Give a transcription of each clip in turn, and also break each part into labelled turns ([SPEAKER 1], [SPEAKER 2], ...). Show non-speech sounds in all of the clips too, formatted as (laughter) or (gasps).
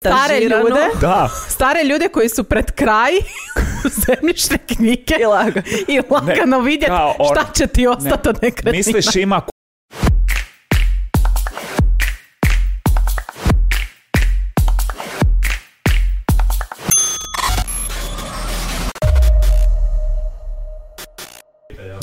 [SPEAKER 1] stare
[SPEAKER 2] Stažirano.
[SPEAKER 1] ljude, (laughs)
[SPEAKER 3] Da.
[SPEAKER 1] stare ljude koji su pred kraj (laughs) u zemljišne knjige
[SPEAKER 2] I lagano.
[SPEAKER 1] i lagano vidjeti
[SPEAKER 3] kao on-
[SPEAKER 1] šta će ti ostati od nekretnina.
[SPEAKER 3] Misliš ima ku-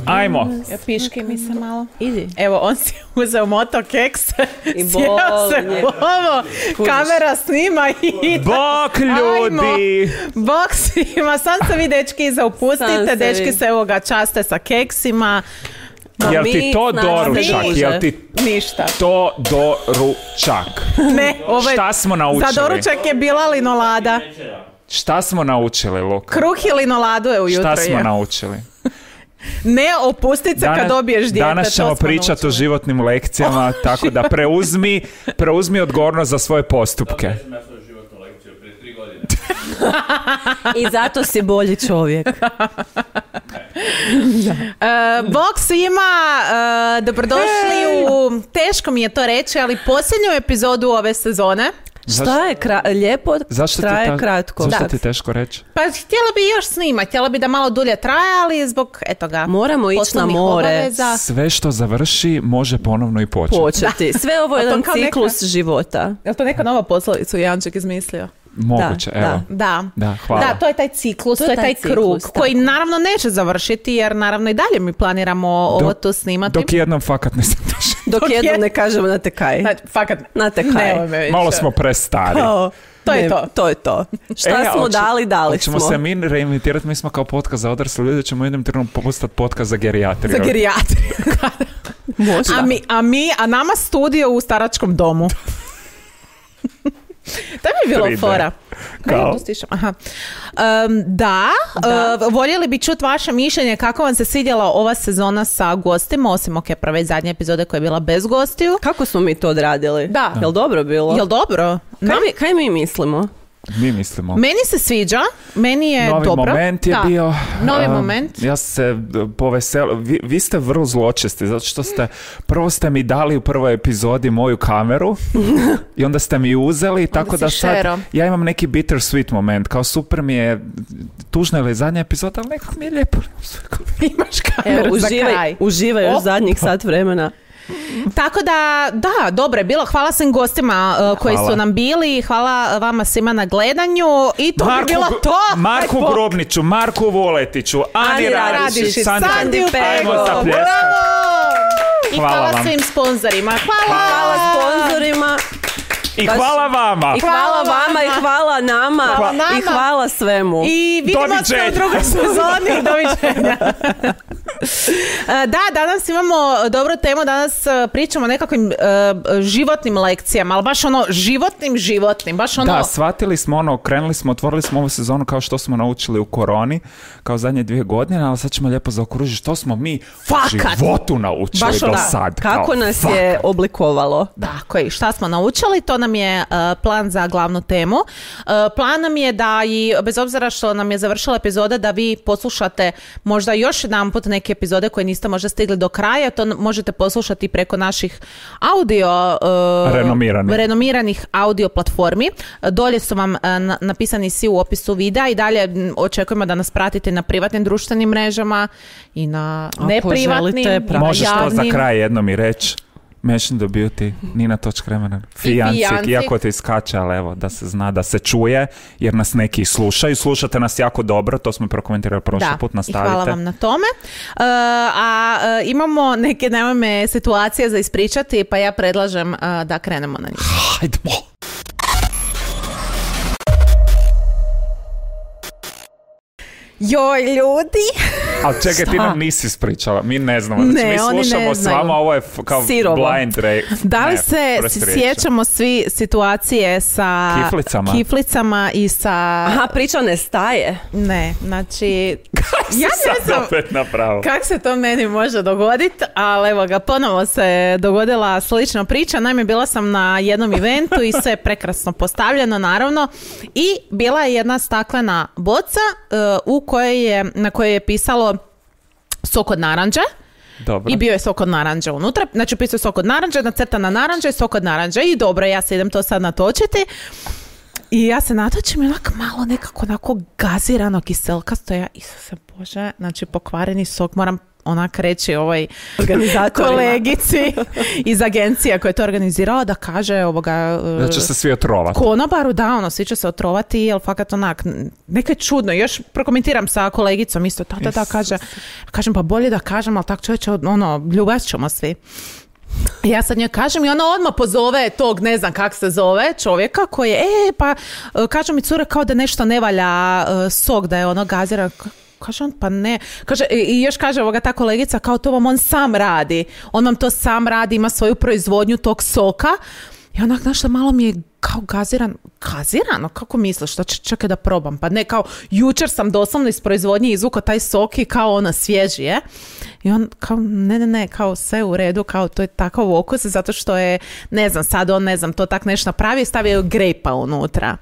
[SPEAKER 3] Ajmo.
[SPEAKER 1] Ja piški mi se malo.
[SPEAKER 2] Idi.
[SPEAKER 1] Evo, on si uzeo moto kekse,
[SPEAKER 2] I
[SPEAKER 1] (laughs) sjeo se
[SPEAKER 2] bol je.
[SPEAKER 1] u ovo, kamera snima i
[SPEAKER 3] Bok ljudi!
[SPEAKER 1] Bok svima, sam se vi dečki
[SPEAKER 2] Sam se
[SPEAKER 1] zaupustite, dečki
[SPEAKER 2] vi.
[SPEAKER 1] se evo ga časte sa keksima,
[SPEAKER 3] Jel
[SPEAKER 1] Pa
[SPEAKER 2] mi
[SPEAKER 3] ti to
[SPEAKER 2] s nama
[SPEAKER 3] doručak?
[SPEAKER 2] ne može.
[SPEAKER 3] Jel ti
[SPEAKER 1] ništa.
[SPEAKER 3] to doručak?
[SPEAKER 1] Ne, ovo je-
[SPEAKER 3] Šta smo naučili?
[SPEAKER 1] Za doručak je bila linolada.
[SPEAKER 3] Šta smo naučili, Luka?
[SPEAKER 1] Kruh i linoladu je ujutro.
[SPEAKER 3] Šta smo
[SPEAKER 1] je.
[SPEAKER 3] naučili?
[SPEAKER 1] Ne opustit se kad dobiješ dijete.
[SPEAKER 3] danas ćemo pričati o životnim
[SPEAKER 2] (laughs)
[SPEAKER 3] lekcijama, tako da preuzmi, preuzmi odgovornost za svoje postupke.
[SPEAKER 4] sam ja svoju životnu lekciju prije tri godine.
[SPEAKER 2] I zato si bolji
[SPEAKER 3] (laughs)
[SPEAKER 2] čovjek.
[SPEAKER 1] Bog svima, e, dobrodošli u, teško mi je to reći, ali posljednju epizodu ove sezone.
[SPEAKER 2] Šta je kra- lijepo,
[SPEAKER 3] zašto ti
[SPEAKER 2] traje
[SPEAKER 3] ta-
[SPEAKER 2] kratko.
[SPEAKER 3] Zašto
[SPEAKER 2] Da.
[SPEAKER 3] ti teško reći?
[SPEAKER 1] Pa htjela bi još snimati, htjela bi da malo dulje traje, ali zbog, eto ga,
[SPEAKER 2] Moramo ići na
[SPEAKER 1] poslovnih
[SPEAKER 2] more.
[SPEAKER 1] obaveza.
[SPEAKER 3] Sve što završi može ponovno i početi.
[SPEAKER 2] Početi. Sve ovo je
[SPEAKER 1] A to
[SPEAKER 2] jedan
[SPEAKER 1] kao neka-
[SPEAKER 2] ciklus života.
[SPEAKER 1] Jel to neka nova poslovica Janček izmislio?
[SPEAKER 3] Moguće,
[SPEAKER 2] Da,
[SPEAKER 3] evo.
[SPEAKER 2] da.
[SPEAKER 1] Da.
[SPEAKER 3] Da, hvala.
[SPEAKER 1] Da, to je taj ciklus, to, je taj, krug
[SPEAKER 2] ciklus, tako.
[SPEAKER 1] koji naravno neće završiti jer naravno i dalje mi planiramo ovo
[SPEAKER 3] Dok-
[SPEAKER 1] tu snimati.
[SPEAKER 3] Dok jednom fakat ne
[SPEAKER 2] (laughs)
[SPEAKER 3] završi.
[SPEAKER 2] Dok
[SPEAKER 1] Dok je-
[SPEAKER 2] jednom ne kažemo na te kaj.
[SPEAKER 1] Znači, fakat,
[SPEAKER 2] Znate kaj.
[SPEAKER 1] nemoj me više. Pa,
[SPEAKER 3] Malo smo prestari.
[SPEAKER 2] Kao,
[SPEAKER 1] To je
[SPEAKER 2] ne,
[SPEAKER 1] to.
[SPEAKER 2] To je to. Šta
[SPEAKER 3] E,
[SPEAKER 2] smo
[SPEAKER 3] hoće-
[SPEAKER 2] dali, dali
[SPEAKER 3] hoćemo
[SPEAKER 2] smo.
[SPEAKER 3] se mi reinventirati, mi smo kao podcast za odrasle ljude, ćemo u jednom trenutku postati podcast za gerijatriju.
[SPEAKER 1] Za
[SPEAKER 2] (laughs)
[SPEAKER 1] gerijatriju.
[SPEAKER 2] Možda.
[SPEAKER 1] a, mi, a mi, a nama studio u staračkom domu. (laughs) to bi bilo
[SPEAKER 3] 3D.
[SPEAKER 1] fora.
[SPEAKER 3] Kao.
[SPEAKER 1] Ajde, tu stišem, Aha. Em, da, e, voljeli bi čuti vaše mišljenje kako vam se svidjela ova sezona sa gostima, osim ok, prve i zadnje epizode koja je bila bez gostiju.
[SPEAKER 2] Kako smo mi to odradili?
[SPEAKER 1] Da.
[SPEAKER 2] Jel dobro bilo?
[SPEAKER 1] Jel dobro?
[SPEAKER 2] Kaj, mi, kaj mi mislimo?
[SPEAKER 3] Mi mislimo.
[SPEAKER 1] Meni se sviđa, meni je
[SPEAKER 3] Novi
[SPEAKER 1] E, dobro.
[SPEAKER 3] moment je
[SPEAKER 1] Da.
[SPEAKER 3] bio.
[SPEAKER 1] Novi
[SPEAKER 3] a,
[SPEAKER 1] moment.
[SPEAKER 3] Ja sam se d- poveselio. Vi, vi ste vrlo zločesti, zato što ste, prvo ste mi dali u prvoj epizodi moju
[SPEAKER 1] (laughs)
[SPEAKER 3] kameru i onda ste mi ju uzeli, tako
[SPEAKER 1] si
[SPEAKER 3] da sad
[SPEAKER 1] šerao.
[SPEAKER 3] ja imam neki bittersweet moment. Kao super mi je, tužna je li zadnja epizoda, ali nekako mi je lijepo.
[SPEAKER 1] (laughs) Imaš
[SPEAKER 2] Evo,
[SPEAKER 1] kameru (laughs) za
[SPEAKER 2] uživaj,
[SPEAKER 1] kraj.
[SPEAKER 2] uživaj još
[SPEAKER 1] Opa.
[SPEAKER 2] zadnjih sat vremena.
[SPEAKER 1] Tako da, da, dobro je bilo. Hvala svim gostima uh, koji
[SPEAKER 3] Hvala.
[SPEAKER 1] su nam bili. Hvala vama svima na gledanju. I to bi bilo
[SPEAKER 3] Gro-
[SPEAKER 1] to.
[SPEAKER 3] Marku
[SPEAKER 1] Ajmo.
[SPEAKER 3] Grobniću, Marku Voletiću, Ani
[SPEAKER 2] Ani
[SPEAKER 3] Radišić,
[SPEAKER 2] Radišić,
[SPEAKER 3] Sandi,
[SPEAKER 1] Sandi
[SPEAKER 3] ajmo
[SPEAKER 2] Pego.
[SPEAKER 3] zapljeskati.
[SPEAKER 1] Bravo! I
[SPEAKER 3] Hvala
[SPEAKER 1] hvala,
[SPEAKER 3] vam.
[SPEAKER 1] svim sponzorima. Hvala!
[SPEAKER 2] Hvala sponzorima.
[SPEAKER 3] I
[SPEAKER 2] Baš-
[SPEAKER 3] hvala vama.
[SPEAKER 2] I hvala
[SPEAKER 1] Hvala
[SPEAKER 2] vama i
[SPEAKER 1] vama.
[SPEAKER 2] hvala nama.
[SPEAKER 1] nama.
[SPEAKER 2] I hvala svemu.
[SPEAKER 1] I vidimo se
[SPEAKER 3] Doviđenja.
[SPEAKER 1] u
[SPEAKER 3] (laughs)
[SPEAKER 1] drugoj sezoni. Doviđenja. (laughs) E, da, danas imamo e, dobru temu. Danas e, pričamo o nekakvim e, životnim lekcijama, ali baš ono životnim životnim. Baš ono...
[SPEAKER 3] Da, shvatili smo ono, krenuli smo, otvorili smo ovu sezonu kao što smo naučili u koroni, kao zadnje dvije godine, ali sad ćemo lijepo zaokružiti što smo mi u
[SPEAKER 1] Fakat.
[SPEAKER 3] životu naučili
[SPEAKER 1] Baš
[SPEAKER 3] do
[SPEAKER 1] onak,
[SPEAKER 3] sad.
[SPEAKER 2] Kako
[SPEAKER 3] kao,
[SPEAKER 2] nas
[SPEAKER 3] fuck.
[SPEAKER 2] je oblikovalo?
[SPEAKER 1] Tako je, šta smo naučili, to nam je e, plan za glavnu temu. E, plan nam je da i, bez obzira što nam je završila epizoda, da vi poslušate možda još jedanput neke epizode koje niste možda stigli do kraja, to n- možete poslušati preko naših audio... e,
[SPEAKER 3] Renomiranih.
[SPEAKER 1] renomiranih audio platformi. E, Dolje su vam e, na- napisani svi u opisu videa i dalje m, očekujemo da nas pratite na privatnim društvenim mrežama i na
[SPEAKER 2] Ako
[SPEAKER 1] neprivatnim,
[SPEAKER 2] želite,
[SPEAKER 1] i na
[SPEAKER 3] Možeš to za
[SPEAKER 1] javnim.
[SPEAKER 3] kraj jedno mi reći. Mešan the Beauty, Nina Točkremena, Fijancik,
[SPEAKER 1] Fijancik.
[SPEAKER 3] iako te iskače, ali evo, da se zna, da se čuje, jer nas neki i slušaju, slušate nas jako dobro, to smo i prokomentirali prošli
[SPEAKER 1] Da,
[SPEAKER 3] put,
[SPEAKER 1] i hvala
[SPEAKER 3] nastavite.
[SPEAKER 1] vam na tome. E, a e, imamo neke najmame situacije za ispričati, pa ja predlažem e, da krenemo na njih.
[SPEAKER 3] Hajdmo.
[SPEAKER 1] Joj, ljudi!
[SPEAKER 3] Ali čekaj, ti nam nisi ispričala, mi ne znamo. Znači,
[SPEAKER 1] Ne,
[SPEAKER 3] mi
[SPEAKER 1] oni ne
[SPEAKER 3] slušamo s
[SPEAKER 1] znaju.
[SPEAKER 3] vama, ovo je f- kao
[SPEAKER 2] Sirovo.
[SPEAKER 3] blind ra-
[SPEAKER 1] Da li
[SPEAKER 3] ne,
[SPEAKER 1] se
[SPEAKER 3] prst riječi.
[SPEAKER 1] sjećamo svi situacije sa
[SPEAKER 3] Kiflicama?
[SPEAKER 1] kiflicama i sa...
[SPEAKER 2] Aha, priča ne staje.
[SPEAKER 1] Ne, znači... ja ne
[SPEAKER 3] Sad
[SPEAKER 1] znam
[SPEAKER 3] (laughs) opet napravo.
[SPEAKER 1] kako se to meni može dogoditi, ali evo ga, ponovo se dogodila slična priča. Naime, bila sam na jednom eventu i sve je prekrasno postavljeno, naravno. I bila je jedna staklena boca e, u kojoj je, na kojoj je pisalo sok od naranđe.
[SPEAKER 3] Dobro.
[SPEAKER 1] I bio je sok od naranđe unutra. Znači, pisao je sok od naranđe, nacrtana naranđa i sok od naranđe. I dobro, ja se idem to sad natočiti. I ja se natočim i onak malo nekako onako gazirano kiselkasto. Ja, Isuse Bože, znači pokvareni sok, moram onak reći ovoj
[SPEAKER 2] Organizatorima.
[SPEAKER 1] kolegici iz agencije koja je to organizirala da kaže ovoga... e,
[SPEAKER 3] Da će se svi otrovati.
[SPEAKER 1] konobaru, da, ono, svi će se otrovati, jel fakat onak, n- neka je čudno, još prokomentiram sa kolegicom isto, tata da kaže, kažem, pa bolje da kažem, ali tak čovječe, ono, ljubav ćemo svi. I Ja sad njoj kažem i ona odmah pozove tog, ne znam kak se zove, čovjeka koji je, e, pa, e, kaže mi cura kao da nešto ne valja e, sok, da je ono gazira. Ka- Kaže on, pa ne. Kaže, i- i još kaže ovoga ta kolegica, kao to vam on sam radi. On vam to sam radi, ima svoju proizvodnju tog soka. I onak, znaš šta, malo mi je kao gaziran, gazirano, kako misliš, da č- čekaj da probam, pa ne, kao jučer sam doslovno iz proizvodnje izvukao taj sok i kao ona svježi je. I on kao, ne, ne, ne, kao sve u redu, kao to je takav okus, zato što je, ne znam, sad on, ne znam, to tak nešto napravi i stavio je grejpa unutra.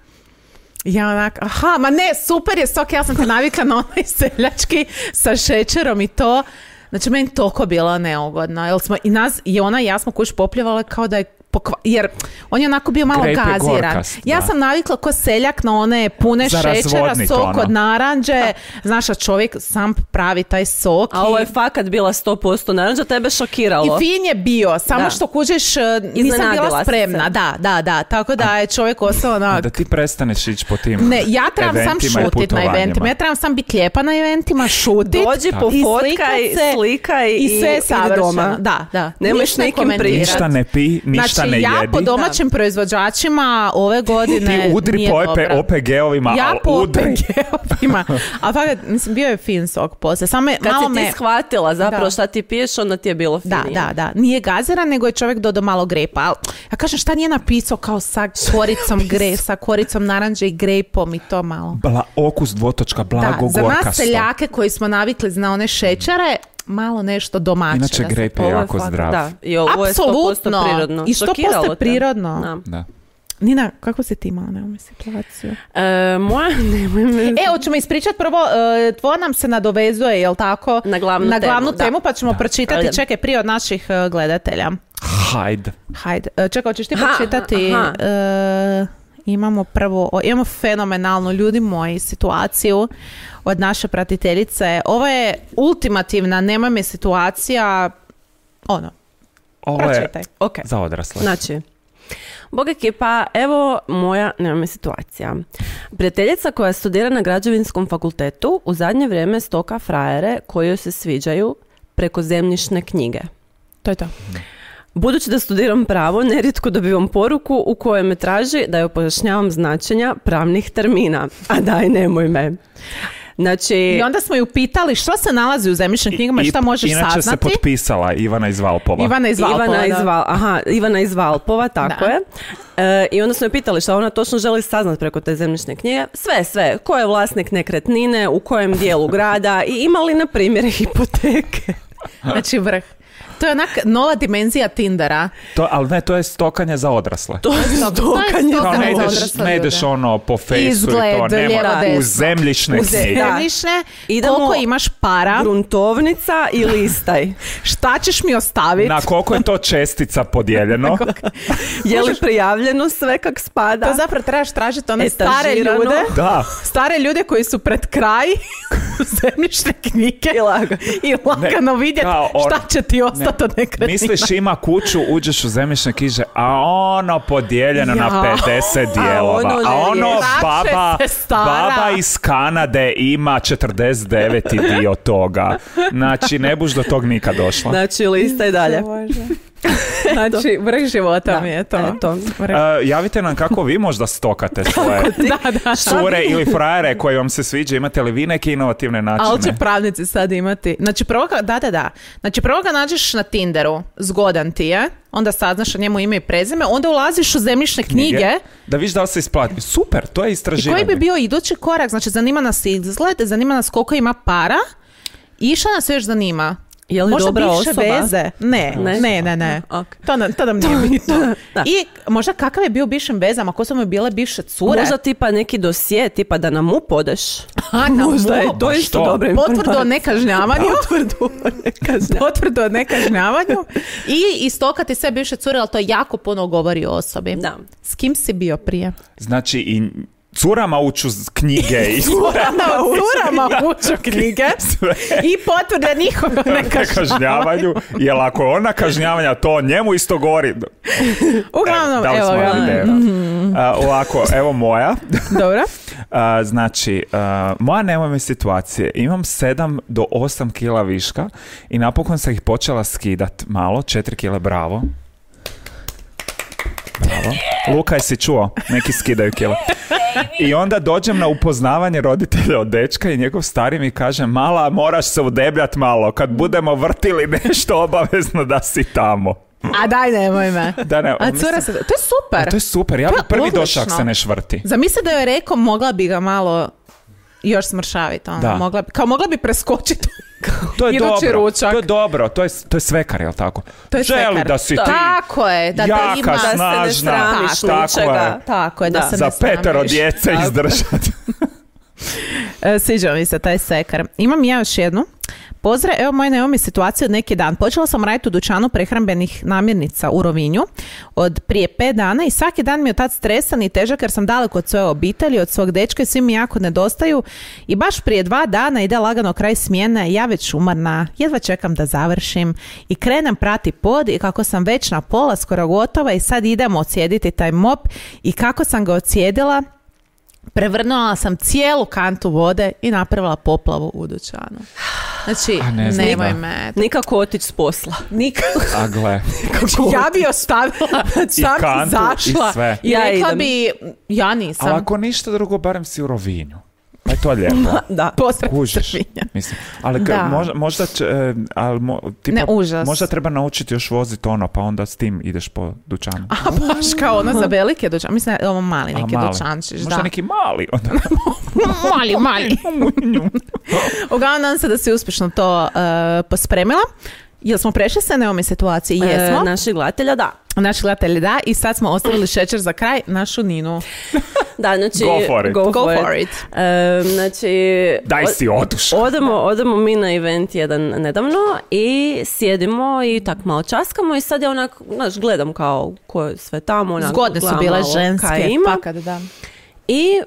[SPEAKER 1] I Ja onak, aha, ma ne, super je sok, ja sam te navikla na onaj seljački sa šećerom i to. Znači, meni toliko bilo neugodno. Jel smo, I nas, i ona i ja smo kuć popljevale kao da je pokva- jer on je onako bio malo
[SPEAKER 3] Grape je
[SPEAKER 1] gaziran.
[SPEAKER 3] gorkast,
[SPEAKER 1] ja
[SPEAKER 3] da.
[SPEAKER 1] sam navikla ko seljak na one pune
[SPEAKER 3] Za
[SPEAKER 1] šećera,
[SPEAKER 3] razvodnit
[SPEAKER 1] sok
[SPEAKER 3] ono.
[SPEAKER 1] od naranđe. Znaš, a čovjek sam pravi taj sok.
[SPEAKER 2] A
[SPEAKER 1] i-
[SPEAKER 2] ovo je fakat bila 100% naranđa, tebe šokiralo.
[SPEAKER 1] i fin je bio, samo
[SPEAKER 2] Da.
[SPEAKER 1] što kužiš, e, nisam
[SPEAKER 2] Iznenadila
[SPEAKER 1] bila
[SPEAKER 2] si
[SPEAKER 1] spremna.
[SPEAKER 2] se.
[SPEAKER 1] Da, da, da. Tako da je čovjek ostao na...
[SPEAKER 3] Da ti prestaneš ići po tim
[SPEAKER 1] Ne, ja trebam sam
[SPEAKER 3] eventima i
[SPEAKER 1] šutit na
[SPEAKER 3] putovanjima.
[SPEAKER 1] eventima. Ja trebam sam biti lijepa na eventima, šutit.
[SPEAKER 2] Dođi,
[SPEAKER 1] i
[SPEAKER 2] pofotkaj,
[SPEAKER 1] slikat se
[SPEAKER 2] slikaj
[SPEAKER 1] i, sve je
[SPEAKER 2] idi
[SPEAKER 1] savršeno.
[SPEAKER 2] doma.
[SPEAKER 1] Da, da.
[SPEAKER 2] Nemoj
[SPEAKER 1] Ništa
[SPEAKER 2] s nikim
[SPEAKER 1] komentirat.
[SPEAKER 2] pričat.
[SPEAKER 3] Ništa ne pi, ništa
[SPEAKER 1] znači,
[SPEAKER 3] ne
[SPEAKER 1] ja
[SPEAKER 3] jedi.
[SPEAKER 1] po domaćim proizvođačima ove godine
[SPEAKER 3] Ti udri
[SPEAKER 1] nije
[SPEAKER 3] po
[SPEAKER 1] dobra.
[SPEAKER 3] OPG-ovima,
[SPEAKER 1] Ja
[SPEAKER 3] ali
[SPEAKER 1] po
[SPEAKER 3] udri.
[SPEAKER 1] OPG-ovima. A fakat, mislim, bio je fin sok poslije. Samo je
[SPEAKER 2] Kad
[SPEAKER 1] malo
[SPEAKER 2] si
[SPEAKER 1] me...
[SPEAKER 2] ti shvatila zapravo
[SPEAKER 1] Da.
[SPEAKER 2] šta ti piješ, onda ti je bilo
[SPEAKER 1] Da,
[SPEAKER 2] finije.
[SPEAKER 1] da, da. Nije gaziran, nego je čovjek dodao malo grepa. Al, ja kažem, šta nije napisao kao sa koricom gre, sa koricom naranđe i grepom i to malo.
[SPEAKER 3] Bla, okus
[SPEAKER 1] Da,
[SPEAKER 3] dvotočka, blago
[SPEAKER 1] za nas
[SPEAKER 3] Pa gorkasto.
[SPEAKER 1] seljake koji smo navikli na one šećere, malo nešto domaće.
[SPEAKER 3] Inače,
[SPEAKER 1] da se-
[SPEAKER 3] grejp je
[SPEAKER 2] Ovo je
[SPEAKER 3] Pa jako
[SPEAKER 2] fakat-
[SPEAKER 3] zdrav.
[SPEAKER 2] Da, i ovo je 100%
[SPEAKER 1] Apsolutno.
[SPEAKER 2] prirodno.
[SPEAKER 1] I 100%
[SPEAKER 2] Šokiralo te.
[SPEAKER 1] prirodno.
[SPEAKER 2] Da.
[SPEAKER 3] Da.
[SPEAKER 1] Nina, kako si ti imala na ovu situaciju?
[SPEAKER 2] E, moja, (laughs) nemoj me-
[SPEAKER 1] E, hoćemo ispričati prvo, e, tvoje nam se nadovezuje, jel tako?
[SPEAKER 2] Na glavnu temu, da.
[SPEAKER 1] temu, pa ćemo pročitati,
[SPEAKER 2] Ajde.
[SPEAKER 1] čekaj, prije od naših e, gledatelja.
[SPEAKER 3] Hajde.
[SPEAKER 1] Hajde, e, čekaj, hoćeš ti
[SPEAKER 2] Aha,
[SPEAKER 1] pročitati?
[SPEAKER 2] aha.
[SPEAKER 1] e, imamo prvo, o, imamo fenomenalnu, ljudi moji, situaciju od naše pratiteljice. Ovo je ultimativna, nema me situacija, ono,
[SPEAKER 3] Ovo je
[SPEAKER 1] pročitaj.
[SPEAKER 2] Ok.
[SPEAKER 3] za odrasle.
[SPEAKER 2] Znači, Bog ekipa, evo moja, nema me situacija. Prijateljica koja studira na građevinskom fakultetu u zadnje vrijeme stoka frajere koji joj se sviđaju preko zemljišne knjige.
[SPEAKER 1] To je to.
[SPEAKER 2] Budući da studiram pravo, neritko dobivam poruku u kojoj me traži da joj pojašnjavam značenja pravnih termina. A daj, nemoj me. Znači,
[SPEAKER 1] I onda smo ju pitali što se nalazi u zemljišnim knjigama,
[SPEAKER 3] E, I-
[SPEAKER 1] šta možeš
[SPEAKER 3] inače se
[SPEAKER 1] saznati.
[SPEAKER 3] potpisala Ivana iz Valpova.
[SPEAKER 1] Ivana iz Valpova,
[SPEAKER 2] Ivana iz
[SPEAKER 1] da.
[SPEAKER 2] Val- aha, Ivana iz Valpova, tako
[SPEAKER 1] Da.
[SPEAKER 2] je. E, I onda smo je pitali šta ona točno želi saznat preko te zemljišne knjige. Sve, sve. Ko je vlasnik nekretnine, u kojem
[SPEAKER 1] (laughs)
[SPEAKER 2] dijelu grada i ima li, na primjer, hipoteke.
[SPEAKER 1] Znači vrh. To je onak nova dimenzija Tindera.
[SPEAKER 3] To, ali ne, to je stokanje za odrasle.
[SPEAKER 2] To je stokanje.
[SPEAKER 1] stokanje
[SPEAKER 3] Kao ne
[SPEAKER 1] za
[SPEAKER 3] ideš,
[SPEAKER 1] odrasle
[SPEAKER 3] ne
[SPEAKER 1] ljude.
[SPEAKER 3] ideš ono po fejsu i to,
[SPEAKER 1] Izgled,
[SPEAKER 3] nema,
[SPEAKER 1] lijevo, desno.
[SPEAKER 3] u zemljišne
[SPEAKER 2] U zem-
[SPEAKER 3] knjige.
[SPEAKER 2] Da.
[SPEAKER 1] Zemljišne,
[SPEAKER 2] Idemo-
[SPEAKER 1] koliko imaš para,
[SPEAKER 2] Gruntovnica i listaj.
[SPEAKER 1] šta ćeš mi ostaviti.
[SPEAKER 3] Na koliko je to čestica
[SPEAKER 1] (laughs)
[SPEAKER 3] podijeljeno?
[SPEAKER 2] Je li prijavljeno sve kak spada?
[SPEAKER 1] To zapravo trebaš tražiti one
[SPEAKER 2] Etažirano.
[SPEAKER 1] stare ljude.
[SPEAKER 3] Da.
[SPEAKER 1] Stare ljude koji su pred kraj (laughs) zemljišne knjige
[SPEAKER 2] I lagano.
[SPEAKER 1] i lagano vidjeti
[SPEAKER 3] kao on-
[SPEAKER 1] šta će ti ostati
[SPEAKER 3] Ne.
[SPEAKER 1] od nekretnina. (laughs)
[SPEAKER 3] Misliš ima kuću, uđeš u zemljišne knjige, a ono podijeljeno na
[SPEAKER 1] Ja.
[SPEAKER 3] 50 dijelova.
[SPEAKER 2] ono
[SPEAKER 3] A
[SPEAKER 2] ne
[SPEAKER 3] ono
[SPEAKER 2] riješi.
[SPEAKER 3] baba,
[SPEAKER 1] Vraća se stara.
[SPEAKER 3] baba iz Kanade ima 49 dio toga. Znači, ne buš do tog nikad došla.
[SPEAKER 2] Znači, listaj dalje.
[SPEAKER 1] Znači, vrh života
[SPEAKER 2] Da,
[SPEAKER 1] mi je to.
[SPEAKER 2] eto.
[SPEAKER 1] Vrh.
[SPEAKER 3] E, javite nam kako vi možda stokate svoje
[SPEAKER 1] (laughs) Da, da.
[SPEAKER 3] cure ili frajere koje vam se sviđa. Imate li vi neke inovativne
[SPEAKER 1] Ali će pa-
[SPEAKER 3] načine?
[SPEAKER 1] pravnici sad imati. Znači, prvo ga, da, da, da. Znači, prvo ga nađeš na Tinderu, zgodan ti je, onda saznaš o njemu ime i prezime, onda ulaziš u zemljišne knjige,
[SPEAKER 3] Da viš da li se isplati. Super, to je
[SPEAKER 1] i
[SPEAKER 3] istraživanje.
[SPEAKER 1] koji bi bio idući korak. Znači, zanima nas izgled, zanima nas koliko ima para i šta nas još zanima.
[SPEAKER 2] Je li
[SPEAKER 1] Možda
[SPEAKER 2] dobra
[SPEAKER 1] bivše
[SPEAKER 2] osoba?
[SPEAKER 1] veze? Ne,
[SPEAKER 2] Ne?
[SPEAKER 1] ne, ne, ne.
[SPEAKER 2] Ok.
[SPEAKER 1] To, nam, to nam
[SPEAKER 2] (laughs)
[SPEAKER 1] nije bitno.
[SPEAKER 2] Da.
[SPEAKER 1] I možda kakav je bio u bivšim vezama? Ko su mu bile bivše cure?
[SPEAKER 2] Možda tipa neki dosje, tipa da na MUP odeš.
[SPEAKER 1] A, Pa,
[SPEAKER 2] (laughs)
[SPEAKER 1] na
[SPEAKER 2] Možda je
[SPEAKER 1] MUP.
[SPEAKER 2] to isto
[SPEAKER 3] što?
[SPEAKER 2] dobro.
[SPEAKER 1] Potvrdu o
[SPEAKER 2] (laughs)
[SPEAKER 1] nekažnjavanju.
[SPEAKER 2] Potvrdu o nekažnjavanju.
[SPEAKER 1] (laughs) Potvrdu o nekažnjavanju. I iz toga ti sve bivše cure, ali to jako puno govori o osobi.
[SPEAKER 2] Da.
[SPEAKER 1] S kim si bio prije?
[SPEAKER 3] Znači i curama uču z- knjige i
[SPEAKER 1] (laughs)
[SPEAKER 3] (laughs)
[SPEAKER 1] Curama, u curama uču knjige
[SPEAKER 3] sve.
[SPEAKER 1] i potvrde njihovo nekažnjavanje.
[SPEAKER 3] kažnjavanju, jer ako je ona kažnjavanja, to njemu isto govori.
[SPEAKER 1] Uglavnom,
[SPEAKER 3] Dali
[SPEAKER 1] evo
[SPEAKER 3] smo vam
[SPEAKER 1] ga. Mhm.
[SPEAKER 3] ideju. A, ovako, evo moja.
[SPEAKER 1] Dobro.
[SPEAKER 3] A, znači, a, moja nemojme situacije. Imam 7 do 8 kila viška i napokon sam ih počela skidat malo. 4 kile, bravo. Bravo. Luka, jesi čuo? Neki skidaju kile. I onda dođem na upoznavanje roditelja od dečka i njegov stari mi kaže Mala, moraš se udebljat malo. Kad budemo vrtili nešto, obavezno da si tamo.
[SPEAKER 1] A daj nemoj me.
[SPEAKER 3] Da, ne,
[SPEAKER 1] A
[SPEAKER 3] mislim-
[SPEAKER 1] cura se... To je super.
[SPEAKER 3] A to je super. Ja
[SPEAKER 1] To
[SPEAKER 3] bi
[SPEAKER 1] je
[SPEAKER 3] prvi
[SPEAKER 1] odlično.
[SPEAKER 3] došao ako se ne švrti.
[SPEAKER 1] Zamisli da joj je rekao, mogla bi ga malo još smršaviti. Ono,
[SPEAKER 3] Da.
[SPEAKER 1] mogla bi, kao mogla bi preskočiti.
[SPEAKER 3] To je
[SPEAKER 1] (laughs) Idući
[SPEAKER 3] dobro.
[SPEAKER 1] ručak.
[SPEAKER 3] To je dobro. To je, to je svekar, jel tako?
[SPEAKER 1] To je
[SPEAKER 3] Želi
[SPEAKER 1] svekar.
[SPEAKER 3] da si ti
[SPEAKER 1] Tako je, da
[SPEAKER 3] jaka,
[SPEAKER 1] te ima.
[SPEAKER 2] se ne
[SPEAKER 3] snažna.
[SPEAKER 2] sramiš
[SPEAKER 3] tako
[SPEAKER 2] ničega.
[SPEAKER 3] je.
[SPEAKER 1] Tako je, da,
[SPEAKER 2] Da.
[SPEAKER 1] se
[SPEAKER 3] Za
[SPEAKER 1] ne sramiš.
[SPEAKER 3] petero djece izdržati.
[SPEAKER 1] E, Sviđa mi se taj sekar. Imam ja još jednu. Pozdrav, evo moja neomi situacija od neki dan. Počela sam raditi u dućanu prehrambenih namirnica u Rovinju od prije 5 dana i svaki dan mi je tad stresan i težak jer sam daleko od svoje obitelji, od svog dečka i svi mi jako nedostaju. I baš prije dva dana ide lagano kraj smjene, ja već umorna, jedva čekam da završim i krenem prati pod i kako sam već na pola skoro gotova i sad idemo ocijediti taj mop i kako sam ga ocijedila Prevrnula sam cijelu kantu vode i napravila poplavu u dućanu. Znači,
[SPEAKER 3] A ne znam,
[SPEAKER 1] nemoj
[SPEAKER 3] da.
[SPEAKER 1] me.
[SPEAKER 2] Nikako otići s posla.
[SPEAKER 1] (laughs) Nikako.
[SPEAKER 2] (laughs)
[SPEAKER 3] A gle,
[SPEAKER 1] Znači, ja bi ostavila, sam
[SPEAKER 3] kantu, i
[SPEAKER 1] zašla
[SPEAKER 3] sve.
[SPEAKER 1] i
[SPEAKER 2] Ja
[SPEAKER 1] rekla
[SPEAKER 2] idem.
[SPEAKER 1] bi, ja nisam.
[SPEAKER 3] ali ako ništa drugo, barem si u rovinju. Pa je to lijepo.
[SPEAKER 2] Da.
[SPEAKER 1] Pozdrav
[SPEAKER 3] Kužiš.
[SPEAKER 1] Strahinja.
[SPEAKER 3] Mislim. Ali ka-
[SPEAKER 1] Da.
[SPEAKER 3] možda, možda će, e, ali mo- tipa,
[SPEAKER 1] Ne, užas.
[SPEAKER 3] možda treba naučiti još voziti ono, pa onda s tim ideš po dućanu.
[SPEAKER 1] A baš kao ono za velike dućane. Mislim, ovo mali
[SPEAKER 3] A
[SPEAKER 1] neki
[SPEAKER 3] mali.
[SPEAKER 1] dućančić.
[SPEAKER 3] Možda
[SPEAKER 1] Da.
[SPEAKER 3] neki mali. Onda.
[SPEAKER 1] (laughs) mali,
[SPEAKER 3] (laughs)
[SPEAKER 1] mali. Uglavnom, nadam se da si uspješno to e, pospremila. Jel smo prešli sa neome situacije? Jesmo.
[SPEAKER 2] E, naših gledatelja, da.
[SPEAKER 1] Naši gledatelji da i sad smo ostavili šećer za kraj, našu Ninu.
[SPEAKER 2] Da, znači...
[SPEAKER 3] Go for it.
[SPEAKER 1] Go for it.
[SPEAKER 2] E, znači...
[SPEAKER 3] Daj si oduš.
[SPEAKER 2] Odemo, odemo mi na event jedan nedavno i sjedimo i tak malo časkamo i sad ja onak, znaš, gledam kao ko je sve tamo. Onak,
[SPEAKER 1] Zgodne su
[SPEAKER 2] gledam
[SPEAKER 1] bile
[SPEAKER 2] malo
[SPEAKER 1] ženske. pa
[SPEAKER 2] kaj ima.
[SPEAKER 1] fakat, da.
[SPEAKER 2] I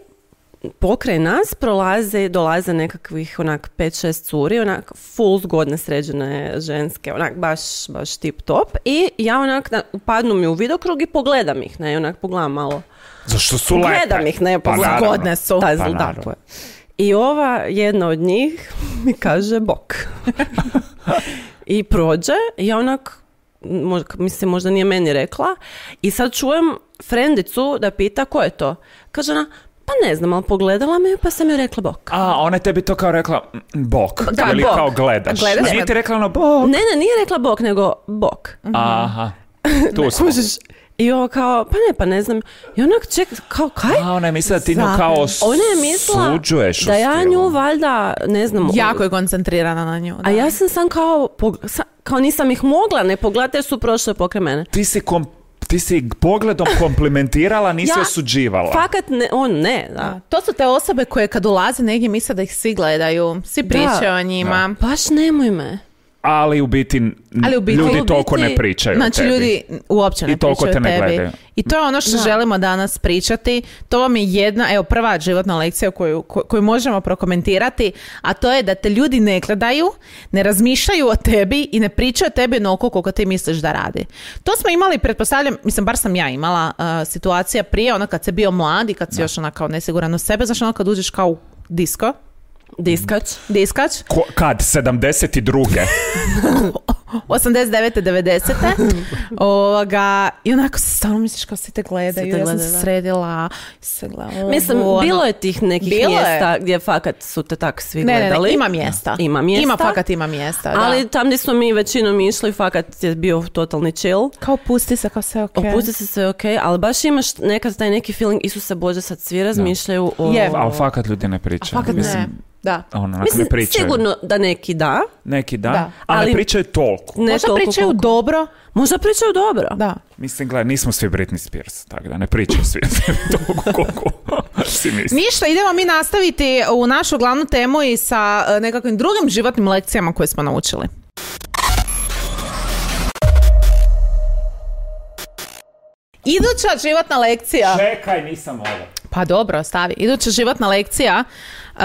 [SPEAKER 2] pokraj nas prolaze, dolaze nekakvih onak 5-6 curi, onak full zgodne sređene ženske, onak baš, baš tip top. I ja onak na- upadnu mi u vidokrug i pogledam ih, ne, onak pogledam malo.
[SPEAKER 3] Zašto su lepe?
[SPEAKER 2] Gledam ih, ne,
[SPEAKER 3] Pa
[SPEAKER 2] pogledam.
[SPEAKER 3] naravno.
[SPEAKER 1] Zgodne su.
[SPEAKER 2] Ta,
[SPEAKER 3] Pa
[SPEAKER 2] pa,
[SPEAKER 3] naravno.
[SPEAKER 2] tako je. I ova jedna od njih mi kaže bok. (laughs) I prođe, i ja onak, možda, mislim, možda nije meni rekla, i sad čujem frendicu da pita ko je to. Kaže ona, pa ne znam, ali pogledala me, pa sam joj rekla bok.
[SPEAKER 3] A, ona je tebi to kao rekla mm, bok.
[SPEAKER 2] Da,
[SPEAKER 3] Ili
[SPEAKER 2] bok.
[SPEAKER 3] kao gledaš.
[SPEAKER 1] Gledaš
[SPEAKER 3] A nije
[SPEAKER 1] me.
[SPEAKER 3] ti rekla ono bok.
[SPEAKER 2] Ne, ne, nije rekla bok, nego bok. (laughs)
[SPEAKER 3] Aha. Tu smo.
[SPEAKER 2] Mhm. Kužiš, i ovo kao, pa ne, pa ne znam. I onak ček, kao, kaj?
[SPEAKER 3] A, ona je mislila da ti nju
[SPEAKER 1] Zahvaljujem.
[SPEAKER 3] kao
[SPEAKER 2] Ona je mislila
[SPEAKER 3] suđuješ u
[SPEAKER 2] da ja
[SPEAKER 3] stilu.
[SPEAKER 2] nju valjda, ne znam,
[SPEAKER 1] Jako je koncentrirana na nju. da.
[SPEAKER 2] A ja sam sam kao, pog- sa- kao nisam ih mogla ne pogledati jer su prošle pokraj mene.
[SPEAKER 3] Ti si, kom, ti si pogledom komplimentirala, nisi
[SPEAKER 2] Ja-
[SPEAKER 3] osuđivala.
[SPEAKER 2] Fakat ne, on ne, da.
[SPEAKER 1] Da. To su te osobe koje kad ulaze negdje misle da ih svi gledaju, svi pričaju o njima.
[SPEAKER 2] Baš nemoj me.
[SPEAKER 3] Ali u biti, n-
[SPEAKER 1] Ali u biti-
[SPEAKER 3] ljudi
[SPEAKER 1] ali u
[SPEAKER 3] toliko
[SPEAKER 2] biti-
[SPEAKER 3] ne pričaju o
[SPEAKER 1] Znači
[SPEAKER 3] tebi.
[SPEAKER 1] ljudi uopće ne
[SPEAKER 3] I toliko
[SPEAKER 1] pričaju
[SPEAKER 3] te ne
[SPEAKER 1] tebi.
[SPEAKER 3] gledaju.
[SPEAKER 1] I to je ono što
[SPEAKER 2] Da.
[SPEAKER 1] želimo danas pričati. To vam je jedna, evo prva životna lekcija koju, ko- koju možemo prokomentirati, a to je da te ljudi ne gledaju, ne razmišljaju o tebi i ne pričaju o tebi onoliko koliko ti misliš da radi. To smo imali, pretpostavljam, mislim, bar sam ja imala uh, situacija prije, ono kad se bio mlad i kad si još ona kao nesiguran u sebe, znaš ono kad uđeš kao u disko,
[SPEAKER 2] Diskač.
[SPEAKER 1] diskač,
[SPEAKER 3] Ko- kad? 72.
[SPEAKER 1] 89.
[SPEAKER 2] (laughs)
[SPEAKER 1] 90. ovoga, I onako se stvarno misliš kao svi te gledaju.
[SPEAKER 2] Svi te
[SPEAKER 1] ja sam
[SPEAKER 2] gledaju,
[SPEAKER 1] se
[SPEAKER 2] da.
[SPEAKER 1] sredila. se gledala,
[SPEAKER 2] Mislim,
[SPEAKER 1] ovo, ono.
[SPEAKER 2] bilo je tih nekih
[SPEAKER 1] Bilo je.
[SPEAKER 2] mjesta gdje fakat su te tak svi
[SPEAKER 1] Ne, ne,
[SPEAKER 2] gledali.
[SPEAKER 1] ne, ima mjesta.
[SPEAKER 2] Ima mjesta.
[SPEAKER 1] Ima, fakat ima mjesta, da.
[SPEAKER 2] Ali tam gdje smo mi većinom išli, fakat je bio totalni chill.
[SPEAKER 1] kao pusti se, kao sve ok.
[SPEAKER 2] Opusti se sve ok, ali baš imaš nekad taj neki feeling, Isuse Bože, sad svi razmišljaju o...
[SPEAKER 1] Je.
[SPEAKER 3] Ali fakat ljudi ne pričaju.
[SPEAKER 1] fakat ne.
[SPEAKER 3] Mislim,
[SPEAKER 1] Da.
[SPEAKER 3] Ono, onak
[SPEAKER 2] Mislim,
[SPEAKER 3] ne pričaju.
[SPEAKER 2] sigurno da neki da.
[SPEAKER 3] Neki da,
[SPEAKER 1] Da.
[SPEAKER 3] ali,
[SPEAKER 2] Ali-
[SPEAKER 3] ne pričaju toliko.
[SPEAKER 2] Ne
[SPEAKER 1] Možda
[SPEAKER 2] toliko
[SPEAKER 1] pričaju
[SPEAKER 2] koliko-
[SPEAKER 1] dobro.
[SPEAKER 2] Možda pričaju dobro.
[SPEAKER 1] Da.
[SPEAKER 3] Mislim, gledaj, nismo svi Britney Spears, tako da ne pričaju svi (laughs) toliko koliko si misli.
[SPEAKER 1] Ništa, idemo mi nastaviti u našu glavnu temu i sa e, nekakvim drugim životnim lekcijama koje smo naučili. Iduća životna lekcija.
[SPEAKER 3] Čekaj, nisam ovo.
[SPEAKER 1] Pa dobro, stavi. Iduća životna lekcija e,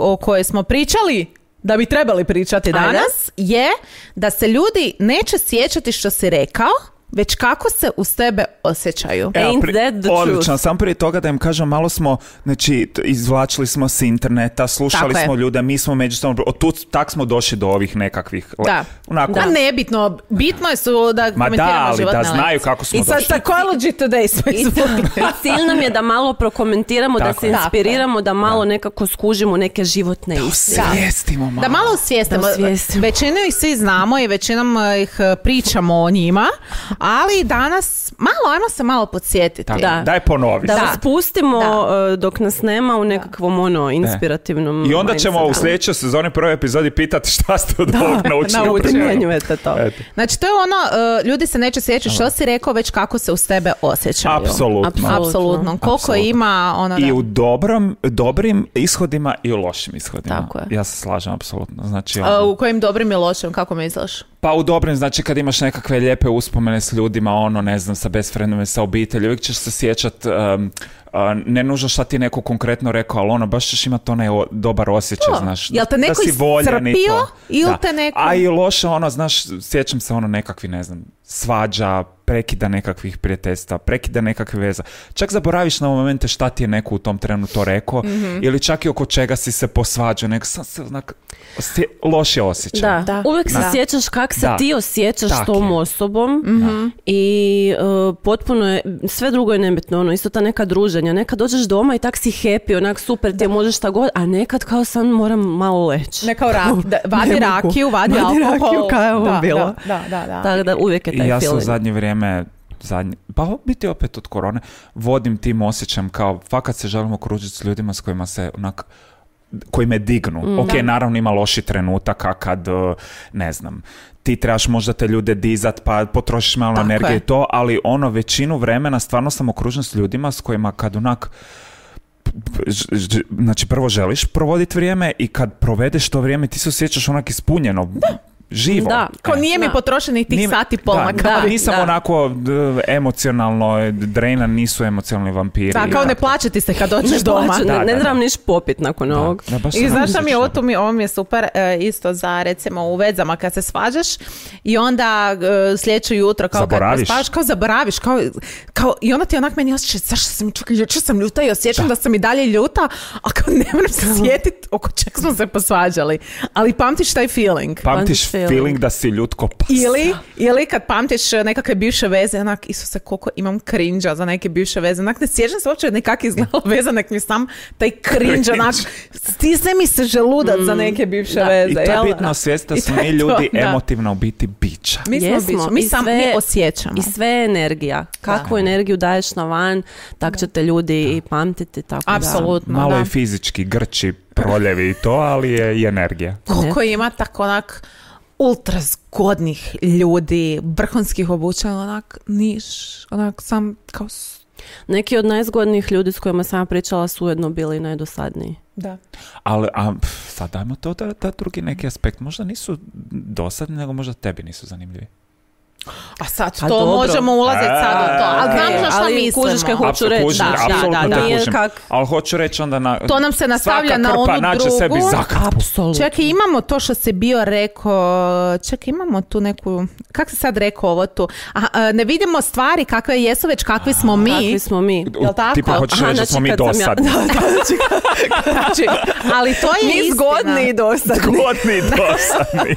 [SPEAKER 1] o kojoj smo pričali da bi trebali pričati
[SPEAKER 2] Ajde.
[SPEAKER 1] danas je da se ljudi neće sjećati što si rekao, već kako se uz tebe osjećaju.
[SPEAKER 3] E,
[SPEAKER 2] Ain't that the
[SPEAKER 3] odlično,
[SPEAKER 2] truth?
[SPEAKER 3] sam prije toga da im kažem, malo smo, znači, t- izvlačili smo s interneta, slušali
[SPEAKER 1] Tako je.
[SPEAKER 3] smo ljude, mi smo međusobno, od tu, tak smo došli do ovih nekakvih, le-
[SPEAKER 1] Da.
[SPEAKER 3] onako,
[SPEAKER 1] Da, Pa nebitno. Bitno je su da
[SPEAKER 3] ma da,
[SPEAKER 1] komentiramo
[SPEAKER 3] ali
[SPEAKER 1] životne
[SPEAKER 3] da znaju
[SPEAKER 1] lekcije.
[SPEAKER 3] kako smo
[SPEAKER 1] I sa
[SPEAKER 3] došli.
[SPEAKER 1] Psychology Today smo
[SPEAKER 2] I (laughs)
[SPEAKER 1] izvukli.
[SPEAKER 2] Pa cilj nam je da malo prokomentiramo, da
[SPEAKER 3] Tako
[SPEAKER 2] se
[SPEAKER 3] je.
[SPEAKER 2] inspiriramo, da malo nekako skužimo neke životne istine.
[SPEAKER 3] Svijestimo malo.
[SPEAKER 1] Da malo osvijestimo.
[SPEAKER 2] Da osvijestimo.
[SPEAKER 1] Većinu ih svi znamo i većinom eh, ih eh, pričamo o njima, ali danas malo, ajmo se malo podsjetiti.
[SPEAKER 3] Tako,
[SPEAKER 2] Da.
[SPEAKER 3] Daj ponovi.
[SPEAKER 2] Da,
[SPEAKER 1] Da.
[SPEAKER 2] vas pustimo
[SPEAKER 1] Da.
[SPEAKER 2] e, dok nas nema u nekakvom ono inspirativnom
[SPEAKER 3] E. I onda ćemo u
[SPEAKER 2] mindsetu.
[SPEAKER 3] sljedećoj sezoni prvoj epizodi pitati šta ste od ovog naučili.
[SPEAKER 1] naučili.
[SPEAKER 2] Primjenjujete to.
[SPEAKER 3] Eto.
[SPEAKER 1] Znači to je ono, eh, ljudi se neće sjećati što si rekao, već kako se uz tebe osjećaju.
[SPEAKER 3] Apsolutno.
[SPEAKER 2] Apsolutno.
[SPEAKER 1] Apsolutno. Koliko
[SPEAKER 3] Apsolutno.
[SPEAKER 1] ima ono da.
[SPEAKER 3] I u dobrom, dobrim ishodima i u lošim ishodima.
[SPEAKER 1] Tako je.
[SPEAKER 3] Ja se slažem, apsolutno. Znači,
[SPEAKER 1] Eh,
[SPEAKER 3] ono,
[SPEAKER 1] u kojim dobrim i lošim, kako misliš?
[SPEAKER 3] pa u dobrim, znači kad imaš nekakve lijepe uspomene s ljudima, ono, ne znam, sa besfrendom, sa obitelji, uvijek ćeš se sjećat, um, a, ne nužno šta ti je neko konkretno rekao, ali ono, baš ćeš imat onaj o- dobar osjećaj,
[SPEAKER 1] To.
[SPEAKER 3] znaš.
[SPEAKER 1] Jel te
[SPEAKER 3] da
[SPEAKER 1] neko
[SPEAKER 3] si voljen i to.
[SPEAKER 1] iscrpio ili
[SPEAKER 3] Da.
[SPEAKER 1] te neko-
[SPEAKER 3] A i loše, ono, znaš, sjećam se ono nekakvi, ne znam, svađa, prekida nekakvih prijateljstva, prekida nekakvih veza. Čak zaboraviš na momente šta ti je neko u tom trenu to rekao
[SPEAKER 1] Mhm.
[SPEAKER 3] ili čak i oko čega si se posvađao, nego sam se onak, osje- loše osjećaj.
[SPEAKER 2] Da.
[SPEAKER 1] Da.
[SPEAKER 2] uvijek se
[SPEAKER 1] Da.
[SPEAKER 2] sjećaš kak se
[SPEAKER 3] Da.
[SPEAKER 2] ti osjećaš
[SPEAKER 3] Tak
[SPEAKER 2] s tom
[SPEAKER 3] je.
[SPEAKER 2] osobom i e, potpuno je, sve drugo je nebitno, ono, isto ta neka druženja, nekad dođeš doma i tak si happy, onak super, ti je možeš šta god, a nekad kao sam moram malo leći.
[SPEAKER 1] Ne kao rak, da, vadi
[SPEAKER 2] Ne mogu.
[SPEAKER 1] rakiju, vadi,
[SPEAKER 2] Vadi
[SPEAKER 1] alkohol.
[SPEAKER 2] rakiju, kao je ovo
[SPEAKER 1] da,
[SPEAKER 2] bilo.
[SPEAKER 1] Da, da, da.
[SPEAKER 2] Tako da uvijek je
[SPEAKER 3] I
[SPEAKER 2] taj
[SPEAKER 3] ja sam u
[SPEAKER 2] feeling.
[SPEAKER 3] zadnje vrijeme zadnje, pa biti opet od korone, vodim tim osjećajem kao fakat se želim okružiti s ljudima s kojima se onak koji me dignu.
[SPEAKER 2] Mm,
[SPEAKER 3] ok, naravno ima loši trenutaka kad, uh, ne znam, ti trebaš možda te ljude dizat pa potrošiš malo
[SPEAKER 1] Tako
[SPEAKER 3] energije
[SPEAKER 1] je.
[SPEAKER 3] i to, ali ono većinu vremena stvarno sam okružen s ljudima s kojima kad onak ž- ž- znači prvo želiš provoditi vrijeme i kad provedeš to vrijeme ti se osjećaš onak ispunjeno, živo.
[SPEAKER 2] Da.
[SPEAKER 1] Kao
[SPEAKER 3] E.
[SPEAKER 1] nije mi
[SPEAKER 2] Da.
[SPEAKER 1] potrošenih tih
[SPEAKER 3] Nije-
[SPEAKER 1] sati pol na
[SPEAKER 3] da,
[SPEAKER 1] kavi.
[SPEAKER 3] da, nisam
[SPEAKER 2] Da.
[SPEAKER 3] onako d- emocionalno drejnan, nisu emocionalni vampiri.
[SPEAKER 1] Da, kao ne plaće ti se kad dođeš doma.
[SPEAKER 2] Znači, Plaću,
[SPEAKER 3] Da,
[SPEAKER 2] ne,
[SPEAKER 3] da,
[SPEAKER 2] ne
[SPEAKER 3] da.
[SPEAKER 2] trebam niš popit nakon ovog.
[SPEAKER 3] Da, baš
[SPEAKER 1] I
[SPEAKER 3] sam
[SPEAKER 1] znaš šta mi je ovo
[SPEAKER 3] osjećao.
[SPEAKER 1] tu, mi, ovo mi je super e, isto za recimo u vezama kad se svađaš i onda e, sljedeće jutro kao
[SPEAKER 3] Zaboraviš.
[SPEAKER 1] kad spavaš, kao zaboraviš, kao, kao, i onda ti onak meni osjećaj, zašto sam, čak, jučer sam ljuta i osjećam da. sam i dalje ljuta, a kao ne moram se sjetit oko čega smo se posvađali, ali pamtiš taj feeling.
[SPEAKER 3] Pamtiš
[SPEAKER 2] Pamtiš
[SPEAKER 3] feeling da si ljutko pas.
[SPEAKER 1] Ili, ili kad pamtiš e, nekakve bivše veze, onak, Isuse, koliko imam krinđa za neke bivše veze. Onak, ne sjećam se uopće nekak izgledala (laughs) veza, nek mi sam taj krinđ, onak, stisne mi se želudac za neke bivše veze.
[SPEAKER 3] Mm, I to je
[SPEAKER 1] jel?
[SPEAKER 3] bitno osvijestiti da
[SPEAKER 1] I
[SPEAKER 3] smo
[SPEAKER 1] to
[SPEAKER 3] mi
[SPEAKER 1] je to,
[SPEAKER 3] ljudi
[SPEAKER 1] da.
[SPEAKER 3] emotivno u biti bića.
[SPEAKER 1] Mi smo,
[SPEAKER 2] Jesmo,
[SPEAKER 1] biće, mi
[SPEAKER 2] i
[SPEAKER 1] sam, mi
[SPEAKER 2] sve-
[SPEAKER 1] osjećamo.
[SPEAKER 2] I sve je energija. Kakvu energiju daješ na van, tak će te ljudi i pamtiti. Tako da-
[SPEAKER 1] Apsolutno,
[SPEAKER 3] Malo
[SPEAKER 1] da.
[SPEAKER 3] je fizički grči, proljevi i to, ali je i energija.
[SPEAKER 1] Koliko ima tako onak ultra zgodnih ljudi, vrhunskih obućana, onak, niš, onak, sam kao... s-
[SPEAKER 2] Neki od najzgodnijih ljudi s kojima sam ja pričala su ujedno bili i najdosadniji.
[SPEAKER 1] Da.
[SPEAKER 3] Ali, a, pf, sad dajmo to da, da drugi neki aspekt. Možda nisu dosadni, nego možda tebi nisu zanimljivi.
[SPEAKER 1] A sad
[SPEAKER 2] Pa
[SPEAKER 1] to
[SPEAKER 2] dobro.
[SPEAKER 1] možemo ulaziti sad u to. Ali
[SPEAKER 2] Okej,
[SPEAKER 1] znam za šta
[SPEAKER 2] ali
[SPEAKER 1] mislimo.
[SPEAKER 2] kužiš kaj hoću
[SPEAKER 3] Apsu-
[SPEAKER 2] reći,
[SPEAKER 3] kužim,
[SPEAKER 2] da, da,
[SPEAKER 3] apsolutno
[SPEAKER 2] da.
[SPEAKER 3] te
[SPEAKER 2] Nije
[SPEAKER 3] kužim.
[SPEAKER 2] kak-
[SPEAKER 3] Ali hoću reći onda na...
[SPEAKER 1] To nam se nastavlja
[SPEAKER 3] svaka
[SPEAKER 1] na
[SPEAKER 3] krpa
[SPEAKER 1] onu
[SPEAKER 3] nađe
[SPEAKER 1] drugu.
[SPEAKER 3] sebi zakrpu.
[SPEAKER 2] Apsolutno.
[SPEAKER 1] Čekaj, imamo to što si bio rekao, čekaj, imamo tu neku, kak si sad rekao ovo tu? Aha, e, ne vidimo stvari kakve jesu, već kakvi smo mi.
[SPEAKER 2] Kakvi smo mi?
[SPEAKER 1] Jel tako?
[SPEAKER 3] Tipa hoćeš
[SPEAKER 2] Aha,
[SPEAKER 3] reći da
[SPEAKER 2] znači
[SPEAKER 3] smo mi
[SPEAKER 2] kad sam ja- (laughs)
[SPEAKER 3] dosadni.
[SPEAKER 2] Da, da, znači kad-
[SPEAKER 1] Znači, (laughs) ali to je
[SPEAKER 2] mi
[SPEAKER 1] istina.
[SPEAKER 2] zgodni i dosadni.
[SPEAKER 3] Zgodni i dosadni.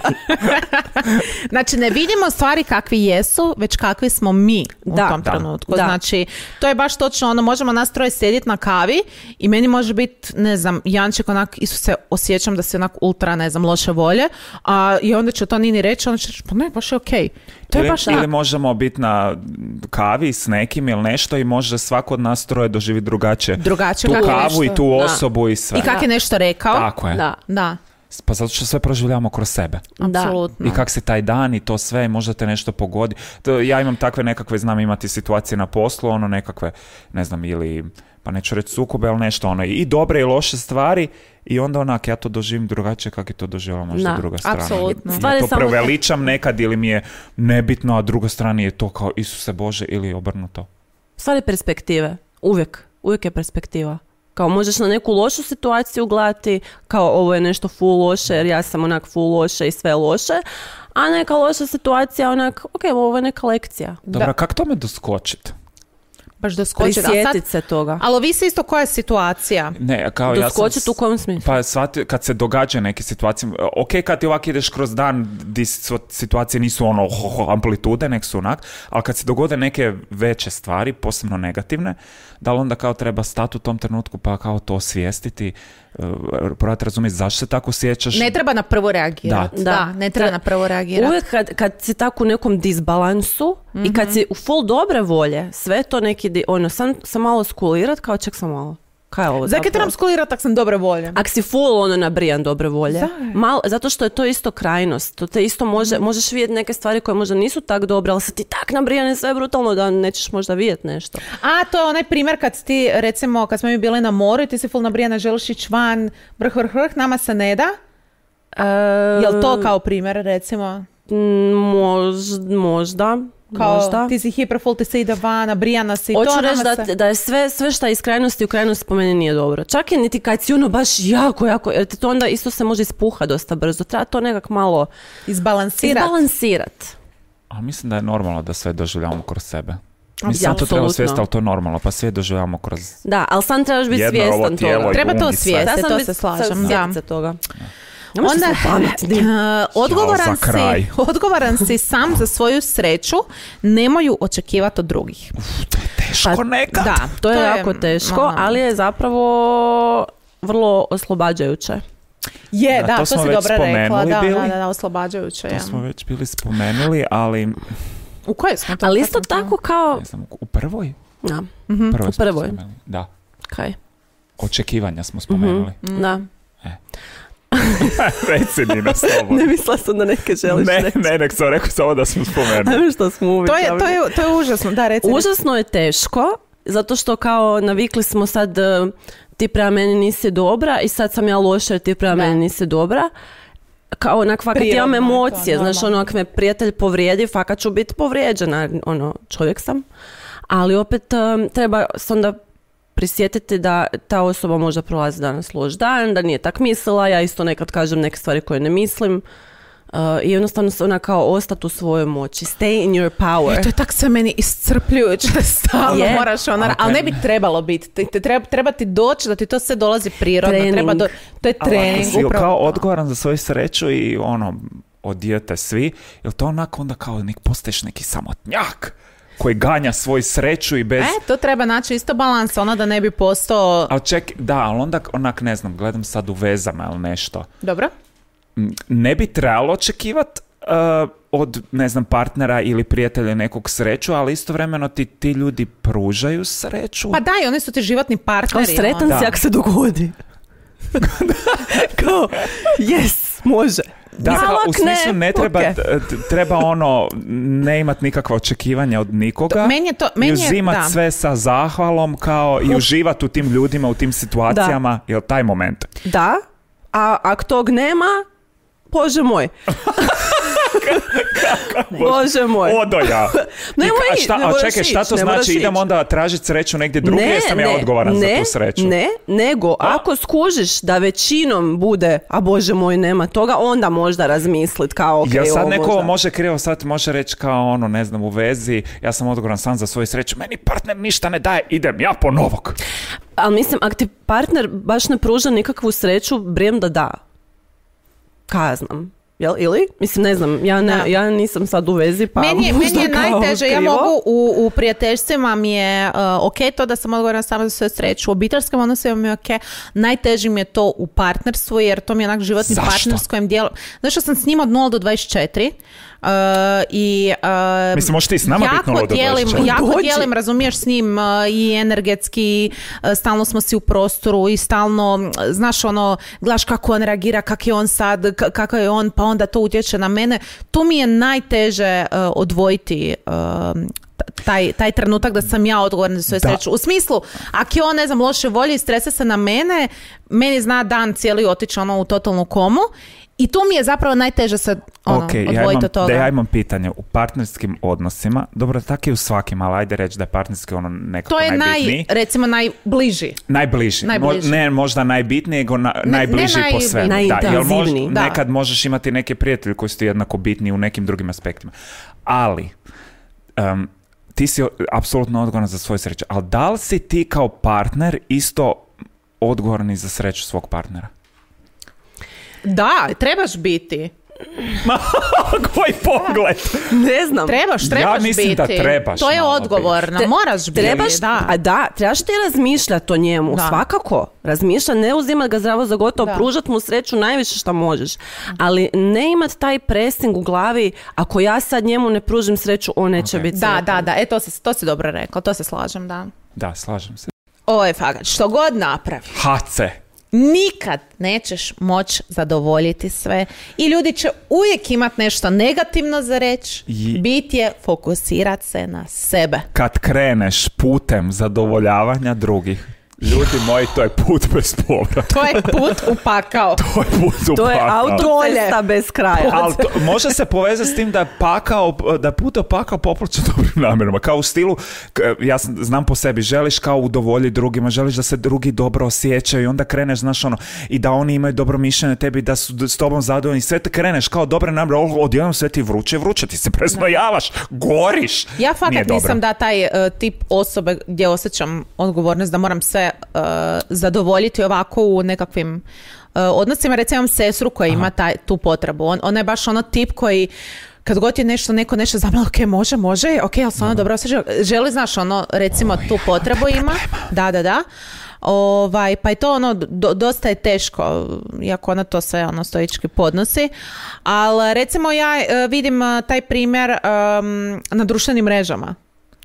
[SPEAKER 1] Znači, ne vidimo stvari kakvi kakvi jesu, već kakvi smo mi u
[SPEAKER 2] Da.
[SPEAKER 1] tom
[SPEAKER 2] Da.
[SPEAKER 1] trenutku.
[SPEAKER 2] Da.
[SPEAKER 1] Znači, to je baš točno ono, možemo nas troje sjediti na kavi i meni može biti, ne znam, Janček onak, Isuse, osjećam da si onak ultra, ne znam, loše volje, a i onda će to Nini reći, onda će reći, pa ne, baš je okej. To
[SPEAKER 3] Ili,
[SPEAKER 1] je baš
[SPEAKER 3] ili
[SPEAKER 1] onak-
[SPEAKER 3] možemo biti na kavi s nekim ili nešto i može svako od nas troje doživjeti drugačije.
[SPEAKER 1] Drugačije
[SPEAKER 3] tu
[SPEAKER 1] kako je
[SPEAKER 3] kavu i
[SPEAKER 1] nešto.
[SPEAKER 3] tu
[SPEAKER 2] Da.
[SPEAKER 3] osobu i sve.
[SPEAKER 1] I kak je nešto rekao.
[SPEAKER 3] Tako je.
[SPEAKER 2] Da.
[SPEAKER 1] Da,
[SPEAKER 3] Pa zato što sve proživljavamo kroz sebe.
[SPEAKER 2] Da.
[SPEAKER 1] apsolutno.
[SPEAKER 3] I kak si taj dan i to sve i možda te nešto pogodi. To, ja imam takve nekakve, znam imati situacije na poslu, ono nekakve, ne znam, ili pa neću reći sukobe, ali nešto ono i dobre i loše stvari i onda onak ja to doživim drugačije kako je to doživjela možda
[SPEAKER 2] Da,
[SPEAKER 3] druga strana.
[SPEAKER 1] apsolutno.
[SPEAKER 3] Ja
[SPEAKER 2] Stvar je
[SPEAKER 3] to
[SPEAKER 2] samo-
[SPEAKER 3] preveličam nekad ili mi je nebitno, a druga strana je to kao Isuse Bože ili obrnuto.
[SPEAKER 2] Stvar je perspektive. Uvijek. Uvijek je perspektiva. Kao možeš na neku lošu situaciju gledati, kao ovo je nešto full loše jer ja sam onak full loše i sve je loše, a neka loša situacija onak, ok, ovo je neka lekcija.
[SPEAKER 3] Dobro, kako tome doskočiti?
[SPEAKER 1] Baš doskočiti. A sad-
[SPEAKER 2] Prisjetit se toga.
[SPEAKER 1] Ali ovisi isto koja je situacija.
[SPEAKER 3] Ne, kao ja sam...
[SPEAKER 2] Doskočiti u kojem smislu?
[SPEAKER 3] Pa shvatio, kad se događa neke situacije, ok, kad ti ovak ideš kroz dan, di su- situacije nisu ono ho, ho, amplitude, nek su onak, ali kad se dogode neke veće stvari, posebno negativne, da li onda kao treba stati u tom trenutku pa kao to osvijestiti, e, probati razumjeti zašto se tako osjećaš.
[SPEAKER 1] Ne treba na prvo reagirati.
[SPEAKER 3] Da.
[SPEAKER 1] Da. ne treba na prvo reagirati.
[SPEAKER 2] Uvijek kad, kad si tako u nekom disbalansu i
[SPEAKER 1] Mhm.
[SPEAKER 2] kad si u full dobre volje, sve to neki, di, ono, sam, sam malo skulirat, kao ček sam malo. Kaj je ovo
[SPEAKER 1] Zakaj
[SPEAKER 2] zapravo?
[SPEAKER 1] trebam skulirati tak sam dobre volje?
[SPEAKER 2] Ak si full ono nabrijan dobre volje, malo, zato što je to isto krajnost, to te isto može, možeš vidjeti neke stvari koje možda nisu tak dobre, ali si ti tak nabrijan i sve brutalno da nećeš možda vidjeti nešto.
[SPEAKER 1] A, to je onaj primjer kad ti, recimo, kad smo mi bili na moru i ti si full nabrijana, želiš ići van, vrh, vrh, vrh, nama se ne da. Jel
[SPEAKER 2] E.
[SPEAKER 1] to kao primjer, recimo?
[SPEAKER 2] Mm, mož- možda,
[SPEAKER 1] Kao
[SPEAKER 2] možda.
[SPEAKER 1] ti si hiper full, ti se ide van, nabrijana si i to
[SPEAKER 2] Hoću
[SPEAKER 1] nama
[SPEAKER 2] reći da,
[SPEAKER 1] se...
[SPEAKER 2] da je sve, sve šta je iz krajnosti u krajnost po meni nije dobro. Čak i niti kad si ono baš jako, jako, jer ti to onda isto se može ispuha dosta brzo. Treba to nekak malo
[SPEAKER 1] izbalansirat.
[SPEAKER 2] izbalansirat.
[SPEAKER 3] Ali mislim da je normalno da sve doživljavamo kroz sebe. Mislim da to treba
[SPEAKER 2] Apsolutno.
[SPEAKER 3] osvijestiti, ali to je normalno, pa sve doživljavamo kroz...
[SPEAKER 2] Da, ali sam trebaš biti
[SPEAKER 3] Jedno je ovo
[SPEAKER 2] svjestan
[SPEAKER 3] tijelo
[SPEAKER 2] toga.
[SPEAKER 3] i
[SPEAKER 1] Treba to
[SPEAKER 3] um i sve.
[SPEAKER 1] osvijestiti.
[SPEAKER 2] Sad sam
[SPEAKER 1] to
[SPEAKER 2] bi-
[SPEAKER 1] se slažem,
[SPEAKER 2] sad
[SPEAKER 1] da.
[SPEAKER 2] sjetit E, se toga. Ne možeš
[SPEAKER 1] Onda,
[SPEAKER 2] se pametni.
[SPEAKER 1] (laughs) e,
[SPEAKER 3] Jao, za
[SPEAKER 1] odgovoran, (laughs)
[SPEAKER 3] kraj.
[SPEAKER 1] si, odgovoran si sam za svoju sreću, nemoj ju očekivati od drugih.
[SPEAKER 3] Teško
[SPEAKER 2] Pa,
[SPEAKER 3] nekad!
[SPEAKER 1] Da,
[SPEAKER 2] (laughs) To je jako teško,
[SPEAKER 1] ono,
[SPEAKER 2] ali je zapravo vrlo oslobađajuće.
[SPEAKER 1] Je,
[SPEAKER 3] Da,
[SPEAKER 1] da,
[SPEAKER 3] to
[SPEAKER 1] to,
[SPEAKER 3] smo
[SPEAKER 1] si
[SPEAKER 3] već
[SPEAKER 1] dobro rekla,
[SPEAKER 3] spomenuli
[SPEAKER 1] da,
[SPEAKER 3] bili.
[SPEAKER 1] da, da, da, oslobađajuće.
[SPEAKER 3] To
[SPEAKER 1] je.
[SPEAKER 3] smo već bili spomenuli, ali
[SPEAKER 1] U kojoj smo to?
[SPEAKER 2] Ali
[SPEAKER 1] Kad
[SPEAKER 2] isto
[SPEAKER 1] smo to-
[SPEAKER 2] tako kao...
[SPEAKER 3] ne znam, u prvoj?
[SPEAKER 2] Da,
[SPEAKER 1] Mhm.
[SPEAKER 3] Prvoj
[SPEAKER 2] Pa, U
[SPEAKER 3] smo
[SPEAKER 2] prvoj.
[SPEAKER 3] spomenuli, Da.
[SPEAKER 2] kaj,
[SPEAKER 3] Očekivanja smo (laughs) spomenuli.
[SPEAKER 2] da.
[SPEAKER 3] Reci Nina slobodno.
[SPEAKER 2] Ne mislila sam da neke želiš
[SPEAKER 3] Ne,
[SPEAKER 2] reći.
[SPEAKER 3] ne, nek sam rekao samo da smo
[SPEAKER 2] (laughs)
[SPEAKER 3] spomenuli.
[SPEAKER 2] Ajme što smo uvijek
[SPEAKER 1] To je,
[SPEAKER 2] ovdje.
[SPEAKER 1] to, je, to je užasno, da, reci.
[SPEAKER 2] Užasno je teško, zato što kao navikli smo sad e, ti prema meni nisi dobra i sad sam ja loša jer ti prema
[SPEAKER 1] Da.
[SPEAKER 2] meni nisi dobra. Kao onak fakat
[SPEAKER 1] Prirodno
[SPEAKER 2] imam
[SPEAKER 1] je to,
[SPEAKER 2] emocije, znaš ono
[SPEAKER 1] normalno.
[SPEAKER 2] ako me prijatelj povrijedi, fakat ću biti povrijeđena, ono čovjek sam. Ali opet e, treba se onda prisjetiti da ta osoba možda prolazi danas loš dan, da nije tak mislila, ja isto nekad kažem neke stvari koje ne mislim. e, I jednostavno se ona kao ostati u svojoj moći. Stay in your power.
[SPEAKER 1] E, to je tak se meni iscrpljujuće (laughs) da stalno
[SPEAKER 2] Je.
[SPEAKER 1] moraš ona,
[SPEAKER 3] Ali
[SPEAKER 1] ali,
[SPEAKER 3] to je-
[SPEAKER 1] ne bi trebalo biti. Te, te treba, treba ti doći da ti to sve dolazi prirodno.
[SPEAKER 2] Trening.
[SPEAKER 1] Treba do, to je trening.
[SPEAKER 3] Ako si
[SPEAKER 1] upravo to.
[SPEAKER 3] kao odgovoran za svoju sreću i ono, odijete svi, jel to onako onda kao nek postaješ neki samotnjak koji ganja svoju sreću i bez...
[SPEAKER 1] E, to treba naći isto balans, ona da ne bi postao...
[SPEAKER 3] Ali ček, da, ali onda onak ne znam, gledam sad u vezama ili nešto.
[SPEAKER 1] Dobro?
[SPEAKER 3] M, Ne bi trebalo očekivat e, od, ne znam, partnera ili prijatelja nekog sreću, ali istovremeno ti, ti ljudi pružaju sreću.
[SPEAKER 1] Pa daj, oni su ti životni
[SPEAKER 2] Kao
[SPEAKER 1] partneri. ono.
[SPEAKER 2] sretan
[SPEAKER 3] Da.
[SPEAKER 2] si ako se dogodi. kao, yes, može.
[SPEAKER 3] Da,
[SPEAKER 2] Mislim,
[SPEAKER 3] kao, u
[SPEAKER 2] ako ne,
[SPEAKER 3] smislu ne treba,
[SPEAKER 2] ok.
[SPEAKER 3] t- treba ono, ne imat nikakva očekivanja od nikoga.
[SPEAKER 1] To- meni je to- meni
[SPEAKER 3] I
[SPEAKER 1] je-
[SPEAKER 3] uzimat
[SPEAKER 1] da.
[SPEAKER 3] sve sa zahvalom kao i uživat u tim ljudima, u tim situacijama. Jel taj moment?
[SPEAKER 2] Da, a ako tog nema, bože
[SPEAKER 3] (laughs)
[SPEAKER 2] moj. bože moj.
[SPEAKER 3] Odoja!
[SPEAKER 2] Nemoj
[SPEAKER 3] I ka- a
[SPEAKER 2] ići,
[SPEAKER 3] šta,
[SPEAKER 2] ne
[SPEAKER 3] a
[SPEAKER 2] moraš
[SPEAKER 3] čekaj,
[SPEAKER 2] ići,
[SPEAKER 3] šta to
[SPEAKER 2] ne moraš
[SPEAKER 3] znači? Idem
[SPEAKER 2] ići.
[SPEAKER 3] onda tražit sreću negdje drugdje, jesam ja odgovoran za tu sreću.
[SPEAKER 2] Ne, nego ako skužiš da većinom bude, a bože moj nema toga, onda možda razmislit kao ok,
[SPEAKER 3] Jel sad
[SPEAKER 2] ovo
[SPEAKER 3] neko
[SPEAKER 2] možda.
[SPEAKER 3] može krivo sad može reći kao ono, ne znam, u vezi, ja sam odgovoran sam za svoju sreću, meni partner ništa ne daje, idem ja po novog.
[SPEAKER 2] Ali mislim, ako ti partner baš ne pruža nikakvu sreću, brijem da da. Kaznam. Jel, ili? Mislim, ne znam, ja, ne,
[SPEAKER 1] Da.
[SPEAKER 2] ja nisam sad u vezi, pa
[SPEAKER 1] meni je, meni
[SPEAKER 2] možda
[SPEAKER 1] je
[SPEAKER 2] kao
[SPEAKER 1] najteže, ja
[SPEAKER 2] krivo.
[SPEAKER 1] mogu u, u prijateljstvima mi je uh, ok to da sam odgovorna sama za svoju sreću, u obiteljskim odnosima mi je ok, najteže mi je to u partnerstvu jer to mi je onak životni
[SPEAKER 3] Zašto?
[SPEAKER 1] partner s kojim dijelom, znaš što sam s njima od 0 do 24 uh, i uh,
[SPEAKER 3] Mislim, možeš ti s nama biti
[SPEAKER 1] jako
[SPEAKER 3] 0 do
[SPEAKER 1] dijelim,
[SPEAKER 3] 24.
[SPEAKER 1] jako
[SPEAKER 2] Dođi.
[SPEAKER 1] dijelim, razumiješ s njim uh, i energetski, uh, stalno smo si u prostoru i stalno, mm, znaš ono, gledaš kako on reagira, kak je on sad, k- kakav je on, pa onda to utječe na mene. Tu mi je najteže uh, odvojiti um, t- taj, taj trenutak da sam ja odgovorna za svoju
[SPEAKER 3] Da.
[SPEAKER 1] sreću. U smislu, ako je on, ne znam, loše volje i strese se na mene, meni zna dan cijeli otići ono u totalnu komu i tu mi je zapravo najteže se ono,
[SPEAKER 3] Ok, ja
[SPEAKER 1] odvojiti
[SPEAKER 3] imam,
[SPEAKER 1] od toga.
[SPEAKER 3] da ja imam pitanje. U partnerskim odnosima, dobro, tako je u svakim, ali ajde reći da je partnerski ono nekako
[SPEAKER 1] to je naj,
[SPEAKER 3] najbitniji.
[SPEAKER 1] recimo najbliži.
[SPEAKER 3] Najbliži. Mo-
[SPEAKER 1] Najbliži.
[SPEAKER 3] ne možda najbitniji, nego na- najbliži
[SPEAKER 1] naj-
[SPEAKER 3] po svemu. Da, jel mož-
[SPEAKER 2] najintenzivniji,
[SPEAKER 1] da.
[SPEAKER 3] nekad možeš imati neke prijatelje koji su ti jednako bitni u nekim drugim aspektima. Ali, em, ti si o- apsolutno odgovoran za svoju sreću. Ali da li si ti kao partner isto odgovorni za sreću svog partnera?
[SPEAKER 1] Da, trebaš biti.
[SPEAKER 3] (laughs) Koji pogled!
[SPEAKER 2] (laughs) Ne znam.
[SPEAKER 1] Trebaš,
[SPEAKER 3] Ja
[SPEAKER 1] trebaš
[SPEAKER 3] mislim
[SPEAKER 1] biti.
[SPEAKER 3] da trebaš
[SPEAKER 1] To je
[SPEAKER 3] malo
[SPEAKER 1] odgovorna,
[SPEAKER 2] Tre-
[SPEAKER 1] moraš biti.
[SPEAKER 2] Trebaš,
[SPEAKER 1] da.
[SPEAKER 2] A da, trebaš ti razmišljati o njemu,
[SPEAKER 1] Da.
[SPEAKER 2] svakako. Razmišlja, ne uzimat ga zdravo za gotovo,
[SPEAKER 1] Da.
[SPEAKER 2] pružat mu sreću najviše što možeš. Ali ne imat taj pressing u glavi, ako ja sad njemu ne pružim sreću, on neće
[SPEAKER 3] Ok.
[SPEAKER 2] biti
[SPEAKER 1] Da,
[SPEAKER 2] sretan.
[SPEAKER 1] da, da, e to si, to si dobro rekao, to se slažem, da.
[SPEAKER 3] Da, slažem se.
[SPEAKER 1] Ovo je fakat, što god napravi,
[SPEAKER 3] Hace!
[SPEAKER 1] nikad nećeš moć zadovoljiti sve i ljudi će uvijek imat nešto negativno za reći,
[SPEAKER 3] I-
[SPEAKER 1] bit je fokusirat se na sebe.
[SPEAKER 3] kad kreneš putem zadovoljavanja drugih, ljudi moji, to je put bez povrata.
[SPEAKER 1] To je put upakao.
[SPEAKER 3] (laughs) To je put u
[SPEAKER 2] To je
[SPEAKER 3] pakao.
[SPEAKER 2] autocesta bez kraja.
[SPEAKER 3] Ali to- može se povezati s tim da je pakao, da je put opakao popločen (laughs) dobrim namjerama. Kao u stilu, k- ja sam- znam po sebi, želiš kao udovolji drugima, želiš da se drugi dobro osjećaju i onda kreneš, znaš ono, i da oni imaju dobro mišljenje o tebi, da su d- s tobom zadovoljni, sve te kreneš kao dobre namjere, ali odjednom sve ti vruće, vruće, ti se (laughs) presnojavaš, goriš.
[SPEAKER 1] Ja
[SPEAKER 3] Nije
[SPEAKER 1] fakat
[SPEAKER 3] dobro.
[SPEAKER 1] nisam da taj e, tip osobe gdje osjećam odgovornost da moram sve e, zadovoljiti ovako u nekakvim e, odnosima. Recimo imam sestru koja ima taj, tu potrebu. On, ona je baš ono tip koji kad god je nešto, neko nešto zamlja, ok, može, može, ok, ali se ona dobro osjeća. Želi, znaš, ono, recimo tu potrebu ima. Da, da, da. Ovaj, pa je to ono, do- dosta je teško, iako ona to sve ono stoički podnosi, ali recimo ja e, vidim e, taj primjer em, na društvenim mrežama.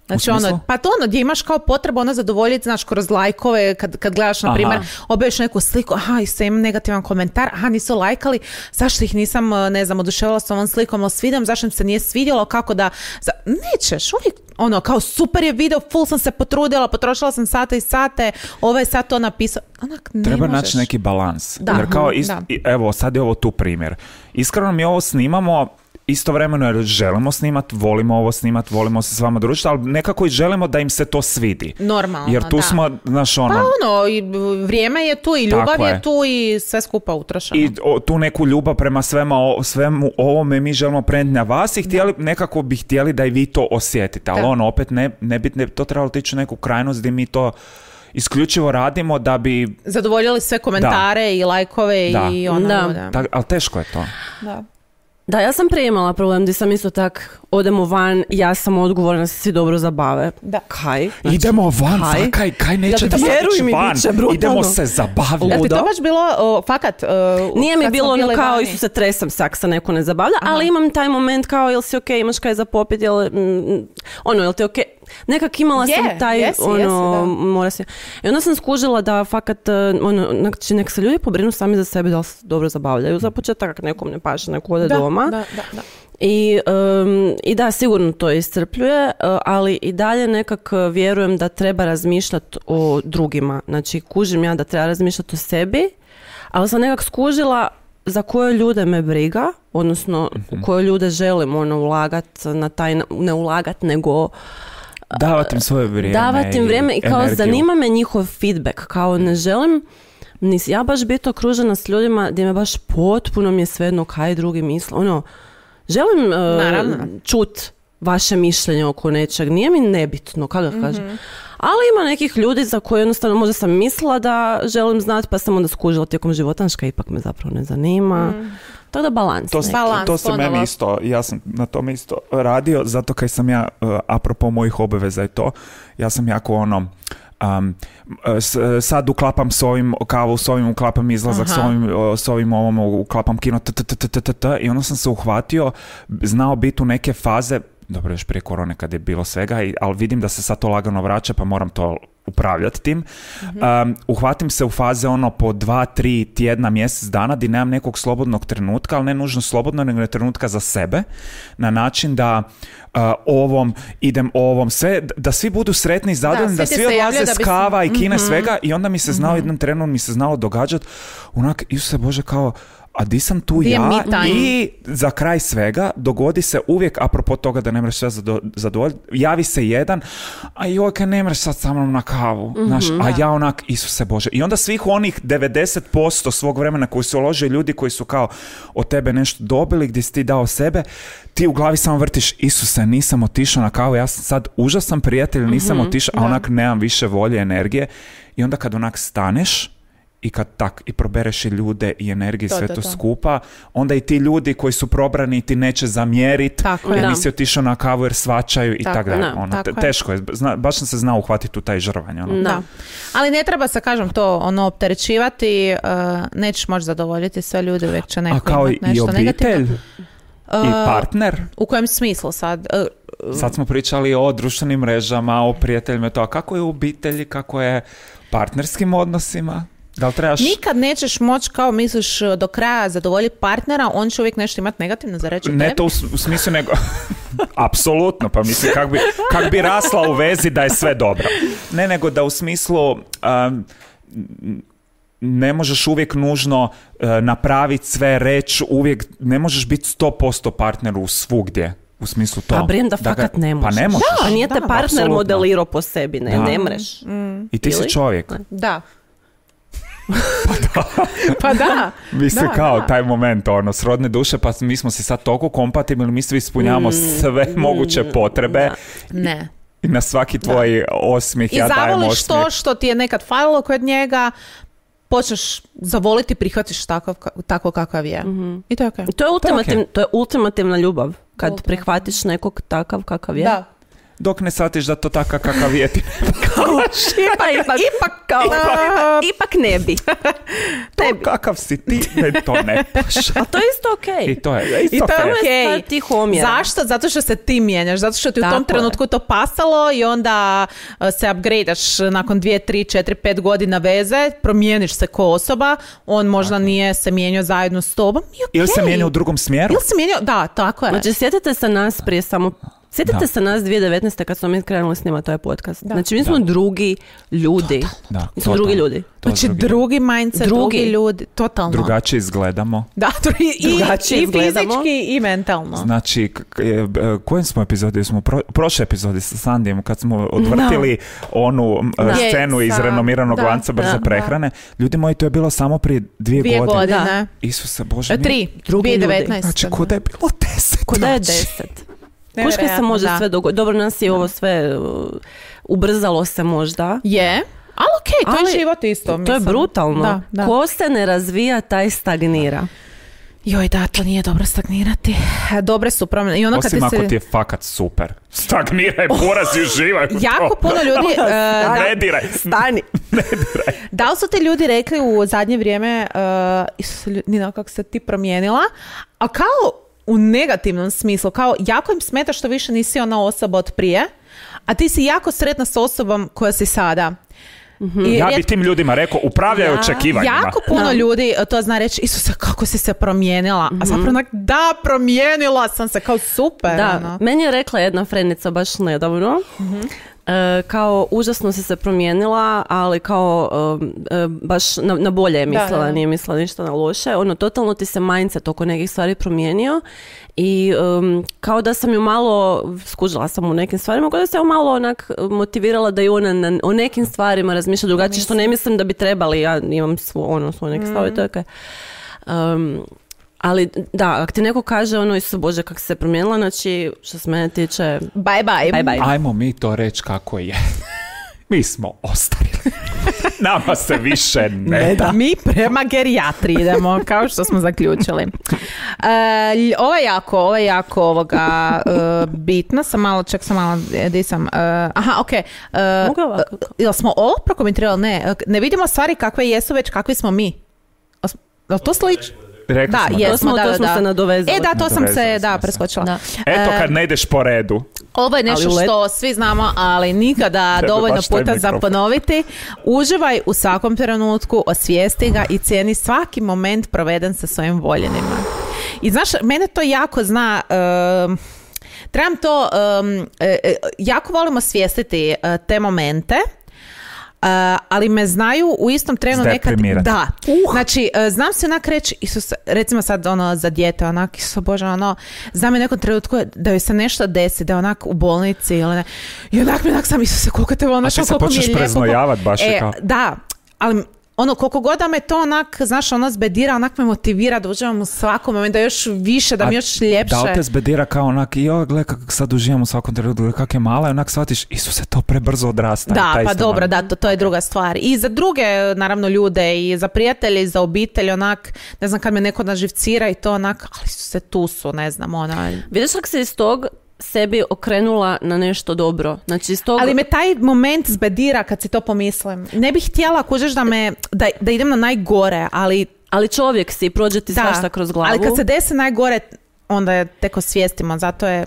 [SPEAKER 1] Znači
[SPEAKER 3] smislu?
[SPEAKER 1] ono, pa to ono gdje imaš kao potrebu ono zadovoljiti, znaš, kroz lajkove, kad, kad gledaš, na
[SPEAKER 3] Aha.
[SPEAKER 1] primjer, objaviš neku sliku, aha, i se ima negativan komentar, aha, nisu lajkali, zašto ih nisam, e, ne znam, oduševila s ovom slikom, ali svidam, zašto im se nije svidjelo, kako da, za- nećeš, uvijek, ono, kao super je video, full sam se potrudila, potrošila sam sate i sate, ovaj sat to napisao, onak, ne
[SPEAKER 3] Treba
[SPEAKER 1] možeš.
[SPEAKER 3] naći neki balans.
[SPEAKER 1] Da. Mhm,
[SPEAKER 3] Jer kao ist-
[SPEAKER 1] Da.
[SPEAKER 3] i- evo, sad je ovo tu primjer. Iskreno mi ovo snimamo istovremeno jer želimo snimat, volimo ovo snimat, volimo se s vama družiti, ali nekako i želimo da im se to svidi.
[SPEAKER 1] Normalno,
[SPEAKER 3] Jer tu
[SPEAKER 1] da.
[SPEAKER 3] smo, znaš, ono...
[SPEAKER 1] Pa ono, i b- vrijeme je tu i ljubav
[SPEAKER 3] Tako
[SPEAKER 1] je.
[SPEAKER 3] je.
[SPEAKER 1] tu i sve skupa utrošeno.
[SPEAKER 3] I o- tu neku ljubav prema svema, o- svemu ovome mi želimo prenijeti na vas i htjeli, nekako bi htjeli da i vi to osjetite. Ali
[SPEAKER 1] Da.
[SPEAKER 3] ono, opet ne, ne bi ne, to trebalo tići u neku krajnost gdje mi to isključivo radimo da bi...
[SPEAKER 1] Zadovoljili sve komentare i lajkove
[SPEAKER 3] Da.
[SPEAKER 1] i ono.
[SPEAKER 2] Da.
[SPEAKER 1] da.
[SPEAKER 3] Tak, ali teško je to.
[SPEAKER 1] Da.
[SPEAKER 2] Da, ja sam prije imala problem gdje sam isto tak odemo van, ja sam odgovorna da se svi dobro zabave.
[SPEAKER 1] Da.
[SPEAKER 2] Kaj? Znači,
[SPEAKER 3] Idemo van,
[SPEAKER 2] kaj?
[SPEAKER 3] fa- kaj, kaj neće
[SPEAKER 2] Ja
[SPEAKER 3] da
[SPEAKER 2] ti vjeruj
[SPEAKER 3] izaći
[SPEAKER 2] mi,
[SPEAKER 3] van.
[SPEAKER 2] bit će brutalno.
[SPEAKER 3] Idemo se zabavljati.
[SPEAKER 1] Jel ti
[SPEAKER 2] Ludo.
[SPEAKER 1] to baš bilo, o, fakat, o,
[SPEAKER 2] Nije mi
[SPEAKER 1] kad
[SPEAKER 2] bilo
[SPEAKER 1] smo
[SPEAKER 2] ono
[SPEAKER 1] bile
[SPEAKER 2] kao
[SPEAKER 1] vani?
[SPEAKER 2] Isuse tresam se ako se neko ne zabavlja, ali imam taj moment kao jel si ok, imaš kaj za popit, jel, mm, ono jel ti ok. Nekak imala
[SPEAKER 1] Je,
[SPEAKER 2] sam taj
[SPEAKER 1] jesi,
[SPEAKER 2] ono,
[SPEAKER 1] jesi, da.
[SPEAKER 2] mora se. I onda sam skužila da fakat, eh, ono, znači nek se ljudi pobrinu sami za sebe da li se dobro zabavljaju za početak, ako nekom ne paše, neko ode
[SPEAKER 1] Da,
[SPEAKER 2] doma.
[SPEAKER 1] da, da, da.
[SPEAKER 2] I, em, I da, sigurno to iscrpljuje, eh, ali i dalje nekak eh, vjerujem da treba razmišljati o drugima. Znači, kužim ja da treba razmišljati o sebi, ali sam nekak skužila za koje ljude me briga, odnosno u koje ljude želim ono ulagat na taj, na- ne ulagat, nego
[SPEAKER 3] Davati im svoje vrijeme.
[SPEAKER 2] davati im vrijeme i kao
[SPEAKER 3] energiju.
[SPEAKER 2] zanima me njihov feedback, kao ne želim nis, ja baš biti okružena s ljudima gdje me baš potpuno mi je svejedno kaj drugi misle, ono želim e,
[SPEAKER 1] Naravno. Mhm.
[SPEAKER 2] čut vaše mišljenje oko nečeg, nije mi nebitno, kako ga kažem. Ali ima nekih ljudi za koje jednostavno možda sam mislila da želim znati, pa sam onda skužila tijekom životanška, ipak me zapravo ne zanima.
[SPEAKER 1] Mhm.
[SPEAKER 2] Tako da balans.
[SPEAKER 3] To,
[SPEAKER 2] neki.
[SPEAKER 3] s-
[SPEAKER 1] Balans
[SPEAKER 3] to se
[SPEAKER 1] ponovo.
[SPEAKER 3] meni isto, ja sam na tome isto radio, zato kaj sam ja, uh, apropo mojih obaveza i to, ja sam jako ono, um, s- sad uklapam s ovim kavu, s ovim uklapam izlazak, s
[SPEAKER 1] Aha.
[SPEAKER 3] ovim, uh, s ovim ovom uklapam kino, t, t, t, t, t, t, t, i onda sam se uhvatio, znao biti u neke faze, dobro još prije korone kad je bilo svega, i- ali vidim da se sad to lagano vraća pa moram to upravljati tim.
[SPEAKER 1] Mhm.
[SPEAKER 3] Um, uhvatim se u faze ono po dva, tri tjedna, mjesec dana di nemam nekog slobodnog trenutka, ali ne nužno slobodno, nego trenutka za sebe, na način da uh, ovom, idem ovom, sve, da svi budu sretni i zadovoljni,
[SPEAKER 1] svi
[SPEAKER 3] da
[SPEAKER 1] ti
[SPEAKER 3] svi,
[SPEAKER 1] se javljaju
[SPEAKER 3] odlaze
[SPEAKER 1] da
[SPEAKER 3] s
[SPEAKER 1] bi-
[SPEAKER 3] kava i kina i
[SPEAKER 1] Mhm.
[SPEAKER 3] svega i onda mi se znao, jednom trenu mi se znalo događat, onak, Isuse Bože, kao, a di sam tu
[SPEAKER 1] Di je
[SPEAKER 3] ja
[SPEAKER 1] me time?
[SPEAKER 3] i za kraj svega dogodi se uvijek, apropo toga da ne mreš sve zado- zadovoljiti, javi se jedan, a joj, kaj ne mreš sad sa mnom na kavu,
[SPEAKER 1] Mhm,
[SPEAKER 3] znaš, a ja onak, Isuse Bože. I onda svih onih 90% svog vremena koji su uložili ljudi koji su kao od tebe nešto dobili, gdje si ti dao sebe, ti u glavi samo vrtiš, Isuse, nisam otišao na kavu, ja sam sad užasan prijatelj, nisam
[SPEAKER 1] Mhm,
[SPEAKER 3] otišao, a onak nemam više volje, energije. I onda kad onak staneš, i kad tak i probereš i ljude i energiju i
[SPEAKER 1] To,
[SPEAKER 3] sve
[SPEAKER 1] to,
[SPEAKER 3] to,
[SPEAKER 1] to.
[SPEAKER 3] skupa, onda i ti ljudi koji su probrani ti neće zamjerit
[SPEAKER 1] Tako je.
[SPEAKER 3] jer
[SPEAKER 2] Da.
[SPEAKER 3] nisi otišao na kavu jer svačaju i
[SPEAKER 1] Tako
[SPEAKER 3] tak dalje.
[SPEAKER 2] je,
[SPEAKER 3] Ono,
[SPEAKER 1] tako
[SPEAKER 3] te-
[SPEAKER 1] je. Mm,
[SPEAKER 3] teško je, zna- baš sam se znao uhvatiti u taj žrvanj. Ono.
[SPEAKER 1] Da. Ali ne treba se, kažem, to ono opterećivati, e, nećeš moći zadovoljiti sve ljude, uvijek će neko
[SPEAKER 3] A kao i
[SPEAKER 1] imat nešto
[SPEAKER 3] obitelj
[SPEAKER 1] negativno.
[SPEAKER 3] i
[SPEAKER 1] E,
[SPEAKER 3] partner,
[SPEAKER 1] U kojem smislu sad? E,
[SPEAKER 3] sad smo pričali o društvenim mrežama, o prijateljima i to, a kako je u obitelji, kako je partnerskim odnosima? Da li trebaš...
[SPEAKER 1] Nikad nećeš moći, kao misliš, e, do kraja zadovoljiti partnera, on će uvijek nešto imati negativno za reći o
[SPEAKER 3] Ne
[SPEAKER 1] tebi.
[SPEAKER 3] to u, s- u smislu nego... (laughs) Apsolutno, pa mislim kak bi, kak bi rasla u vezi da je sve dobro. Ne, nego da u smislu... um, ne možeš uvijek nužno e, napraviti sve, reći uvijek, ne možeš biti 100% partner u svugdje. U smislu to.
[SPEAKER 2] Pa brem da
[SPEAKER 3] ga-
[SPEAKER 2] fakat ne možeš.
[SPEAKER 3] Pa ne možeš.
[SPEAKER 2] Pa nije
[SPEAKER 1] Da, Mhm.
[SPEAKER 2] te partner
[SPEAKER 3] apsolutno.
[SPEAKER 2] modelirao po sebi, ne,
[SPEAKER 3] Da.
[SPEAKER 2] ne mreš.
[SPEAKER 3] I ti si
[SPEAKER 2] Ili?
[SPEAKER 3] čovjek.
[SPEAKER 1] Da. (laughs) pa da.
[SPEAKER 3] Vi ste
[SPEAKER 1] Da,
[SPEAKER 3] kao
[SPEAKER 1] da.
[SPEAKER 3] taj moment, ono, srodne duše, pa mi smo si sad toliko kompatibilni, mi svi ispunjavamo
[SPEAKER 2] Mm.
[SPEAKER 3] sve moguće potrebe
[SPEAKER 1] Ne.
[SPEAKER 3] i na svaki tvoj osmijeh
[SPEAKER 1] I
[SPEAKER 3] ja dajem
[SPEAKER 1] zavoliš
[SPEAKER 3] osmijeh.
[SPEAKER 1] to što ti je nekad falilo kod njega, počneš zavoliti, prihvatiš takav, ka- tako kakav je.
[SPEAKER 2] Mhm.
[SPEAKER 1] I to je okej.
[SPEAKER 2] To je, ultimativ,
[SPEAKER 3] okej.
[SPEAKER 2] to je ultimativna ljubav. Kad
[SPEAKER 1] Ultimativna.
[SPEAKER 2] prihvatiš nekog takav kakav je. (laughs)
[SPEAKER 1] Da.
[SPEAKER 3] Dok ne shvatiš da to takav kakav je
[SPEAKER 1] (laughs)
[SPEAKER 3] ti.
[SPEAKER 2] Pa ipak, ipak kao, ipak ne bi.
[SPEAKER 3] To kakav si ti, ne, to ne paša.
[SPEAKER 2] A to je isto okej.
[SPEAKER 3] I to je,
[SPEAKER 1] I
[SPEAKER 3] isto
[SPEAKER 1] to je ono-
[SPEAKER 3] fair.
[SPEAKER 1] okej.
[SPEAKER 2] Stvar tih omjera.
[SPEAKER 1] Zašto? Zato što se ti mijenjaš, zato što ti u
[SPEAKER 2] Tako
[SPEAKER 1] tom
[SPEAKER 2] je.
[SPEAKER 1] trenutku to pasalo i onda e, se upgradeaš nakon dvije, tri, četiri, pet godina veze, promijeniš se ko osoba, on možda nije se mijenio zajedno s tobom i okej.
[SPEAKER 3] Ili se mijenja u drugom smjeru.
[SPEAKER 1] Ili se mijenjao, da, tako je.
[SPEAKER 2] Znači, sjetite se nas prije samo... Sjetite
[SPEAKER 3] Da.
[SPEAKER 2] se nas 2019. kad smo mi krenuli snimati taj podcast. Znači, mi smo drugi ljudi.
[SPEAKER 3] Da,
[SPEAKER 2] mi smo drugi
[SPEAKER 3] totalno.
[SPEAKER 2] ljudi.
[SPEAKER 3] To
[SPEAKER 1] Znači, drugi, mindset, drugi.
[SPEAKER 2] Drugi.
[SPEAKER 1] ljudi, totalno.
[SPEAKER 3] Drugačije izgledamo.
[SPEAKER 1] Da, dru- i,
[SPEAKER 2] Drugačije
[SPEAKER 1] i
[SPEAKER 2] izgledamo.
[SPEAKER 1] fizički i mentalno.
[SPEAKER 3] Znači, k- k- je, b- kojem smo epizodi? Smo u pro, prošle epizodi sa Sandijem, kad smo odvrtili onu m, e,
[SPEAKER 1] Da.
[SPEAKER 3] scenu iz
[SPEAKER 1] Sa-
[SPEAKER 3] renomiranog
[SPEAKER 1] da,
[SPEAKER 3] lanca brze
[SPEAKER 2] da,
[SPEAKER 3] prehrane. Ljudi moji, to je bilo samo prije dvije,
[SPEAKER 1] Dvije
[SPEAKER 3] godine.
[SPEAKER 1] godine.
[SPEAKER 2] Da.
[SPEAKER 3] Isuse Bože.
[SPEAKER 1] E,
[SPEAKER 3] mi-
[SPEAKER 1] Tri,
[SPEAKER 2] Drugi ljudi.
[SPEAKER 1] 2019.
[SPEAKER 3] Znači, ko da je bilo deset.
[SPEAKER 2] Ko da je
[SPEAKER 3] Znači,
[SPEAKER 2] deset. Kuška se
[SPEAKER 1] Nevjerojatno,
[SPEAKER 2] može
[SPEAKER 1] da.
[SPEAKER 2] sve dogoditi. Dobro, nas je ovo sve uh, ubrzalo se možda.
[SPEAKER 1] Je, ali okej, to je
[SPEAKER 2] Ali
[SPEAKER 1] život isto.
[SPEAKER 2] To je
[SPEAKER 1] mislim.
[SPEAKER 2] brutalno.
[SPEAKER 1] Da, da.
[SPEAKER 2] Ko se ne razvija, taj stagnira.
[SPEAKER 1] Joj, da, to nije dobro stagnirati. Dobre su promjene. I ono kad
[SPEAKER 3] Osim
[SPEAKER 1] ti
[SPEAKER 3] ako
[SPEAKER 1] se...
[SPEAKER 3] ti je fakat super. (laughs) Stagniraj, porazi,
[SPEAKER 1] (laughs)
[SPEAKER 3] uživaj. u
[SPEAKER 1] Jako
[SPEAKER 3] to. (laughs)
[SPEAKER 1] puno ljudi, e, da,
[SPEAKER 3] Ne diraj.
[SPEAKER 2] Stani.
[SPEAKER 1] da li su ti ljudi rekli u zadnje vrijeme, uh, Isuse, lju- Nina, kako se ti promijenila, a kao u negativnom smislu, kao jako im smeta što više nisi ona osoba od prije, a ti si jako sretna s osobom koja si sada. I
[SPEAKER 3] Mhm. Ja bi
[SPEAKER 1] rijetko-
[SPEAKER 3] tim ljudima rekao, upravljaj
[SPEAKER 2] Ja-
[SPEAKER 3] očekivanjima.
[SPEAKER 1] Jako puno ljudi e, to zna reći, Isuse, kako si se promijenila.
[SPEAKER 3] Mhm.
[SPEAKER 1] A zapravo onak, da, promijenila sam se, kao super.
[SPEAKER 2] Da,
[SPEAKER 1] ono. Mhm.
[SPEAKER 2] meni je rekla jedna frenica baš nedavno. e, kao užasno si se promijenila, ali kao um, e, baš na, na bolje je
[SPEAKER 1] Da,
[SPEAKER 2] mislila,
[SPEAKER 1] da, da.
[SPEAKER 2] nije mislila ništa na loše. Ono, totalno ti se mindset oko nekih stvari promijenio i um, kao da sam ju malo, skužila sam u nekim stvarima, kao da sam ju malo onak motivirala da i ona na, o nekim stvarima razmišlja drugačije, što ne mislim da bi trebali, ja imam svo, ono, svoje neke
[SPEAKER 1] Mhm.
[SPEAKER 2] stavove, to je okej. Um, ali da, ako ti neko kaže ono, Isuse Bože, kako si se promijenila, znači, što se mene tiče,
[SPEAKER 1] Bye bye.
[SPEAKER 2] bye bye.
[SPEAKER 3] Ajmo mi to reći kako je. (laughs) Mi smo (laughs) ostarili. Nama se više ne, da.
[SPEAKER 1] Mi prema gerijatri idemo, kao što smo zaključili. E, lj- ovo je jako, ovo je jako ovoga, e, bitno. Sam malo, ček sam malo, e, di sam? E, aha, okej. E,
[SPEAKER 2] Mogu ovako?
[SPEAKER 1] e, Jel smo ovo prokomentirali? Ne. E, Ne vidimo stvari kakve jesu, već kakvi smo mi. Jel smo- Jel to slično?
[SPEAKER 3] Rekli
[SPEAKER 1] Da,
[SPEAKER 3] smo
[SPEAKER 1] jesmo,
[SPEAKER 2] To smo-
[SPEAKER 1] da,
[SPEAKER 2] to
[SPEAKER 1] da,
[SPEAKER 2] smo
[SPEAKER 1] da.
[SPEAKER 2] se nadovezali.
[SPEAKER 1] E da, to sam se,
[SPEAKER 3] Nadovezali smo
[SPEAKER 1] da,
[SPEAKER 3] se.
[SPEAKER 1] preskočila.
[SPEAKER 2] Da.
[SPEAKER 3] Eto
[SPEAKER 1] E,
[SPEAKER 3] kad ne ideš po redu.
[SPEAKER 1] Ovo je nešto
[SPEAKER 2] Ali u let-
[SPEAKER 1] što svi znamo, ali nikada
[SPEAKER 3] Tebe
[SPEAKER 1] dovoljno
[SPEAKER 3] baš taj
[SPEAKER 1] puta za
[SPEAKER 3] mikrofon.
[SPEAKER 1] ponoviti. Uživaj u svakom trenutku, osvijesti ga i cijeni svaki moment proveden sa svojim voljenima. I znaš, mene to jako zna... em, Trebam to, em, e, e, jako volim osvijestiti e, te momente, e, ali me znaju u istom trenu nekad...
[SPEAKER 3] Zdeprimirati.
[SPEAKER 1] Da, Znači, e, znam se onak reći, Isus, recimo sad ono za dijete, onak, Isuse Bože, ono, znam je u nekom trenutku da joj se nešto desi, da je onak u bolnici ili ne. I onak mi onak sam, Isuse, koliko te ono,
[SPEAKER 3] A ti se
[SPEAKER 1] koliko mi je
[SPEAKER 3] počneš
[SPEAKER 1] lijepo, koliko-
[SPEAKER 3] preznojavat baš i
[SPEAKER 1] E,
[SPEAKER 3] kao-
[SPEAKER 1] Da, ali ono, koliko god da me to onak, znaš, ono zbedira, onak me motivira da uživam u svakom momentu, da još više, da mi
[SPEAKER 3] A
[SPEAKER 1] još ljepše.
[SPEAKER 3] Da li te zbedira kao onak, joj, gle kak sad uživam u svakom trenutku, gle, kak je mala i onak shvatiš, Isuse, to prebrzo odrasta.
[SPEAKER 1] Da,
[SPEAKER 3] taj
[SPEAKER 1] pa
[SPEAKER 3] isti
[SPEAKER 1] dobro,
[SPEAKER 3] moment.
[SPEAKER 1] da, to, to je druga stvar. I za druge, naravno, ljude, i za prijatelje, i za obitelj, onak, ne znam, kad me neko naživcira i to onak, ali su se tu su, ne znam, ono, ona...
[SPEAKER 2] Vidiš kako se iz tog sebi okrenula na nešto dobro. Znači iz tog...
[SPEAKER 1] Ali me taj moment zbedira kad si to pomislim. Ne bih htjela, kužeš, da me, da, da idem na najgore, ali...
[SPEAKER 2] ali čovjek si, prođe ti
[SPEAKER 1] Da,
[SPEAKER 2] svašta kroz glavu.
[SPEAKER 1] Ali kad se desi najgore, onda je tek osvijestimo, zato je...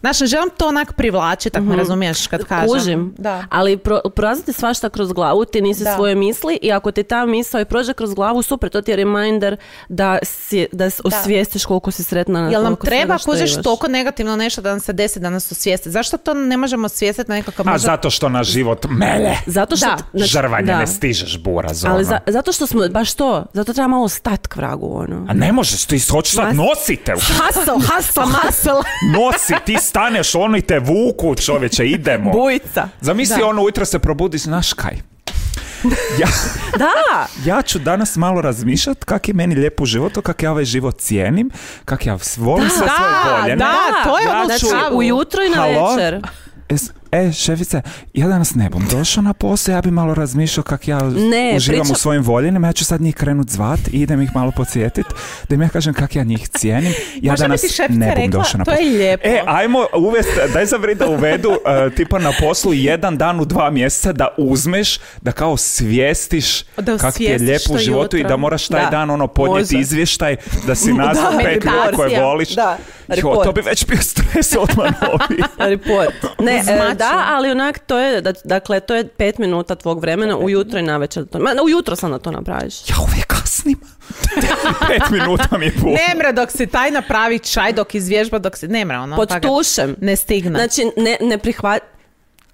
[SPEAKER 1] Znaš, ne želim to onak privlačiti, ako me razumiješ kad kažem.
[SPEAKER 2] Mhm. Kužim,
[SPEAKER 1] Da.
[SPEAKER 2] ali pro, prolaziti svašta kroz glavu, ti nisi
[SPEAKER 1] Da.
[SPEAKER 2] svoje misli i ako ti ta misao i prođe kroz glavu, super, to ti je reminder da, si, da s- osvijestiš koliko si sretna. na
[SPEAKER 1] Jel nam
[SPEAKER 2] koliko svega
[SPEAKER 1] treba,
[SPEAKER 2] što
[SPEAKER 1] kužeš,
[SPEAKER 2] imaš.
[SPEAKER 1] toliko negativno nešto da nam se desi da nas osvijesti? Zašto to ne možemo osvijestiti na nekakav
[SPEAKER 3] A
[SPEAKER 1] možda-
[SPEAKER 3] zato što na život mele.
[SPEAKER 2] Zato što...
[SPEAKER 1] Da.
[SPEAKER 2] znači,
[SPEAKER 3] Žrvanje,
[SPEAKER 2] da.
[SPEAKER 3] ne stižeš buraz.
[SPEAKER 2] Ali
[SPEAKER 3] ono.
[SPEAKER 2] za- zato što smo, baš to, zato treba malo stat k vragu, ono.
[SPEAKER 3] A ne možeš, ti hoćeš sad,
[SPEAKER 2] Mas-
[SPEAKER 3] nosite.
[SPEAKER 1] Hustle, hustle, (laughs) hustle.
[SPEAKER 3] Nosi, ti staneš, oni te vuku, čovječe, idemo.
[SPEAKER 1] Bujica.
[SPEAKER 3] Zamisli ono ujutro se probudi, znaš kaj? Ja, (laughs)
[SPEAKER 2] Da!
[SPEAKER 3] ja ću danas malo razmišljat kak je meni lijepo u životu, kak ja ovaj život cijenim, kak ja volim sve svoje
[SPEAKER 1] Da,
[SPEAKER 3] voljene.
[SPEAKER 1] da, to je ono
[SPEAKER 2] Znači,
[SPEAKER 1] čavo.
[SPEAKER 2] ujutro i na
[SPEAKER 3] Halo?
[SPEAKER 2] večer.
[SPEAKER 3] Es- E, šefice, ja danas ne bom došao na posao, ja bi malo razmišljao kak ja
[SPEAKER 2] Ne,
[SPEAKER 3] uživam
[SPEAKER 2] pričam-
[SPEAKER 3] u svojim voljenima, ja ću sad njih krenut zvat i idem ih malo podsjetit, da im ja kažem kak ja njih cijenim, ja
[SPEAKER 1] Možda bi
[SPEAKER 3] danas
[SPEAKER 1] ti šefica
[SPEAKER 3] ne bom
[SPEAKER 1] rekla,
[SPEAKER 3] došao na
[SPEAKER 1] "To
[SPEAKER 3] posao."
[SPEAKER 1] je lijepo.
[SPEAKER 3] E, ajmo uvest, daj za vrijeme da uvedu eh, tipa na poslu jedan dan u dva mjeseca da uzmeš, da kao svijestiš
[SPEAKER 1] Da
[SPEAKER 3] kak ti je
[SPEAKER 1] osvijestiš
[SPEAKER 3] lijepo u
[SPEAKER 1] to
[SPEAKER 3] životu i
[SPEAKER 1] jutro.
[SPEAKER 3] da moraš taj
[SPEAKER 1] Da.
[SPEAKER 3] dan ono podnijeti
[SPEAKER 1] Može.
[SPEAKER 3] izvještaj, da
[SPEAKER 1] (laughs)
[SPEAKER 3] si nazvao pet ljudi koje
[SPEAKER 1] meditacija.
[SPEAKER 3] voliš.
[SPEAKER 2] Da,
[SPEAKER 3] Jo, to
[SPEAKER 2] report.
[SPEAKER 3] bi već bio stres odmah novi.
[SPEAKER 2] Report. Ne, e,
[SPEAKER 1] Zmačen.
[SPEAKER 2] da, ali onak to je, da- dakle, to je pet minuta tvog vremena ujutro i navečer. da to- Ma, ujutro sam da to napraviš.
[SPEAKER 3] ja uvijek kasnim. Pet minuta mi je puno.
[SPEAKER 1] Ne mre dok si taj napravi čaj, dok izvježba, dok si... Ne mre ono.
[SPEAKER 2] Pod
[SPEAKER 1] fakat.
[SPEAKER 2] tušem.
[SPEAKER 1] Ne stigne.
[SPEAKER 2] Znači, ne, ne prihva...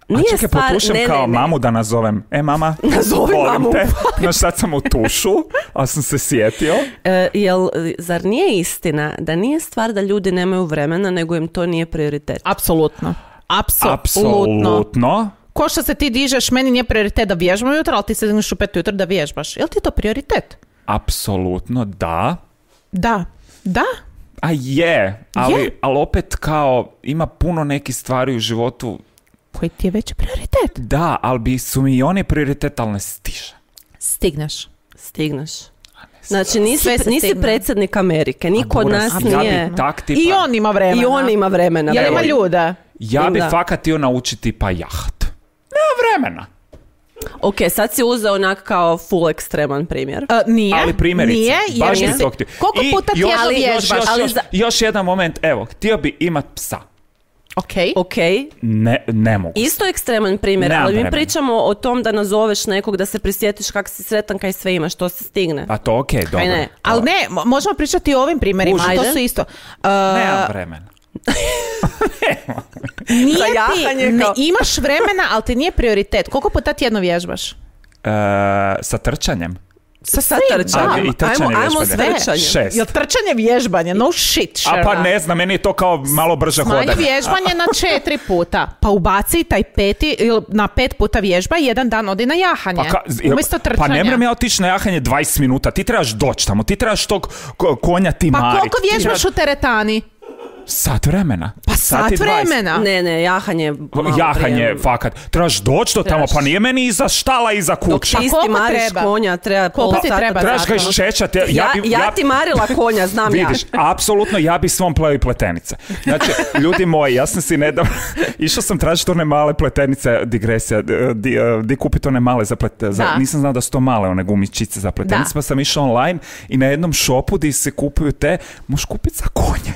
[SPEAKER 3] A
[SPEAKER 2] Nije
[SPEAKER 3] čekaj,
[SPEAKER 2] stvar...
[SPEAKER 3] potušem
[SPEAKER 2] ne, ne,
[SPEAKER 3] kao
[SPEAKER 2] ne.
[SPEAKER 3] mamu da nazovem. E, mama,
[SPEAKER 2] Nazovi
[SPEAKER 3] volim
[SPEAKER 2] mamu.
[SPEAKER 3] te. Znaš, sad sam u tušu, ali sam se sjetio.
[SPEAKER 2] E, jel, zar nije istina da nije stvar da ljudi nemaju vremena, nego im to nije prioritet?
[SPEAKER 1] Apsolutno. Apsolutno.
[SPEAKER 3] Apsolutno.
[SPEAKER 1] Ko što se ti dižeš, meni nije prioritet da vježbam ujutro, ali ti se digneš u pet ujutro da vježbaš. Je li ti to prioritet?
[SPEAKER 3] Apsolutno, da.
[SPEAKER 1] Da. Da.
[SPEAKER 3] A je, ali,
[SPEAKER 1] Je.
[SPEAKER 3] ali opet kao ima puno nekih stvari u životu.
[SPEAKER 1] Koji ti je veći prioritet?
[SPEAKER 3] Da, ali bi su mi i one prioritet, ali ne stiže.
[SPEAKER 1] Stigneš.
[SPEAKER 2] Stigneš. Znači, nisi,
[SPEAKER 1] Sve se
[SPEAKER 2] nisi
[SPEAKER 1] stigne.
[SPEAKER 2] predsjednik Amerike, niko od nas
[SPEAKER 3] ja
[SPEAKER 2] nije.
[SPEAKER 3] Bi tak, tipa,
[SPEAKER 1] I on ima vremena.
[SPEAKER 2] I on ima vremena.
[SPEAKER 1] Jel
[SPEAKER 2] da.
[SPEAKER 1] ima ljude?
[SPEAKER 3] ja bi
[SPEAKER 2] Da.
[SPEAKER 3] fakat htio naučiti pa jaht. Nema vremena.
[SPEAKER 2] Ok, sad si uzeo onak kao full ekstreman primjer.
[SPEAKER 1] E, nije.
[SPEAKER 3] Ali primjerice,
[SPEAKER 1] nije, jer
[SPEAKER 3] baš
[SPEAKER 1] je-
[SPEAKER 3] bi to htio.
[SPEAKER 1] Koliko
[SPEAKER 3] I
[SPEAKER 1] puta ti
[SPEAKER 3] još-
[SPEAKER 1] jedno
[SPEAKER 2] ali-
[SPEAKER 1] vježbaš?
[SPEAKER 3] Još, još,
[SPEAKER 2] ali
[SPEAKER 3] još,
[SPEAKER 2] za-
[SPEAKER 3] još jedan moment, evo, htio bi imat psa.
[SPEAKER 1] Ok.
[SPEAKER 2] Ok,
[SPEAKER 3] Ne, ne mogu.
[SPEAKER 2] isto ekstreman primjer,
[SPEAKER 3] Nemam
[SPEAKER 2] ali mi
[SPEAKER 3] vremena.
[SPEAKER 2] pričamo o tom da nazoveš nekog, da se prisjetiš kak si sretan, kaj sve imaš, to se stigne.
[SPEAKER 3] A to okej, dobro.
[SPEAKER 2] Aj ne,
[SPEAKER 3] To-
[SPEAKER 1] Ali ne, mo- možemo pričati o ovim primjerima,
[SPEAKER 2] Kužim.
[SPEAKER 1] to
[SPEAKER 2] Ajde.
[SPEAKER 1] su isto. Uh,
[SPEAKER 3] Nemam vremena.
[SPEAKER 1] nije
[SPEAKER 2] Za
[SPEAKER 1] ti,
[SPEAKER 2] jahanje
[SPEAKER 1] ne,
[SPEAKER 2] kao-
[SPEAKER 1] imaš vremena, ali ti nije prioritet. Koliko puta tjedno vježbaš?
[SPEAKER 3] E, sa trčanjem?
[SPEAKER 1] Sa
[SPEAKER 2] trčanjem.
[SPEAKER 1] da.
[SPEAKER 3] Ajde, i trčanje
[SPEAKER 2] Ajmo- ajmo
[SPEAKER 3] vježbanje.
[SPEAKER 2] sve. Trčanje.
[SPEAKER 3] Šest.
[SPEAKER 1] Jel trčanje vježbanje? No shit,
[SPEAKER 3] A pa
[SPEAKER 1] Sherlock.
[SPEAKER 3] ne znam, meni je to kao malo brže
[SPEAKER 1] Smanji
[SPEAKER 3] hodanje.
[SPEAKER 1] vježbanje na četiri puta, pa ubaci i taj peti, ili na pet puta vježba i jedan dan odi na jahanje.
[SPEAKER 3] Pa, ka, jel-
[SPEAKER 1] umjesto trčanja.
[SPEAKER 3] pa ne mrem ja otići na jahanje 20 minuta, ti trebaš doći tamo, ti trebaš tog ko- konja ti
[SPEAKER 1] Pa
[SPEAKER 3] marit.
[SPEAKER 1] koliko
[SPEAKER 3] ti
[SPEAKER 1] vježbaš
[SPEAKER 3] trebaš-
[SPEAKER 1] u teretani?
[SPEAKER 3] Sat vremena.
[SPEAKER 1] Pa sat
[SPEAKER 3] i dvadeset.
[SPEAKER 1] vremena.
[SPEAKER 2] Ne, ne, jahanje. je malo
[SPEAKER 3] Jahanje,
[SPEAKER 2] prije. Pa
[SPEAKER 3] fakat. Trebaš doći do tamo, pa
[SPEAKER 2] Trebaš.
[SPEAKER 3] nije meni iza štala, iza
[SPEAKER 2] Dok
[SPEAKER 3] kuće.
[SPEAKER 1] Pa
[SPEAKER 2] ti
[SPEAKER 1] koliko
[SPEAKER 2] stimariš
[SPEAKER 1] treba?
[SPEAKER 2] konja, treba
[SPEAKER 1] Koliko
[SPEAKER 2] pola
[SPEAKER 1] ti
[SPEAKER 2] sata.
[SPEAKER 1] treba?
[SPEAKER 3] Trebaš ga
[SPEAKER 1] Zato.
[SPEAKER 3] iščečat. Ja,
[SPEAKER 2] Pa Ja,
[SPEAKER 3] bi-
[SPEAKER 2] ja ti marila konja, znam ja.
[SPEAKER 3] Vidiš, apsolutno ja bi svom pleo i pletenice. Znači, ljudi moji, ja sam si nedavno, (laughs) išao sam tražiti one male pletenice, digresija, d- di, eh, di kupiti one male za, plete, za
[SPEAKER 1] Da.
[SPEAKER 3] nisam znao da su to male one gumičice za pletenice,
[SPEAKER 1] Da.
[SPEAKER 3] pa sam išao online i na jednom shopu di se kupuju te, možeš kupiti za konje.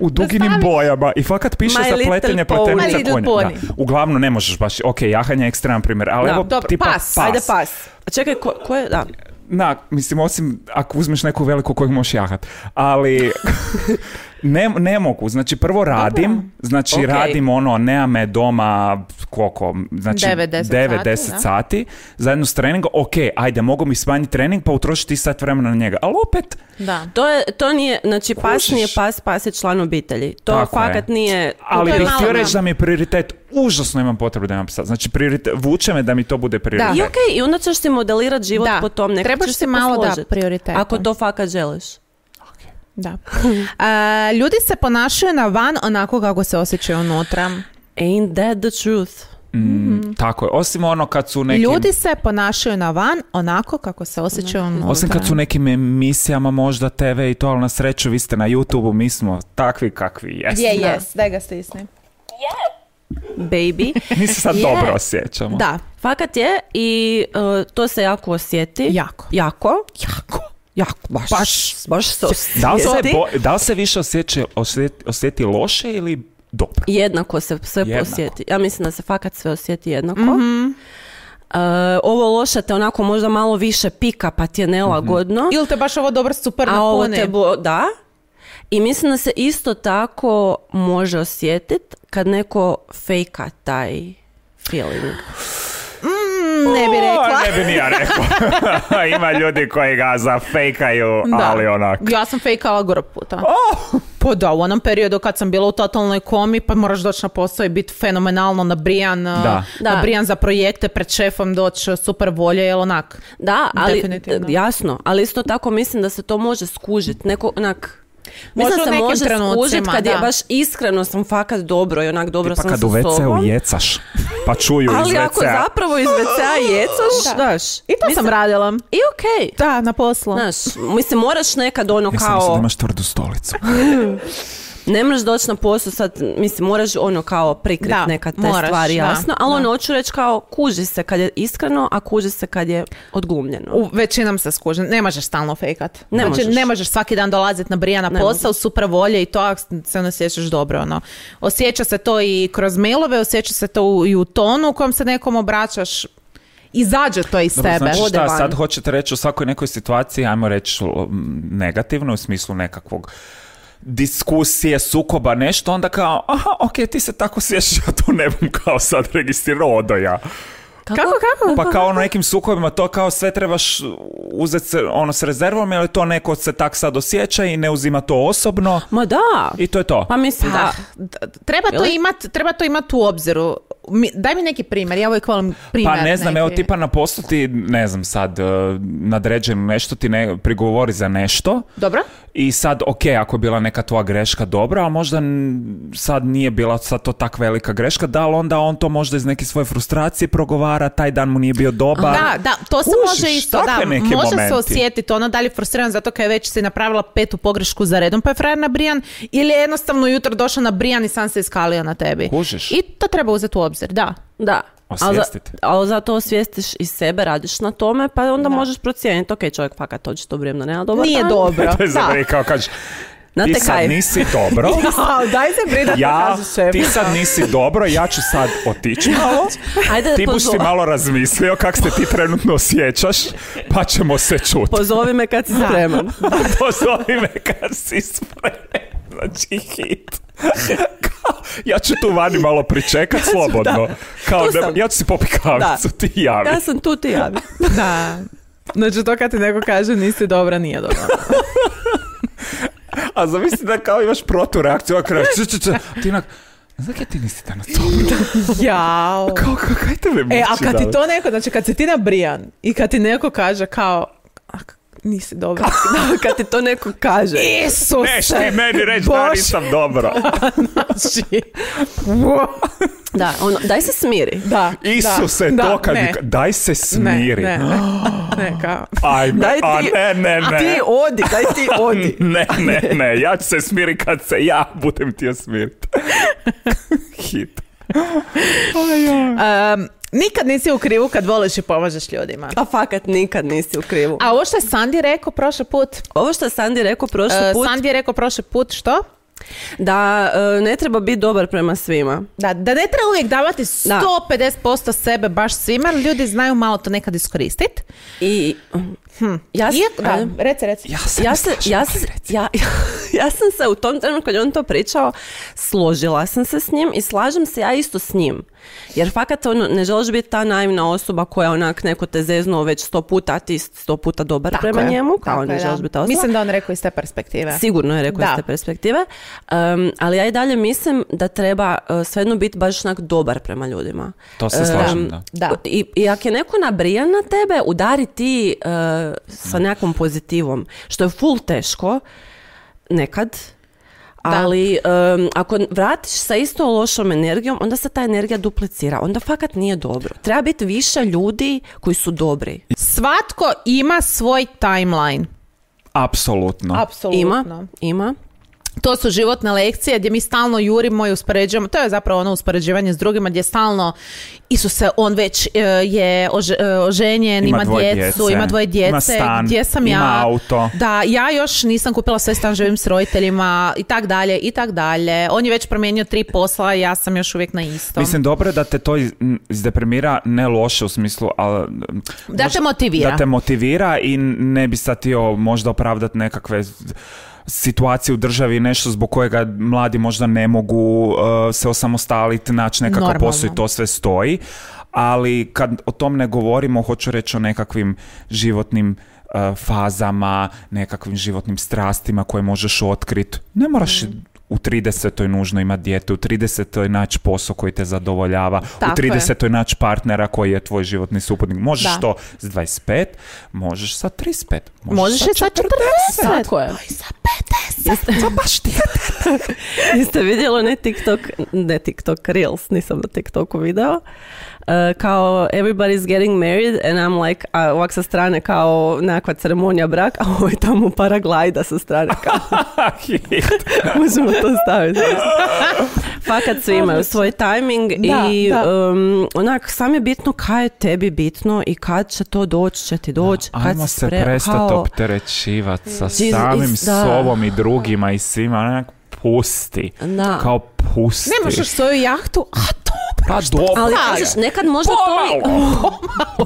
[SPEAKER 3] U duginim
[SPEAKER 1] staviš.
[SPEAKER 3] bojama i fakat piše
[SPEAKER 2] My
[SPEAKER 3] za
[SPEAKER 2] little
[SPEAKER 3] pletenje
[SPEAKER 2] pony.
[SPEAKER 1] My
[SPEAKER 3] pletenica
[SPEAKER 1] little
[SPEAKER 3] konja.
[SPEAKER 1] pony.
[SPEAKER 3] Da. Uglavnom ne možeš baš, ok, jahanje je ekstreman primjer, ali
[SPEAKER 2] Da.
[SPEAKER 3] evo
[SPEAKER 1] Dobro,
[SPEAKER 3] tipa
[SPEAKER 1] pas.
[SPEAKER 2] Ajde pas. A Čekaj, ko, ko je, da.
[SPEAKER 3] na, mislim, osim ako uzmeš neku veliku koju možeš jahat.
[SPEAKER 1] (laughs)
[SPEAKER 3] Ali ne, ne mogu. Znači, prvo radim. Znači,
[SPEAKER 2] Okej.
[SPEAKER 3] radim ono, nema me doma koliko? Znači,
[SPEAKER 1] Devet, deset
[SPEAKER 3] 9-10
[SPEAKER 1] sati, da.
[SPEAKER 3] sati. Zajedno s treningom. Ok, ajde, mogu mi smanjiti trening pa utrošiti i sat vremena na njega. Ali opet,
[SPEAKER 1] Da.
[SPEAKER 2] To, je, to nije, znači pas
[SPEAKER 3] Kužiš.
[SPEAKER 2] nije pas, pas je član obitelji. To
[SPEAKER 3] Tako je.
[SPEAKER 2] fakat nije...
[SPEAKER 3] ali
[SPEAKER 1] To je
[SPEAKER 3] bih
[SPEAKER 1] malo,
[SPEAKER 3] htio
[SPEAKER 1] da.
[SPEAKER 3] reći da mi je prioritet, užasno imam potrebu da imam psa. Znači, prioritet, vuče me da mi to bude prioritet.
[SPEAKER 2] I okej, i onda ćeš si modelirati život
[SPEAKER 1] Da.
[SPEAKER 2] po tom, nekako
[SPEAKER 1] Trebaš
[SPEAKER 2] ćeš
[SPEAKER 1] si malo da
[SPEAKER 2] posložit.
[SPEAKER 1] prioriteta.
[SPEAKER 2] Ako to fakat želiš.
[SPEAKER 1] Da. E, ljudi se ponašaju na van onako kako se osjećaju unutra.
[SPEAKER 2] Ain't that the truth?
[SPEAKER 3] Mm, tako je. Osim ono kad su neki...
[SPEAKER 1] Mhm. Ljudi se ponašaju na van onako kako se osjećaju
[SPEAKER 2] Ono
[SPEAKER 1] unutra.
[SPEAKER 3] Osim kad su u nekim emisijama možda TV i to, ali na sreću vi ste na youtube mi smo takvi kakvi jesmo.
[SPEAKER 1] Je, jes, daj ga stisni. (laughs)
[SPEAKER 2] Baby.
[SPEAKER 3] (laughs) Mi se sad
[SPEAKER 2] Je.
[SPEAKER 3] dobro osjećamo.
[SPEAKER 1] Da,
[SPEAKER 2] Fakat je i uh, to se jako osjeti.
[SPEAKER 1] Jako.
[SPEAKER 2] Jako. Jako. Jako, baš. Baš, se osjeti.
[SPEAKER 3] Da li se, ovaj bo- da li se više osjeća, osjeti, osjeti loše ili dobro?
[SPEAKER 2] Jednako se sve
[SPEAKER 3] Jednako.
[SPEAKER 2] osjeti. Ja mislim da se fakat sve osjeti jednako.
[SPEAKER 1] Mhm.
[SPEAKER 2] Uh, ovo loše te onako možda malo više pika pa ti je nelagodno.
[SPEAKER 1] Ili te baš ovo dobro super
[SPEAKER 2] A ovo
[SPEAKER 1] napune.
[SPEAKER 2] te bo, da. I mislim da se isto tako može osjetit kad neko fejka taj feeling.
[SPEAKER 1] ne bi rekla.
[SPEAKER 3] O, ne bi ni ja rekao.
[SPEAKER 2] (laughs)
[SPEAKER 3] Ima ljudi koji ga zafejkaju,
[SPEAKER 1] Da.
[SPEAKER 3] ali onak. Oh!
[SPEAKER 1] Ja sam fejkala gro puta. Pa da, u onom periodu kad sam bila u totalnoj komi, pa moraš doći na posao i biti fenomenalno nabrijan,
[SPEAKER 3] Da.
[SPEAKER 1] eh,
[SPEAKER 2] Da.
[SPEAKER 1] nabrijan za projekte, pred šefom doći super volje, jel onak?
[SPEAKER 2] Da, ali
[SPEAKER 1] Definitivno.
[SPEAKER 2] jasno, ali isto tako mislim da se to može skužit. Neko onak
[SPEAKER 1] Može
[SPEAKER 2] Mislim da
[SPEAKER 1] u
[SPEAKER 2] se
[SPEAKER 1] nekim
[SPEAKER 2] može skužit
[SPEAKER 1] trenucima,
[SPEAKER 2] kad je
[SPEAKER 1] da.
[SPEAKER 2] baš iskreno sam fakat dobro i onak dobro
[SPEAKER 3] Pa
[SPEAKER 2] sam
[SPEAKER 3] kad
[SPEAKER 2] sa
[SPEAKER 3] u WC-u
[SPEAKER 2] sobom.
[SPEAKER 3] jecaš, pa čuju iz
[SPEAKER 2] ali ako
[SPEAKER 3] WC-a.
[SPEAKER 2] zapravo iz WC-a
[SPEAKER 1] (laughs)
[SPEAKER 2] jecaš, daš.
[SPEAKER 1] I to sam radila.
[SPEAKER 2] I okej.
[SPEAKER 1] Da, na poslu.
[SPEAKER 2] Znaš, mislim, moraš nekad ono
[SPEAKER 3] Nisam mislio da
[SPEAKER 2] kao,
[SPEAKER 3] imaš tvrdu stolicu.
[SPEAKER 2] ne možeš doći na posao sad, mislim, moraš ono kao prikrit
[SPEAKER 1] Da,
[SPEAKER 2] nekad te
[SPEAKER 1] moraš,
[SPEAKER 2] stvari,
[SPEAKER 1] da,
[SPEAKER 2] jasno, ali
[SPEAKER 1] da.
[SPEAKER 2] ono hoću reći kao, kuži se kad je iskreno, a kuži se kad je odglumljeno.
[SPEAKER 1] U većinom se skužim. Ne možeš stalno fejkat.
[SPEAKER 2] Ne
[SPEAKER 1] znači,
[SPEAKER 2] možeš.
[SPEAKER 1] ne možeš svaki dan dolaziti na brija na
[SPEAKER 2] Ne
[SPEAKER 1] posao, super volje i to ako se ne osjećaš dobro. Ono. Osjeća se to i kroz mailove, osjeća se to u- i u tonu u kojem se nekom obraćaš. Izađe to iz
[SPEAKER 3] Dobro,
[SPEAKER 1] tebe.
[SPEAKER 3] znači
[SPEAKER 1] Ode
[SPEAKER 3] šta
[SPEAKER 1] van.
[SPEAKER 3] sad hoćete reći u svakoj nekoj situaciji, ajmo reći l- m, negativno u smislu nekakvog diskusije, sukoba, nešto, onda kao, aha, ok, ti se tako sjećaš, (laughs) ja to ne bom kao sad registrirao odoja.
[SPEAKER 1] Kako, kako?
[SPEAKER 3] Pa kao ono nekim sukobima, to kao sve trebaš uzeti se, ono s rezervom, jer to neko se tak sad osjeća i ne uzima to osobno
[SPEAKER 2] Ma da,
[SPEAKER 3] i to je to.
[SPEAKER 2] pa mislim da.
[SPEAKER 1] Da, d- treba to
[SPEAKER 2] Ili?
[SPEAKER 1] imat, treba to imat u obziru. Mi- daj mi neki primjer, ja uvijek volim primjer.
[SPEAKER 3] Pa ne znam,
[SPEAKER 1] neki.
[SPEAKER 3] evo tipa na poslu ti, ne znam sad, eh, nadređen nešto ti ne prigovori za nešto,
[SPEAKER 1] Dobro?
[SPEAKER 3] I sad, ok, ako je bila neka tvoja greška dobra, ali možda n- sad nije bila sad to tak velika greška, da li onda on to možda iz neke svoje frustracije progovara, taj dan mu nije bio dobar.
[SPEAKER 1] da, da, to se
[SPEAKER 3] Kužiš,
[SPEAKER 1] može isto,
[SPEAKER 3] takve
[SPEAKER 1] da,
[SPEAKER 3] Pa, neke
[SPEAKER 1] može
[SPEAKER 3] momenti.
[SPEAKER 1] se osjetiti ono da li je frustriran zato kaj je već si napravila petu pogrešku za redom pa je frajer nabrijan ili je jednostavno jutro došao nabrijan i sam se iskalio na tebi.
[SPEAKER 3] Kužiš.
[SPEAKER 1] I to treba uzeti u obzir, (laughs) da.
[SPEAKER 2] Da. Ali, za-
[SPEAKER 3] Osvijestit.
[SPEAKER 2] ali zato osvijestiš i sebe, radiš na tome, pa onda možeš procijeniti, ok, čovjek fakat očito vrijeme nema dobar
[SPEAKER 1] Nije
[SPEAKER 2] dan.
[SPEAKER 1] dobro.
[SPEAKER 3] to je za
[SPEAKER 1] da.
[SPEAKER 3] mene kao kažeš,
[SPEAKER 2] Znate
[SPEAKER 3] ti sad
[SPEAKER 2] kaj?
[SPEAKER 3] nisi
[SPEAKER 2] (laughs)
[SPEAKER 3] dobro,
[SPEAKER 1] Jao, daj se bridat
[SPEAKER 3] ja, ti sad nisi dobro, ja ću sad
[SPEAKER 2] (laughs)
[SPEAKER 3] otići malo.
[SPEAKER 2] Ajde,
[SPEAKER 3] Ti buš
[SPEAKER 2] pozo-
[SPEAKER 3] ti malo razmislio kako se ti trenutno osjećaš, pa ćemo se čuti.
[SPEAKER 2] pozovi me kad si spreman.
[SPEAKER 3] (laughs) Pozovi me kad si spreman. Znači hit. Kao, ja ću tu vani malo pričekat slobodno. Kao,
[SPEAKER 2] Tu
[SPEAKER 3] ne-
[SPEAKER 2] sam.
[SPEAKER 3] ja ću si popit kavicu,
[SPEAKER 2] Da.
[SPEAKER 3] ti javi.
[SPEAKER 2] Ja sam tu, ti javi.
[SPEAKER 1] Da. Znači to kad ti neko kaže nisi dobra, nije dobra. (laughs)
[SPEAKER 3] A zamisli da kao imaš protu reakciju, ovako reakciju, ču, ču, ču. ti inak, znaš kaj ti nisi danas dobro?
[SPEAKER 1] Jao.
[SPEAKER 3] Kao, kao, kaj tebe muči
[SPEAKER 1] E, a kad ti
[SPEAKER 3] danas?
[SPEAKER 1] to neko, znači kad si ti nabrijan i kad ti neko kaže kao, a, k- nisi dobro.
[SPEAKER 2] Kad ti to neko kaže.
[SPEAKER 1] Isuse!
[SPEAKER 3] Neš ti meni reći da
[SPEAKER 1] Bože,
[SPEAKER 3] nisam dobro.
[SPEAKER 1] (laughs) znači, wow.
[SPEAKER 2] Da, ono, daj se smiri.
[SPEAKER 1] Da,
[SPEAKER 3] Isuse,
[SPEAKER 1] da,
[SPEAKER 3] to kad
[SPEAKER 1] ne,
[SPEAKER 3] mi... ka- Daj se smiri.
[SPEAKER 1] Ne, ne, ne, ne, kao,
[SPEAKER 3] Ajme,
[SPEAKER 2] Daj ti,
[SPEAKER 3] a ne, ne, ne.
[SPEAKER 2] Ti odi, daj ti odi.
[SPEAKER 3] (laughs) Ne, ne, ne, ja ću se smiri kad se ja budem htio smirit. (laughs) Hit.
[SPEAKER 1] Um, nikad nisi u krivu kad voliš i pomažeš ljudima.
[SPEAKER 2] A fakat nikad nisi u krivu.
[SPEAKER 1] A ovo što je Sandi rekao prošli put,
[SPEAKER 2] Ovo što je Sandi rekao prošli
[SPEAKER 1] e,
[SPEAKER 2] put,
[SPEAKER 1] Sandi je rekao prošli put što?
[SPEAKER 2] da e, ne treba biti dobar prema svima.
[SPEAKER 1] Da, da ne treba uvijek davati 150% sebe baš svima, jer ljudi znaju malo to nekad iskoristiti.
[SPEAKER 2] I hm, ja, s-
[SPEAKER 1] Iako, da,
[SPEAKER 2] ajde.
[SPEAKER 1] reci, reci.
[SPEAKER 3] Ja se
[SPEAKER 2] ja,
[SPEAKER 3] ne
[SPEAKER 2] se,
[SPEAKER 3] slažem,
[SPEAKER 2] ja,
[SPEAKER 3] ali
[SPEAKER 2] se-
[SPEAKER 3] reci.
[SPEAKER 2] ja, (laughs) ja sam se u tom trenutku kad je on to pričao složila sam se s njim i slažem se ja isto s njim jer fakat ono, ne želiš biti ta naivna osoba koja onak neko te zeznuo već sto puta a ti sto puta dobar
[SPEAKER 1] Tako
[SPEAKER 2] prema
[SPEAKER 1] je,
[SPEAKER 2] njemu kao
[SPEAKER 1] tako
[SPEAKER 2] ne
[SPEAKER 1] je, da.
[SPEAKER 2] želiš biti ta osoba
[SPEAKER 1] Mislim da on rekao iz te perspektive.
[SPEAKER 2] Sigurno je rekao
[SPEAKER 1] Da.
[SPEAKER 2] iz te perspektive. Um, ali ja i dalje mislim da treba uh, svejedno biti baš onak dobar prema ljudima.
[SPEAKER 3] To se slažem, da.
[SPEAKER 1] Da.
[SPEAKER 2] I, I ako je neko nabrijan na tebe, udari ti uh,
[SPEAKER 3] Mm.
[SPEAKER 2] sa nekom pozitivom, što je full teško nekad. Ali um, ako vratiš sa isto lošom energijom, onda se ta energija duplicira. Onda fakat nije dobro. Treba biti više ljudi koji su dobri.
[SPEAKER 1] Svatko ima svoj timeline.
[SPEAKER 3] Apsolutno.
[SPEAKER 1] Apsolutno.
[SPEAKER 2] Ima, ima.
[SPEAKER 1] To su životne lekcije gdje mi stalno jurimo i uspoređujemo. To je zapravo ono uspoređivanje s drugima gdje stalno Isuse, on već e, je ože- e, oženjen,
[SPEAKER 3] Ima
[SPEAKER 1] ima,
[SPEAKER 3] dvoje
[SPEAKER 1] djecu,
[SPEAKER 3] djece,
[SPEAKER 1] ima dvoje djece,
[SPEAKER 3] ima stan,
[SPEAKER 1] gdje sam
[SPEAKER 3] ima
[SPEAKER 1] ja?
[SPEAKER 3] auto.
[SPEAKER 1] Da, ja još nisam kupila svoj stan, živim s roditeljima i tak dalje i tak dalje. On je već promijenio tri posla, ja sam još uvijek na istom.
[SPEAKER 3] Mislim, dobro je da te to iz- m, izdeprimira, ne loše u smislu, ali... m,
[SPEAKER 1] Da
[SPEAKER 3] možda-
[SPEAKER 1] te motivira.
[SPEAKER 3] Da te motivira i ne bi sad htio možda opravdati nekakve s- situacije u državi i nešto zbog kojega mladi možda ne mogu uh, se osamostaliti, naći nekakav
[SPEAKER 1] Normalno.
[SPEAKER 3] posao i to sve stoji. Ali kad o tom ne govorimo, hoću reći o nekakvim životnim uh, fazama, nekakvim životnim strastima koje možeš otkriti. Ne
[SPEAKER 1] Mm.
[SPEAKER 3] moraš u 30. nužno imati dijete, u 30. naći posao koji te zadovoljava, u
[SPEAKER 1] Tako je.
[SPEAKER 3] 30. naći partnera koji je tvoj životni suputnik. Možeš
[SPEAKER 1] Da.
[SPEAKER 3] to s 25, možeš sa 35,
[SPEAKER 1] Možeš je sa 40.
[SPEAKER 2] Tako je.
[SPEAKER 1] I sa 50. To baš ti.
[SPEAKER 2] (laughs) Jeste vidjeli onaj TikTok, ne TikTok, Reels, nisam na TikToku video. E, kao everybody's getting married and I'm like, a ovak sa strane kao nekakva ceremonija braka, (laughs) a ovo je tamo paraglajda sa strane kao, možemo to staviti. Fakat svi imaju svoj timing i
[SPEAKER 1] Da,
[SPEAKER 2] um, onak, sam je bitno kaj je tebi bitno i kad će to doći, će ti doći, (laughs) kad
[SPEAKER 3] Ajmo
[SPEAKER 2] si
[SPEAKER 3] se
[SPEAKER 2] spre-
[SPEAKER 3] prestati
[SPEAKER 2] kao-
[SPEAKER 3] opterećivati sa
[SPEAKER 2] Jesus,
[SPEAKER 3] samim
[SPEAKER 2] da.
[SPEAKER 3] sobom i drugima i svima. ono Onak, pusti.
[SPEAKER 2] Da.
[SPEAKER 3] Kao pusti.
[SPEAKER 1] Ne možeš svoju jahtu, a dobro.
[SPEAKER 3] Pa dobro.
[SPEAKER 2] Ali
[SPEAKER 1] Da.
[SPEAKER 2] kažeš, nekad možda to... i- (laughs) Pomalo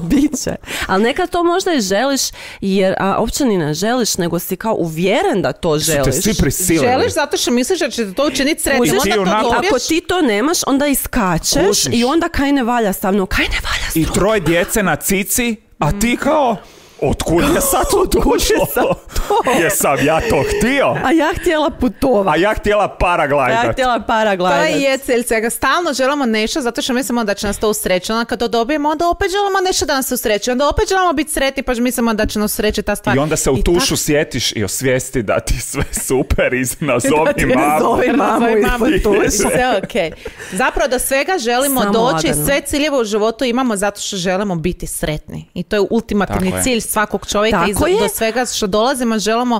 [SPEAKER 2] biće. Ali nekad to možda i želiš, jer a, uopće ni ne želiš, nego si kao uvjeren da to
[SPEAKER 3] Su te
[SPEAKER 2] želiš.
[SPEAKER 3] svi prisilili.
[SPEAKER 1] Želiš zato što misliš da će te to učiniti
[SPEAKER 3] I
[SPEAKER 1] sretnim,
[SPEAKER 3] ti
[SPEAKER 1] onda
[SPEAKER 3] onako-
[SPEAKER 1] to dobiješ.
[SPEAKER 2] Ako ti to nemaš, onda iskačeš
[SPEAKER 3] Kužiš.
[SPEAKER 2] i onda kaj ne valja sa mnom, kaj ne valja sa
[SPEAKER 3] I
[SPEAKER 2] mnom.
[SPEAKER 3] troje djece na cici, a
[SPEAKER 2] Mm.
[SPEAKER 3] ti kao... Otkud je
[SPEAKER 2] (laughs)
[SPEAKER 3] sad to došlo? Jesam ja to htio?
[SPEAKER 2] A ja htjela
[SPEAKER 3] A
[SPEAKER 2] putovati.
[SPEAKER 3] ja htjela
[SPEAKER 2] A ja
[SPEAKER 3] paraglajdat.
[SPEAKER 2] htjela
[SPEAKER 1] To
[SPEAKER 2] paraglajdat.
[SPEAKER 1] je cilj svega. Stalno želimo nešto zato što mislimo da će nas to usreći. Onda kad to dobijemo, onda opet želimo nešto da nas usreći. Onda opet želimo biti sretni pa mislimo da će nas usreći ta stvar.
[SPEAKER 2] Pa,
[SPEAKER 3] I onda se u
[SPEAKER 1] tak-
[SPEAKER 3] tušu sjetiš i osvijesti da ti sve
[SPEAKER 2] (laughs)
[SPEAKER 3] super i nazovi
[SPEAKER 2] ti
[SPEAKER 3] mamu.
[SPEAKER 2] nazovi mamu
[SPEAKER 1] Razvoj
[SPEAKER 2] i
[SPEAKER 1] mamu.
[SPEAKER 2] putuj.
[SPEAKER 1] I (laughs) Sve okej. Zapravo do svega želimo
[SPEAKER 2] Samo
[SPEAKER 1] doći i
[SPEAKER 2] lagano.
[SPEAKER 1] sve ciljeve u životu imamo zato što želimo biti sretni. I to je ultimativni
[SPEAKER 3] Tako je.
[SPEAKER 1] cilj svakog čovjeka i
[SPEAKER 2] Tako
[SPEAKER 1] za-
[SPEAKER 2] je.
[SPEAKER 1] do svega što dolazimo želimo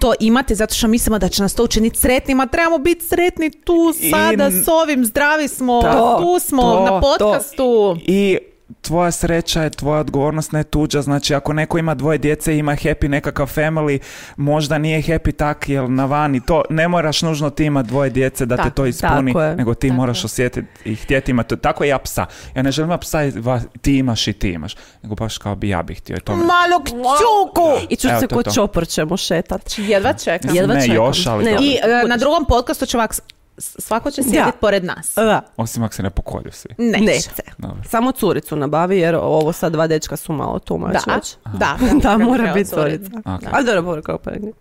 [SPEAKER 1] to imati zato što mislimo da će nas to učiniti sretnima. Trebamo biti sretni tu,
[SPEAKER 3] I-
[SPEAKER 1] sada, s ovim, zdravi smo,
[SPEAKER 2] To,
[SPEAKER 1] tu smo,
[SPEAKER 2] to,
[SPEAKER 1] na
[SPEAKER 2] to.
[SPEAKER 1] podcastu.
[SPEAKER 3] I tvoja sreća je tvoja odgovornost, ne tuđa. Znači, ako neko ima dvoje djece i ima happy nekakav family, možda nije happy tak, jer na vani to ne moraš nužno ti imat dvoje djece da te
[SPEAKER 1] Tak,
[SPEAKER 3] to ispuni,
[SPEAKER 2] tako je.
[SPEAKER 3] nego ti moraš osjetiti i htjeti imati. Tako i ja psa. Ja ne želim imat psa, i va- ti imaš i ti imaš. Nego baš kao bi ja bih htio. i to mi-
[SPEAKER 1] Malog čuku!
[SPEAKER 2] I ću
[SPEAKER 3] Evo,
[SPEAKER 2] se
[SPEAKER 3] to je
[SPEAKER 2] ko
[SPEAKER 3] to.
[SPEAKER 2] čopor ćemo šetat.
[SPEAKER 1] Jedva čekam.
[SPEAKER 2] Jedva
[SPEAKER 3] Ne,
[SPEAKER 2] čekam.
[SPEAKER 3] još, ali
[SPEAKER 2] Ne,
[SPEAKER 3] dobro.
[SPEAKER 1] I
[SPEAKER 2] I,
[SPEAKER 1] e, na drugom podcastu će ovak, s- svako će sjediti pored nas.
[SPEAKER 2] da.
[SPEAKER 3] Osim ako se ne pokolju svi.
[SPEAKER 1] Neće.
[SPEAKER 2] Neće.
[SPEAKER 3] Dobro.
[SPEAKER 2] Samo curicu nabavi jer ovo sad dva dečka su malo tumač.
[SPEAKER 1] Da,
[SPEAKER 2] već.
[SPEAKER 1] (laughs) da,
[SPEAKER 2] (laughs) da,
[SPEAKER 1] kako
[SPEAKER 2] mora
[SPEAKER 1] treba
[SPEAKER 2] biti
[SPEAKER 1] otvorit.
[SPEAKER 2] curica.
[SPEAKER 3] Ok.
[SPEAKER 2] Ali dobro, dobro, kao porekni.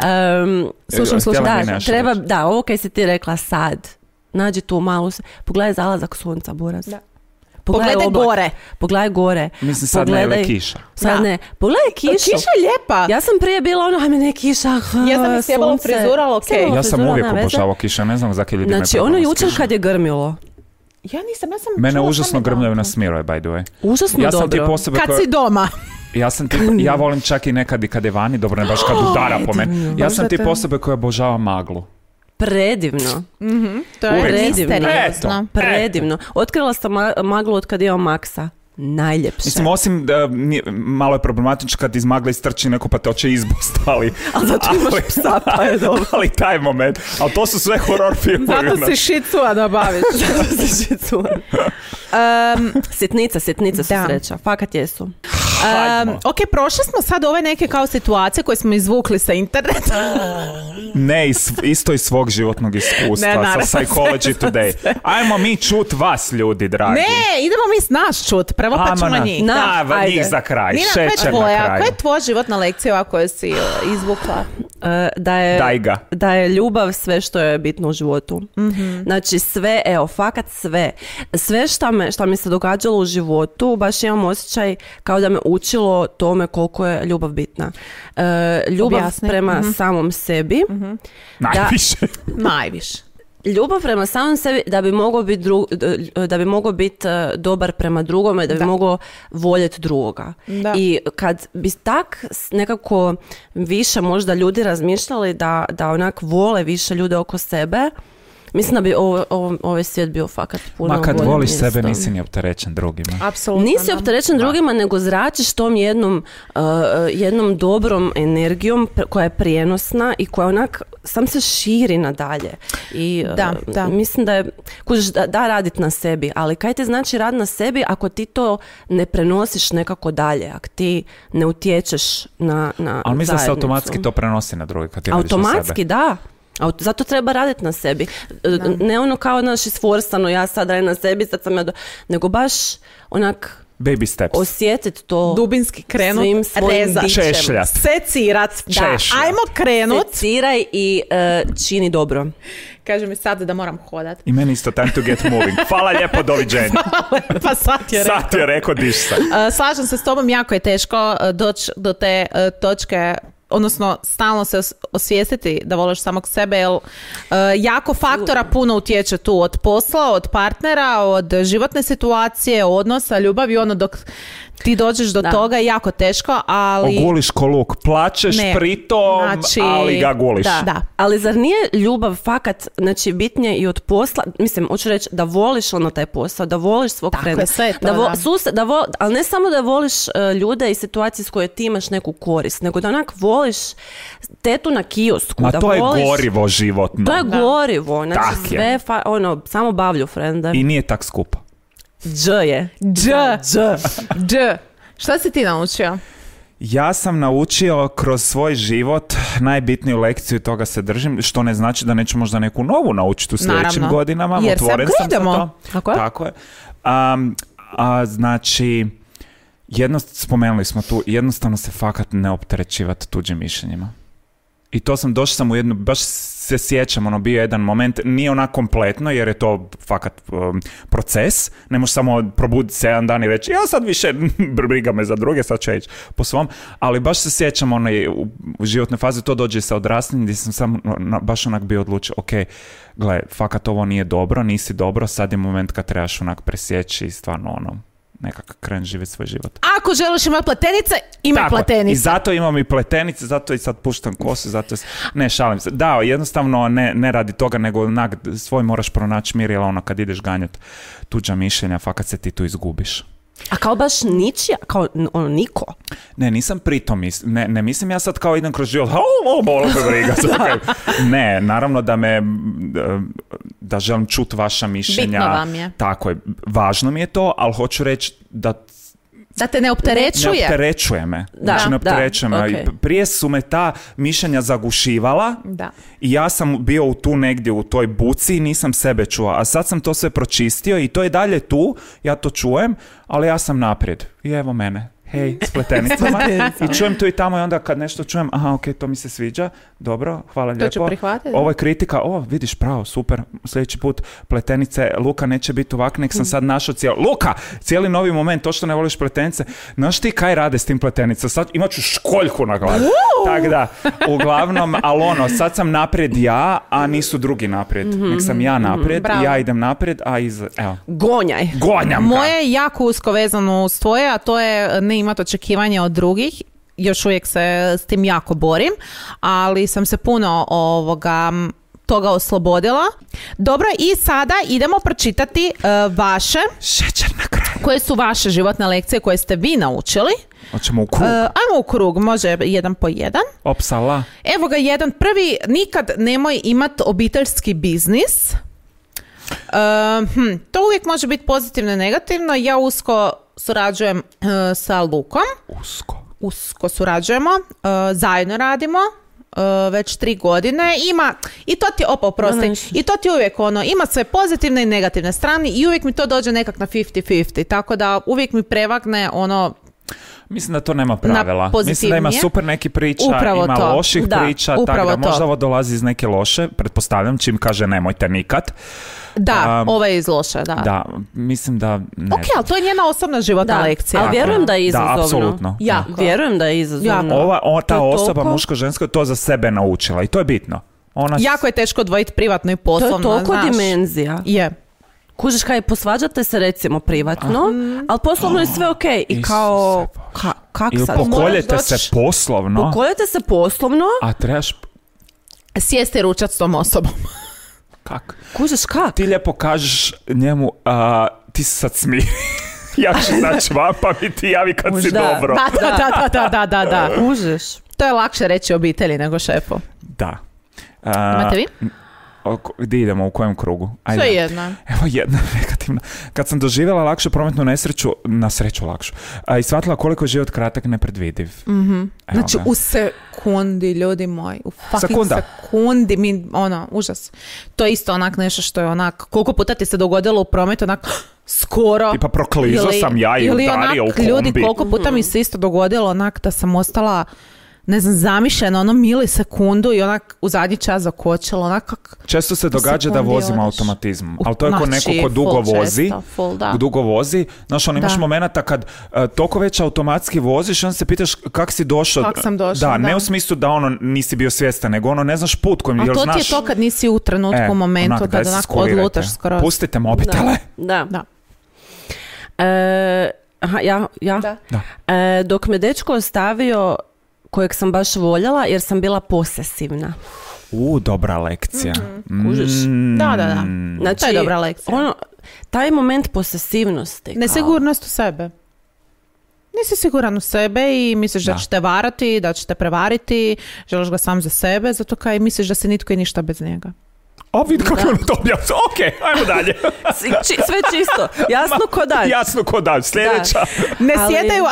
[SPEAKER 2] Um,
[SPEAKER 3] htjela
[SPEAKER 2] slušam, slušam.
[SPEAKER 3] bi
[SPEAKER 2] Da,
[SPEAKER 3] nešto
[SPEAKER 2] treba,
[SPEAKER 3] reći.
[SPEAKER 2] da, ovo kaj si ti rekla sad. Nađi tu malu, se- pogledaj zalazak sunca, Buraz.
[SPEAKER 1] Da.
[SPEAKER 2] Pogledaj
[SPEAKER 1] Pogledaj
[SPEAKER 2] oblak.
[SPEAKER 1] gore.
[SPEAKER 2] Pogledaj gore.
[SPEAKER 3] Mislim, sad ne,
[SPEAKER 2] Pogledaj...
[SPEAKER 3] ili kiša.
[SPEAKER 2] Sad
[SPEAKER 1] Da.
[SPEAKER 2] ne. Pogledaj kišu.
[SPEAKER 1] Kiša je lijepa.
[SPEAKER 2] Ja sam prije bila ono, ajme ne kiša, h,
[SPEAKER 1] Ja sam ih sjebala u
[SPEAKER 2] sunce.
[SPEAKER 1] frizural,
[SPEAKER 2] Sjebala
[SPEAKER 1] okej.
[SPEAKER 2] u
[SPEAKER 1] Ja
[SPEAKER 3] Ja sam
[SPEAKER 2] frizural,
[SPEAKER 3] uvijek
[SPEAKER 2] nema veze.
[SPEAKER 3] obožavao kiša, ne znam zakaj ljudi
[SPEAKER 2] Znači,
[SPEAKER 3] me
[SPEAKER 2] ono
[SPEAKER 3] problem s
[SPEAKER 2] jučer
[SPEAKER 3] kišom.
[SPEAKER 2] kad je grmilo,
[SPEAKER 1] Ja nisam, ja sam
[SPEAKER 3] Mene
[SPEAKER 1] čula
[SPEAKER 3] užasno
[SPEAKER 1] samo da.
[SPEAKER 3] grmljaju na smiroj, by the way.
[SPEAKER 2] užasno
[SPEAKER 3] Ja sam
[SPEAKER 2] dobro.
[SPEAKER 3] tip osobe
[SPEAKER 1] Kad
[SPEAKER 3] koja-
[SPEAKER 1] si doma. (laughs)
[SPEAKER 3] Ja sam tip, ja volim čak i nekad i kad je vani, dobro ne baš kad udara po meni. Ja sam tip osobe koja obožava maglu.
[SPEAKER 2] Predivno.
[SPEAKER 1] To je
[SPEAKER 2] Uvijek.
[SPEAKER 1] misteriozno.
[SPEAKER 2] Predivno. Otkrila sam ma- maglu od kad imam Maksa. Najljepše.
[SPEAKER 3] Mislim, osim da nije- malo je problematično kad iz magle istrči neko pa te hoće izbost, ali...
[SPEAKER 2] A zato imaš psa, pa je dobro.
[SPEAKER 3] (laughs) ali taj moment. Ali to su sve horor filmovi.
[SPEAKER 1] Zato
[SPEAKER 3] ono.
[SPEAKER 1] si šicua da
[SPEAKER 3] (laughs)
[SPEAKER 1] baviš. Um,
[SPEAKER 2] sitnica, sitnica su
[SPEAKER 1] Da.
[SPEAKER 2] sreća. Fakat jesu.
[SPEAKER 3] Hajdmo.
[SPEAKER 1] um, ok, prošli smo sad ove neke kao situacije koje smo izvukli sa interneta.
[SPEAKER 3] Ne, iz, isto iz svog životnog iskustva,
[SPEAKER 1] Ne,
[SPEAKER 3] sa
[SPEAKER 1] naravno, (laughs)
[SPEAKER 3] Psychology Today. Ajmo mi čut vas, ljudi, dragi.
[SPEAKER 1] Ne, idemo mi s naš čut. Prvo pa ćemo
[SPEAKER 3] Ajmo na-
[SPEAKER 1] njih.
[SPEAKER 2] Na,
[SPEAKER 3] Da, va-
[SPEAKER 2] ajde.
[SPEAKER 3] njih za kraj,
[SPEAKER 1] Nina, koja je
[SPEAKER 3] šećer na
[SPEAKER 1] tvoja?
[SPEAKER 3] kraju.
[SPEAKER 1] Koja je tvoja životna lekcija ova koju si e, izvukla?
[SPEAKER 2] E, da je,
[SPEAKER 3] Daj ga.
[SPEAKER 2] da je ljubav sve što je bitno u životu. Znači sve, evo, fakat sve. Sve šta, me, šta mi se događalo u životu, baš imam osjećaj kao da me učilo tome koliko je ljubav bitna. E, ljubav
[SPEAKER 1] Objasni.
[SPEAKER 2] prema samom sebi.
[SPEAKER 3] Najviše.
[SPEAKER 1] Najviše.
[SPEAKER 2] Ljubav prema samom sebi da bi mogao biti dru- da bi mogao biti e, dobar prema drugome, da bi mogao voljeti drugoga.
[SPEAKER 1] Da.
[SPEAKER 2] I kad bi tak s- nekako više možda ljudi razmišljali da, da onak vole više ljude oko sebe, mislim da bi ovo, ovo- ovaj svijet bio fakat puno
[SPEAKER 3] Ma kad
[SPEAKER 2] bolje
[SPEAKER 3] voliš
[SPEAKER 2] mjesto.
[SPEAKER 3] sebe, nisi ni opterećen drugima.
[SPEAKER 1] Apsolutno.
[SPEAKER 2] Nisi
[SPEAKER 1] da.
[SPEAKER 2] opterećen drugima, nego zračiš tom jednom, uh, jednom dobrom energijom pr- koja je prijenosna i koja onak sam se širi nadalje. I, uh,
[SPEAKER 1] Da, da.
[SPEAKER 2] Mislim da je, kužiš, da, da radit na sebi, ali kaj ti znači rad na sebi ako ti to ne prenosiš nekako dalje, ako ti ne utječeš na, na
[SPEAKER 3] Ali mislim da se
[SPEAKER 2] zajednicu.
[SPEAKER 3] automatski to prenosi na druge kad ti radiš na
[SPEAKER 2] Automatski,
[SPEAKER 3] sebe.
[SPEAKER 2] da. Aut- Zato treba raditi na sebi. E, Ne ono kao, naš isforsano, ja sad radim na sebi, sad sam ja... do- Nego baš onak
[SPEAKER 3] Baby steps.
[SPEAKER 2] osjetiti to.
[SPEAKER 1] Dubinski krenut,
[SPEAKER 2] Svim svojim
[SPEAKER 1] rezat.
[SPEAKER 2] bićem.
[SPEAKER 3] Češljat.
[SPEAKER 1] Secirat. Da.
[SPEAKER 3] Češljat.
[SPEAKER 1] Ajmo krenut.
[SPEAKER 2] Seciraj i e, čini dobro.
[SPEAKER 1] Kaže mi sad da moram hodat.
[SPEAKER 3] I meni isto time to get moving. Hvala lijepo, doviđenja.
[SPEAKER 1] (laughs) pa sad je rekao.
[SPEAKER 3] Sad je rekao, diš se.
[SPEAKER 1] E, Slažem se s tobom, jako je teško e, doći do te e, točke odnosno stalno se os- osvijestiti da voliš samog sebe, jer e, jako faktora puno utječe tu od posla, od partnera, od životne situacije, odnosa, ljubavi, ono dok ti dođeš do
[SPEAKER 2] Da.
[SPEAKER 1] toga je jako teško, ali...
[SPEAKER 3] Oguliš ko luk, plačeš
[SPEAKER 1] Ne.
[SPEAKER 3] pritom,
[SPEAKER 1] Znači,
[SPEAKER 3] ali ga guliš.
[SPEAKER 1] Da. da.
[SPEAKER 2] Ali zar nije ljubav fakat, znači bitnije i od posla, mislim, hoću reći da voliš ono taj posao, da voliš svog
[SPEAKER 1] Tako
[SPEAKER 2] frenda,
[SPEAKER 1] je, sve je to,
[SPEAKER 2] da, vo-
[SPEAKER 1] da.
[SPEAKER 2] sused- da vo- ali ne samo da voliš e, ljude i situacije s koje ti imaš neku korist, nego da onak voliš tetu na kiosku,
[SPEAKER 3] Ma
[SPEAKER 2] da
[SPEAKER 3] to je
[SPEAKER 2] voliš,
[SPEAKER 3] gorivo životno.
[SPEAKER 2] To je gorivo, znači
[SPEAKER 3] Tak je.
[SPEAKER 2] sve, fa- ono, samo bavlju frenda.
[SPEAKER 3] I nije tak skupo.
[SPEAKER 2] Dž je.
[SPEAKER 1] Dž. Dž. Šta si ti naučio?
[SPEAKER 3] Ja sam naučio kroz svoj život najbitniju lekciju i toga se držim, što ne znači da neću možda neku novu naučiti u sljedećim
[SPEAKER 1] Naravno.
[SPEAKER 3] godinama.
[SPEAKER 1] Jer se
[SPEAKER 3] Otvoren sam za
[SPEAKER 1] upgradeamo.
[SPEAKER 3] to.
[SPEAKER 2] Tako je.
[SPEAKER 3] Tako je. Um, a, znači, jedno, spomenuli smo tu, jednostavno se fakat ne opterećivati tuđim mišljenjima. I to sam, došao sam u jednu, baš se sjećam, ono bio je jedan moment, nije onak kompletno jer je to fakat um, proces, ne možeš samo probuditi se jedan dan i reći ja sad više (laughs) briga me za druge, sad ću ja ići po svom, ali baš se sjećam onaj, u, u životnoj fazi, to dođe sa odrastanjem gdje sam sam na- baš onak bio odlučio, ok, gle, fakat ovo nije dobro, nisi dobro, sad je moment kad trebaš onak presjeći i stvarno ono, nekako kren živjeti svoj život.
[SPEAKER 1] Ako želiš imati platenice, imaj
[SPEAKER 3] Tako, I
[SPEAKER 1] platenice.
[SPEAKER 3] zato imam i pletenice, zato i sad puštam kosu, zato s- ne šalim se. Da, jednostavno ne, ne radi toga, nego onak svoj moraš pronaći mir, jer ono kad ideš ganjat tuđa mišljenja, fakat se ti tu izgubiš.
[SPEAKER 2] A kao baš ničija, kao n- ono, niko.
[SPEAKER 3] Ne, nisam pritom, mis- ne, ne mislim ja sad kao idem kroz život, ha, ovo, bolo
[SPEAKER 1] (laughs)
[SPEAKER 3] me briga. sad kaj. ne, naravno da me, m, da- da želim čut vaša mišljenja.
[SPEAKER 1] Bitno vam je.
[SPEAKER 3] Tako je, važno mi je to, ali hoću reći da
[SPEAKER 1] Da te ne
[SPEAKER 3] Ne
[SPEAKER 1] opterećuje.
[SPEAKER 3] opterećuje me.
[SPEAKER 2] Da,
[SPEAKER 3] znači, ne
[SPEAKER 2] da,
[SPEAKER 3] opterećuje me.
[SPEAKER 2] okej.
[SPEAKER 3] I p- Prije su me ta mišljenja zagušivala
[SPEAKER 1] Da.
[SPEAKER 3] i ja sam bio u tu negdje u toj buci i nisam sebe čuo. A sad sam to sve pročistio i to je dalje tu, ja to čujem, ali ja sam naprijed. I evo mene. hej, s pletenicama. I čujem tu i tamo i onda kad nešto čujem, aha, ok, to mi se sviđa, dobro, hvala
[SPEAKER 1] To ću
[SPEAKER 3] lijepo.
[SPEAKER 1] prihvatiti.
[SPEAKER 3] Ovo je kritika, o, vidiš, pravo, super, sljedeći put pletenice, Luka neće biti ovak, nek sam
[SPEAKER 1] Mhm.
[SPEAKER 3] sad našao cijeli, Luka, cijeli novi moment, to što ne voliš pletenice, znaš ti kaj rade s tim pletenicama, sad imat ću školjku na glavi. Tak da, uglavnom, ali ono, sad sam naprijed ja, a nisu drugi naprijed, nek sam ja naprijed,
[SPEAKER 1] Mhm, Bravo.
[SPEAKER 3] ja idem naprijed, a iz, evo,
[SPEAKER 2] Gonjaj.
[SPEAKER 3] gonjam ga.
[SPEAKER 1] Moje je jako usko vezano uz tvoje, a to je ne imati očekivanja od drugih. Još uvijek se s tim jako borim, ali sam se puno ovoga m, toga oslobodila. Dobro, i sada idemo pročitati e, vaše,
[SPEAKER 3] Šećer na kraju.
[SPEAKER 1] koje su vaše životne lekcije koje ste vi naučili.
[SPEAKER 3] Hoćemo u
[SPEAKER 1] E,
[SPEAKER 3] krug.
[SPEAKER 1] ajmo u krug, može jedan po jedan.
[SPEAKER 3] Opsala.
[SPEAKER 1] Evo ga jedan prvi, nikad nemoj imat obiteljski biznis. E, hm, to uvijek može biti pozitivno i negativno. Ja usko surađujem e, sa Lukom,
[SPEAKER 3] Usko.
[SPEAKER 1] usko surađujemo, e, zajedno radimo e, već tri godine. Ima, i to ti, opa, oprosti,
[SPEAKER 2] Ma, ništa.
[SPEAKER 1] i to ti uvijek ono, ima sve pozitivne i negativne strane i uvijek mi to dođe nekak na 50-50, tako da uvijek mi prevagne ono,
[SPEAKER 3] Mislim da to nema pravila. Mislim da ima
[SPEAKER 1] pozitivnije.
[SPEAKER 3] super neki priča,
[SPEAKER 1] Upravo
[SPEAKER 3] ima
[SPEAKER 1] to.
[SPEAKER 3] loših
[SPEAKER 1] Da,
[SPEAKER 3] priča, tako
[SPEAKER 1] upravo
[SPEAKER 3] da
[SPEAKER 1] to.
[SPEAKER 3] možda ovo dolazi iz neke loše, pretpostavljam čim kaže nemojte nikad.
[SPEAKER 1] da,
[SPEAKER 3] Am,
[SPEAKER 1] ovo je iz loše, da.
[SPEAKER 3] Da, mislim da ne.
[SPEAKER 1] Ok, ali to je njena osobna životna
[SPEAKER 2] Da,
[SPEAKER 1] lekcija.
[SPEAKER 2] ali vjerujem da je
[SPEAKER 3] Da,
[SPEAKER 2] izazovno.
[SPEAKER 3] apsolutno.
[SPEAKER 2] Ja,
[SPEAKER 1] Da.
[SPEAKER 2] vjerujem da je izazovno.
[SPEAKER 1] Jako.
[SPEAKER 3] Ova, o- ta
[SPEAKER 2] To je
[SPEAKER 3] osoba,
[SPEAKER 2] toliko-
[SPEAKER 3] muško-žensko, je to za sebe naučila i to je bitno. Ona
[SPEAKER 1] Jako je teško odvojiti privatno i
[SPEAKER 2] To je
[SPEAKER 1] poslovno,
[SPEAKER 2] toliko
[SPEAKER 1] znaš.
[SPEAKER 2] dimenzija.
[SPEAKER 1] Je.
[SPEAKER 2] Kužiš kaj, posvađate se recimo privatno, ali poslovno je sve okej. I
[SPEAKER 3] Isuse
[SPEAKER 2] kao,
[SPEAKER 3] Bože.
[SPEAKER 2] ka, kak
[SPEAKER 3] ili
[SPEAKER 2] sad?
[SPEAKER 3] pokoljete
[SPEAKER 2] Moraš doći-
[SPEAKER 3] se poslovno,
[SPEAKER 2] Pokoljete se poslovno,
[SPEAKER 3] a trebaš...
[SPEAKER 1] Sjesti i ručat s tom
[SPEAKER 3] (laughs)
[SPEAKER 1] osobom.
[SPEAKER 3] Kak?
[SPEAKER 2] kužiš kak?
[SPEAKER 3] Ti lijepo kažeš njemu, a, ti se sad smiri. (laughs) ja
[SPEAKER 2] (laughs)
[SPEAKER 3] ću izaći van, pa mi ti javi kad si
[SPEAKER 2] Možda.
[SPEAKER 3] dobro.
[SPEAKER 1] Da, da, da, da, da, da, da.
[SPEAKER 2] Kužiš.
[SPEAKER 1] To je lakše reći obitelji nego šefu.
[SPEAKER 3] Da. A,
[SPEAKER 1] Imate vi?
[SPEAKER 3] oko- Gdje idemo, u kojem krugu? Ajde.
[SPEAKER 1] Sve jedno.
[SPEAKER 3] Evo jedna (laughs) negativna. Kad sam doživjela lakšu prometnu nesreću, na sreću lakšu, a, i shvatila koliko je život kratak i nepredvidiv. Evo
[SPEAKER 1] Znači
[SPEAKER 3] ga.
[SPEAKER 1] u sekundi, ljudi moji, u fucking
[SPEAKER 3] Sekunda.
[SPEAKER 1] sekundi, mi, ono, užas. To je isto onak nešto što je onak, koliko puta ti se dogodilo u prometu, onak, (gasps) skoro.
[SPEAKER 3] Tipa pa proklizao
[SPEAKER 1] Ili-
[SPEAKER 3] sam ja i
[SPEAKER 1] ili
[SPEAKER 3] udario
[SPEAKER 1] onak,
[SPEAKER 3] u kombi.
[SPEAKER 1] Ljudi, koliko puta mi se isto dogodilo onak da sam ostala, ne znam, zamišljena ono milisekundu i onak u zadnji čas zakočila, onak kak...
[SPEAKER 3] Često se događa da
[SPEAKER 1] sekundi
[SPEAKER 3] vozim
[SPEAKER 1] Pa odeš.
[SPEAKER 3] automatizmom,
[SPEAKER 1] U-
[SPEAKER 3] ali to je kod
[SPEAKER 1] znači,
[SPEAKER 3] neko ko dugo
[SPEAKER 1] full često,
[SPEAKER 3] vozi,
[SPEAKER 1] full, da.
[SPEAKER 3] dugo vozi, znaš, on imaš
[SPEAKER 1] Da.
[SPEAKER 3] momenata kad e, toliko već automatski voziš, onda se pitaš kak si došao.
[SPEAKER 1] Kak sam došao,
[SPEAKER 3] Da, ne
[SPEAKER 1] da.
[SPEAKER 3] u smislu da ono nisi bio svjestan, nego ono ne znaš put kojim,
[SPEAKER 1] A
[SPEAKER 3] jer
[SPEAKER 1] to ti
[SPEAKER 3] znaš...
[SPEAKER 1] je to kad nisi u trenutku,
[SPEAKER 3] E,
[SPEAKER 1] u momentu,
[SPEAKER 3] onak, daj
[SPEAKER 1] kad
[SPEAKER 3] se
[SPEAKER 1] onako
[SPEAKER 3] skulirajte.
[SPEAKER 1] odlutaš skoro.
[SPEAKER 3] Pustite mobitele. (laughs)
[SPEAKER 2] Da.
[SPEAKER 1] Da.
[SPEAKER 2] E, aha, ja, ja?
[SPEAKER 1] Da.
[SPEAKER 3] Da.
[SPEAKER 2] E, dok me dečko ostavio kojeg sam baš voljela jer sam bila posesivna.
[SPEAKER 3] U, dobra lekcija.
[SPEAKER 2] Kužiš?
[SPEAKER 3] Mm.
[SPEAKER 1] Mhm. Da, da, da.
[SPEAKER 2] Znači,
[SPEAKER 1] to je dobra lekcija.
[SPEAKER 2] Ono, taj moment
[SPEAKER 3] E,
[SPEAKER 2] posesivnosti. kao-
[SPEAKER 1] Nesigurnost u sebe. Nisi siguran u sebe i misliš da,
[SPEAKER 3] Da.
[SPEAKER 1] će te varati, da će te prevariti, želiš ga sam za sebe, zato kaj misliš da si nitko i ništa bez njega.
[SPEAKER 3] A vidi kako je ono to objasnio. Ok, ajmo
[SPEAKER 1] (laughs)
[SPEAKER 3] dalje.
[SPEAKER 2] Si- či- sve (laughs) čisto. Jasno ko dan.
[SPEAKER 3] Jasno ko dan. Sljedeća.
[SPEAKER 1] Ne
[SPEAKER 2] Ali-
[SPEAKER 1] sjedaju,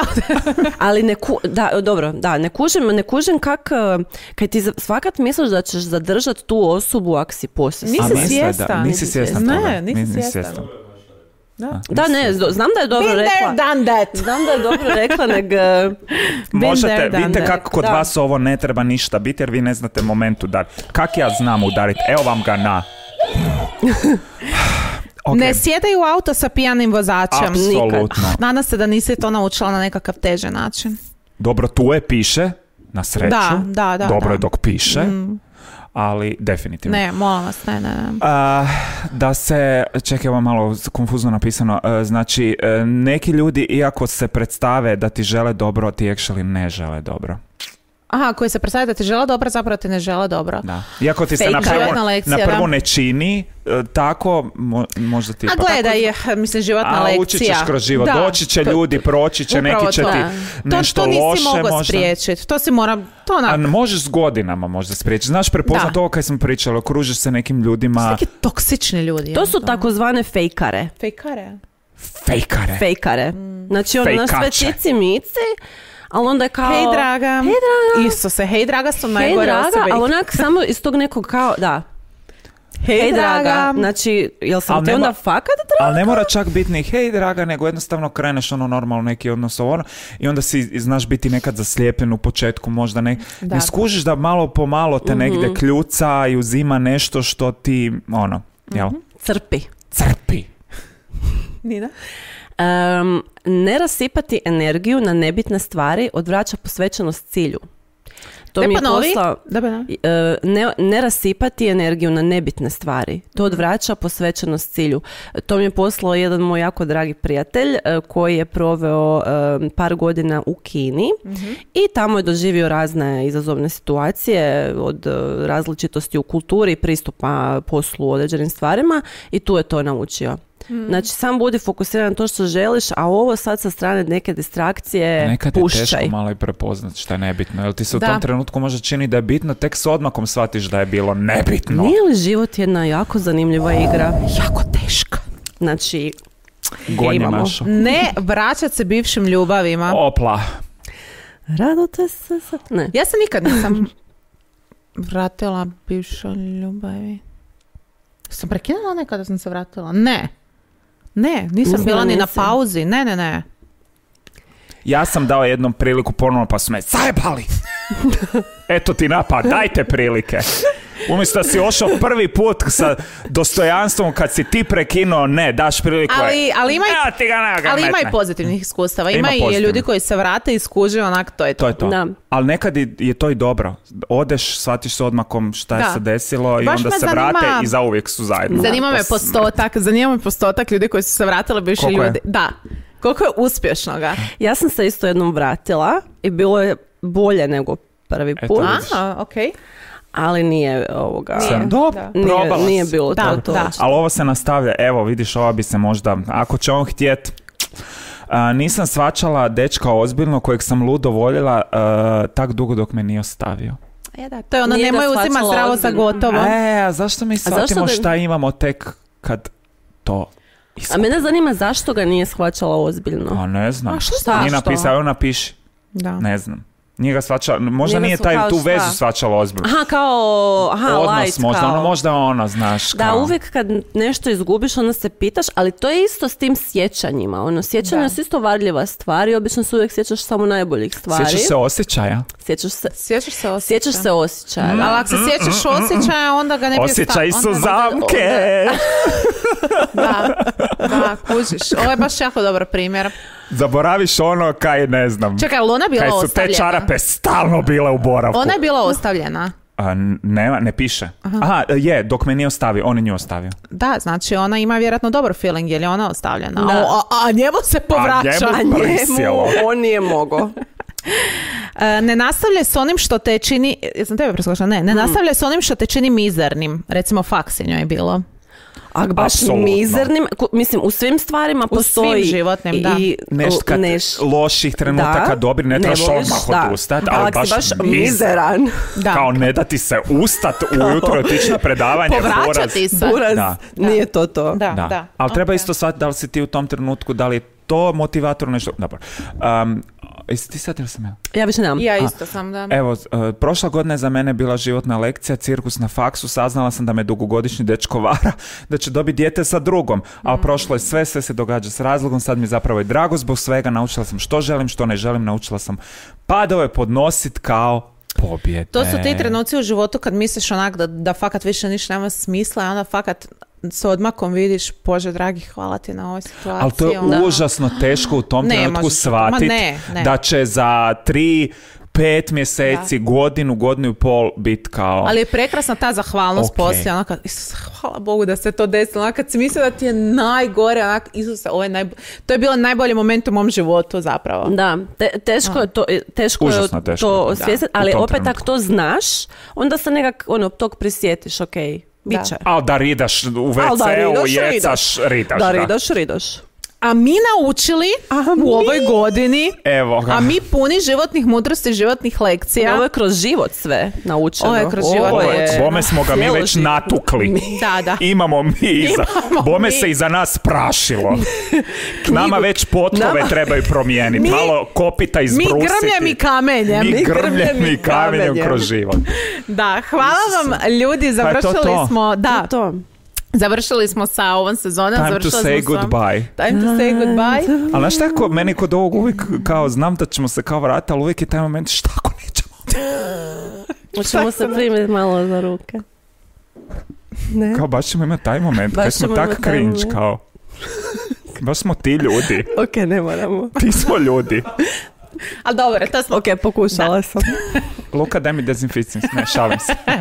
[SPEAKER 3] (laughs)
[SPEAKER 2] Ali ne ku, da, dobro, da, ne kužim, ne kužim kak, eh, kaj ti za- svakat misliš da ćeš zadržat tu osobu ak si posesivna.
[SPEAKER 1] Nisi
[SPEAKER 3] A misle da-
[SPEAKER 1] svjestan.
[SPEAKER 3] Nisi svjestan
[SPEAKER 1] Ne,
[SPEAKER 3] toga.
[SPEAKER 1] nisi
[SPEAKER 3] Ni-
[SPEAKER 1] svjestan.
[SPEAKER 3] A,
[SPEAKER 2] Da, ne, do- znam da je dobro
[SPEAKER 1] Been
[SPEAKER 2] rekla.
[SPEAKER 1] there, done that.
[SPEAKER 2] Znam da je dobro rekla, neg...
[SPEAKER 1] (laughs)
[SPEAKER 2] eh,
[SPEAKER 1] Been
[SPEAKER 3] Možete,
[SPEAKER 1] there, done
[SPEAKER 3] vidite
[SPEAKER 1] that.
[SPEAKER 3] kako kod
[SPEAKER 2] Da.
[SPEAKER 3] vas ovo ne treba ništa biti jer vi ne znate moment udariti. Kak ja znam udariti? Evo vam ga na. (sighs) Ok,
[SPEAKER 1] Ne sjedaju u auto sa pijanim vozačem.
[SPEAKER 3] Apsolutno.
[SPEAKER 1] (laughs) Nadam se da nisi to naučila na nekakav teže način.
[SPEAKER 3] Dobro, tu je piše, na sreću.
[SPEAKER 1] Da, da, da,
[SPEAKER 3] Dobro je
[SPEAKER 1] da. Mm.
[SPEAKER 3] dok piše, ali definitivno.
[SPEAKER 1] Ne, molim vas, ne, ne, ne.
[SPEAKER 3] A, da se, čekaj, ovo je malo konfuzno napisano, E, znači e, neki ljudi iako se predstave da ti žele dobro, ti actually ne žele dobro.
[SPEAKER 1] Aha, koji se predstavlja da ti žele dobro, zapravo ti ne žele dobro.
[SPEAKER 3] Da. Iako ti se
[SPEAKER 1] Fake
[SPEAKER 3] na prvu,
[SPEAKER 1] životna lekcija,
[SPEAKER 3] na prvu
[SPEAKER 1] da.
[SPEAKER 3] ne čini, e, tako mo- možda ti...
[SPEAKER 1] A
[SPEAKER 3] pa tako-
[SPEAKER 1] gledaj, je, mislim, životna
[SPEAKER 3] a
[SPEAKER 1] lekcija.
[SPEAKER 3] ući ćeš kroz život,
[SPEAKER 1] Da,
[SPEAKER 3] doći će
[SPEAKER 1] to-
[SPEAKER 3] ljudi, proći će,
[SPEAKER 1] upravo
[SPEAKER 3] neki će
[SPEAKER 1] to.
[SPEAKER 3] ti
[SPEAKER 1] to,
[SPEAKER 3] nešto
[SPEAKER 1] to nisi
[SPEAKER 3] loše
[SPEAKER 1] mogao
[SPEAKER 3] možda.
[SPEAKER 1] spriječiti. To si mora, to
[SPEAKER 3] A
[SPEAKER 1] onak,
[SPEAKER 3] n- možeš s godinama možda spriječiti. Znaš, prepoznat
[SPEAKER 1] Da.
[SPEAKER 3] ovo kaj sam pričala, okružiš se nekim ljudima,
[SPEAKER 1] neki toksični ljudi.
[SPEAKER 2] to su takozvane fejkare.
[SPEAKER 1] Fejkare.
[SPEAKER 3] fejkare.
[SPEAKER 2] Fejkare.
[SPEAKER 1] Mm.
[SPEAKER 2] Znači, on na sve
[SPEAKER 3] E. Fejkače.
[SPEAKER 2] cici mici, ali onda kao...
[SPEAKER 1] Hej, draga.
[SPEAKER 2] Hej, draga.
[SPEAKER 1] Isuse, hej, draga su
[SPEAKER 2] Hej,
[SPEAKER 1] najgore
[SPEAKER 2] draga,
[SPEAKER 1] osobe.
[SPEAKER 2] ali onak samo iz tog nekog kao, da.
[SPEAKER 1] Hej, draga.
[SPEAKER 2] Znači, jel sam
[SPEAKER 3] Al
[SPEAKER 2] te
[SPEAKER 3] nema-
[SPEAKER 2] onda fakat draga?
[SPEAKER 3] Ali ne mora čak biti ni hej draga, nego jednostavno kreneš ono normalno neki odnos ovo ono, i onda si, znaš, biti nekad zaslijepljen u početku, možda ne,
[SPEAKER 1] Da. Mhm.
[SPEAKER 3] ne skužiš da malo po malo te negdje kljuca i uzima nešto što ti, ono, jel,
[SPEAKER 1] Mhm.
[SPEAKER 2] Crpi.
[SPEAKER 3] crpi.
[SPEAKER 1] Nina?
[SPEAKER 2] Em, ne rasipati energiju na nebitne stvari odvraća posvećenost cilju. To
[SPEAKER 1] Ne
[SPEAKER 2] mi je
[SPEAKER 1] ponovi.
[SPEAKER 2] poslao-
[SPEAKER 1] Da, da.
[SPEAKER 2] I, e, ne, ne rasipati energiju na nebitne stvari. To odvraća posvećenost cilju. To mi je poslao jedan moj jako dragi prijatelj e, koji je proveo e, par godina u Kini i tamo je doživio razne izazovne situacije od e, različitosti u kulturi, pristupa poslu, određenim stvarima i tu je to naučio. Znači, sam budi fokusiran na to što želiš, a ovo sad sa strane neke distrakcije
[SPEAKER 3] Nekad je
[SPEAKER 2] pušćaj.
[SPEAKER 3] teško malo i prepoznat šta je nebitno, jel ti se
[SPEAKER 1] E, Da.
[SPEAKER 3] u tom trenutku možda čini da je bitno, tek s odmakom shvatiš da je bilo nebitno.
[SPEAKER 2] Nije li život jedna jako zanimljiva igra? Jako teška. Znači,
[SPEAKER 3] Gonje
[SPEAKER 2] imamo.
[SPEAKER 3] našo.
[SPEAKER 1] Ne vraćat se bivšim ljubavima.
[SPEAKER 3] Opla.
[SPEAKER 2] rado te se sad... Ne.
[SPEAKER 1] Ja se nikad nisam vratila bivšoj ljubavi. Sam prekinula nekada sam se vratila? Ne. Ne, nisam
[SPEAKER 2] Mislim
[SPEAKER 1] bila
[SPEAKER 2] da
[SPEAKER 1] ni na
[SPEAKER 2] nisi.
[SPEAKER 1] pauzi. Ne, ne, ne.
[SPEAKER 3] Ja sam dao jednom priliku ponovno pa su me
[SPEAKER 1] (laughs)
[SPEAKER 3] zajebali. Eto ti napad, dajte prilike. Umjesto da si ošao prvi put sa dostojanstvom kad si ti prekinuo, ne, daš priliku.
[SPEAKER 1] Ali- ali ima i-
[SPEAKER 3] Evo ti ga, ne, ga
[SPEAKER 1] Ali ima
[SPEAKER 3] metne.
[SPEAKER 1] i pozitivnih iskustava. Ima,
[SPEAKER 3] Ima
[SPEAKER 1] i ljudi
[SPEAKER 3] pozitivnih.
[SPEAKER 1] koji se vrate i skuže onak, to je to.
[SPEAKER 3] To je to.
[SPEAKER 2] Da.
[SPEAKER 3] Ali nekad i- je to i dobro. Odeš, shvatiš s odmakom šta je
[SPEAKER 1] Da.
[SPEAKER 3] se desilo i
[SPEAKER 1] Baš
[SPEAKER 3] onda
[SPEAKER 1] me
[SPEAKER 3] se
[SPEAKER 1] zanima-
[SPEAKER 3] vrate i zauvijek su zajedno.
[SPEAKER 1] Zanima me
[SPEAKER 3] Pa s-
[SPEAKER 1] postotak, zanima me postotak ljudi koji su se vratili bivši
[SPEAKER 3] Koliko je?
[SPEAKER 1] ljudi. Da. Koliko je uspješnoga?
[SPEAKER 2] Ja sam se isto jednom vratila i bilo je bolje nego prvi
[SPEAKER 3] Eto.
[SPEAKER 2] put,
[SPEAKER 3] A?
[SPEAKER 1] Aha, okej.
[SPEAKER 2] ali nije ovoga...
[SPEAKER 1] Nije.
[SPEAKER 3] Sam dobro,
[SPEAKER 1] Da.
[SPEAKER 2] Nije,
[SPEAKER 3] probala si.
[SPEAKER 2] nije bilo
[SPEAKER 1] Da,
[SPEAKER 2] to. to.
[SPEAKER 1] da.
[SPEAKER 3] Ali ovo se nastavlja, evo vidiš, ova bi se možda, ako će on htjet, a, nisam svačala dečka ozbiljno kojeg sam ludo voljela a, tak dugo dok me nije ostavio.
[SPEAKER 1] E, da, to je ono,
[SPEAKER 2] Nije ga
[SPEAKER 1] nemoj uzimati
[SPEAKER 2] shvaćala
[SPEAKER 1] zdravo za
[SPEAKER 2] ozbiljno.
[SPEAKER 1] gotovo.
[SPEAKER 3] E, a zašto mi
[SPEAKER 2] zašto
[SPEAKER 3] shvatimo
[SPEAKER 2] da-
[SPEAKER 3] šta imamo tek kad to
[SPEAKER 2] A mene zanima zašto ga nije shvaćala ozbiljno.
[SPEAKER 3] A ne znam.
[SPEAKER 2] A što šta?
[SPEAKER 3] Nije
[SPEAKER 2] Zašto?
[SPEAKER 3] napisao, evo napiši.
[SPEAKER 1] Da.
[SPEAKER 3] Ne znam. Nije ga svačala, možda
[SPEAKER 2] Nije
[SPEAKER 3] nije
[SPEAKER 2] ga
[SPEAKER 3] taj
[SPEAKER 2] shvaćala
[SPEAKER 3] tu
[SPEAKER 2] šta?
[SPEAKER 3] vezu svačala ozbiljno.
[SPEAKER 2] Aha, kao... Aha,
[SPEAKER 3] Odnos
[SPEAKER 2] light,
[SPEAKER 3] možda,
[SPEAKER 2] kao.
[SPEAKER 3] ono možda ono, znaš.
[SPEAKER 2] Da,
[SPEAKER 3] kao.
[SPEAKER 2] uvijek kad nešto izgubiš, onda se pitaš, ali to je isto s tim sjećanjima. Ono, sjećanja
[SPEAKER 1] Da.
[SPEAKER 2] su isto varljiva stvar i obično se uvijek sjećaš samo najboljih stvari.
[SPEAKER 3] Sjećaš se osjećaja?
[SPEAKER 2] Sjećaš se,
[SPEAKER 1] Sjećaš se osjećaja?
[SPEAKER 2] sjećaš se
[SPEAKER 3] Mm.
[SPEAKER 2] osjećaja. da.
[SPEAKER 1] Ali ako se sjećaš osjećaja, onda ga ne bi
[SPEAKER 3] E. Mm-hmm. Osjećaj
[SPEAKER 1] sta-
[SPEAKER 3] su
[SPEAKER 1] onda-
[SPEAKER 3] zamke!
[SPEAKER 1] Da, da, kužiš. Ovo je baš jako dobar primjer.
[SPEAKER 3] (laughs) Zaboraviš ono kaj ne znam.
[SPEAKER 1] Čekaj, ali ona je bila
[SPEAKER 3] Kaj su te
[SPEAKER 1] ostavljena?
[SPEAKER 3] čarape stalno bile u boravku.
[SPEAKER 1] Ona je bila ostavljena.
[SPEAKER 3] A, n- nema, ne piše. Aha. je, dok me nije ostavio, on je nju ostavio.
[SPEAKER 1] Da, znači ona ima vjerojatno dobar feeling jer je ona ostavljena.
[SPEAKER 2] Da.
[SPEAKER 1] A, a, a njemu se povraća.
[SPEAKER 3] njemu- Prisjelo.
[SPEAKER 2] on nije
[SPEAKER 3] (laughs)
[SPEAKER 2] mogao.
[SPEAKER 1] E, ne nastavlja s onim što te čini... Jesam tebe preskočila? Ne, ne nastavlja s onim što te čini mizernim. Recimo, faks je njoj bilo.
[SPEAKER 2] Ak baš
[SPEAKER 3] Apsolutno.
[SPEAKER 2] mizernim, ku- mislim, u svim stvarima
[SPEAKER 1] U svim
[SPEAKER 2] postoji
[SPEAKER 1] životnim,
[SPEAKER 2] i,
[SPEAKER 1] da.
[SPEAKER 2] i-
[SPEAKER 3] Nešto kad
[SPEAKER 2] neš-
[SPEAKER 3] loših
[SPEAKER 2] da,
[SPEAKER 3] trenutaka dobri, ne trebaš
[SPEAKER 2] voliš,
[SPEAKER 3] odmah
[SPEAKER 2] da.
[SPEAKER 3] odustat, ali
[SPEAKER 2] ako si
[SPEAKER 3] baš,
[SPEAKER 2] baš
[SPEAKER 3] mizer.
[SPEAKER 1] (laughs)
[SPEAKER 2] mizeran.
[SPEAKER 1] Da.
[SPEAKER 3] Kao ne da ti se ustat ujutro i otići na predavanje. buraz.
[SPEAKER 1] E, (laughs) Povraćati se.
[SPEAKER 2] Buraz,
[SPEAKER 3] Da.
[SPEAKER 2] nije to to.
[SPEAKER 1] Da,
[SPEAKER 3] Pa Da.
[SPEAKER 1] da.
[SPEAKER 3] Ali treba
[SPEAKER 1] Ok.
[SPEAKER 3] isto shvatiti da li si ti u tom trenutku, da li je to motivator nešto. Dobro. Um, jesi ti sad ili sam ja?
[SPEAKER 2] Ja više nemam.
[SPEAKER 1] Ja isto sam, da.
[SPEAKER 3] Evo, z- e, prošla godina je za mene bila životna lekcija, cirkus na faksu, saznala sam da me dugogodišnji dečko vara, (laughs) da će dobiti dijete sa drugom,
[SPEAKER 1] Mm.
[SPEAKER 3] a prošlo je sve, sve se događa s razlogom, sad mi je zapravo i drago zbog svega, naučila sam što želim, što ne želim, naučila sam padove podnosit kao pobjede.
[SPEAKER 1] To su ti trenuci u životu kad misliš onak da, da fakat više ništa nema smisla i onda fakat s odmakom vidiš, Bože dragi, hvala ti na ovoj situaciji.
[SPEAKER 3] Ali to je
[SPEAKER 1] ono.
[SPEAKER 3] užasno teško u tom
[SPEAKER 1] Ne
[SPEAKER 3] trenutku
[SPEAKER 1] možeš to. Ma
[SPEAKER 3] shvatiti
[SPEAKER 1] ne, ne.
[SPEAKER 3] da će za tri, pet mjeseci, godinu, godinu i pol biti kao...
[SPEAKER 1] Ali je prekrasna ta zahvalnost
[SPEAKER 3] Pa. Ok.
[SPEAKER 1] poslije, ono kad, Isus, hvala Bogu da se to desilo, ono kad si mislio da ti je najgore, onak, Isuse, ovo je najbo- to je bilo najbolji moment u mom životu zapravo.
[SPEAKER 2] Da, te- teško je to, e, teško je
[SPEAKER 3] Užasno teško,
[SPEAKER 2] to
[SPEAKER 3] da.
[SPEAKER 2] osvijestiti,
[SPEAKER 3] U
[SPEAKER 2] ali
[SPEAKER 3] tom
[SPEAKER 2] opet
[SPEAKER 3] trenutku.
[SPEAKER 2] ako to znaš, onda se nekak ono, tog prisjetiš, ok, bit
[SPEAKER 1] Da.
[SPEAKER 2] će.
[SPEAKER 3] Al da ridaš u
[SPEAKER 2] Al da
[SPEAKER 3] WC-u,
[SPEAKER 2] ridaš,
[SPEAKER 3] jecaš, ridaš.
[SPEAKER 2] Da, ridaš, ridaš.
[SPEAKER 1] a mi naučili
[SPEAKER 2] A
[SPEAKER 1] u ovoj
[SPEAKER 2] mi-
[SPEAKER 1] godini,
[SPEAKER 3] Evo ga.
[SPEAKER 1] a mi puni životnih mudrosti, životnih lekcija.
[SPEAKER 2] Ovo je kroz život sve naučeno.
[SPEAKER 1] Ovo je kroz život
[SPEAKER 2] Ovo je-
[SPEAKER 1] naučeno.
[SPEAKER 3] Bome smo ga mi
[SPEAKER 2] Cijelo
[SPEAKER 3] već
[SPEAKER 2] život.
[SPEAKER 3] natukli.
[SPEAKER 1] (laughs) Da, da.
[SPEAKER 3] Imamo mi iza.
[SPEAKER 1] Imamo
[SPEAKER 3] Bome
[SPEAKER 1] mi.
[SPEAKER 3] se iza nas prašilo. Nama već potkove
[SPEAKER 2] Nama-
[SPEAKER 3] trebaju promijeniti.
[SPEAKER 1] Mi-
[SPEAKER 3] Malo kopita
[SPEAKER 1] Mi
[SPEAKER 3] izbrusiti.
[SPEAKER 1] grmljem i kamenjem.
[SPEAKER 3] Mi
[SPEAKER 2] mi
[SPEAKER 3] grmljem
[SPEAKER 2] grmljem
[SPEAKER 3] i
[SPEAKER 2] i
[SPEAKER 3] kamenjem
[SPEAKER 2] kamenjem.
[SPEAKER 3] kroz život.
[SPEAKER 1] Da, hvala vam ljudi,
[SPEAKER 3] Pa je to
[SPEAKER 1] završili
[SPEAKER 3] to.
[SPEAKER 1] smo, da,
[SPEAKER 2] To.
[SPEAKER 1] završili smo sa ovom sezonom,
[SPEAKER 3] Time to
[SPEAKER 1] završili
[SPEAKER 3] say
[SPEAKER 1] smo sa-
[SPEAKER 3] goodbye.
[SPEAKER 1] Time to say goodbye.
[SPEAKER 3] Ali znaš šta, ko- meni kod ovog uvijek kao znam da ćemo se kao vratiti, ali uvijek je taj moment šta ako nećemo?
[SPEAKER 2] Hoćemo se primiti malo za ruke. Ne.
[SPEAKER 3] Kao baš ćemo imati taj moment,
[SPEAKER 2] Baš
[SPEAKER 3] kad smo
[SPEAKER 2] ćemo
[SPEAKER 3] tak
[SPEAKER 2] imati taj
[SPEAKER 3] cringe
[SPEAKER 2] moment.
[SPEAKER 3] kao. Baš smo ti ljudi,
[SPEAKER 2] Ok, ne moramo.
[SPEAKER 3] ti smo ljudi.
[SPEAKER 1] Ali dobro, to smo
[SPEAKER 2] Ok, pokušala sam.
[SPEAKER 3] Luka, daj mi dezinficin, ne, šalim se.
[SPEAKER 1] E,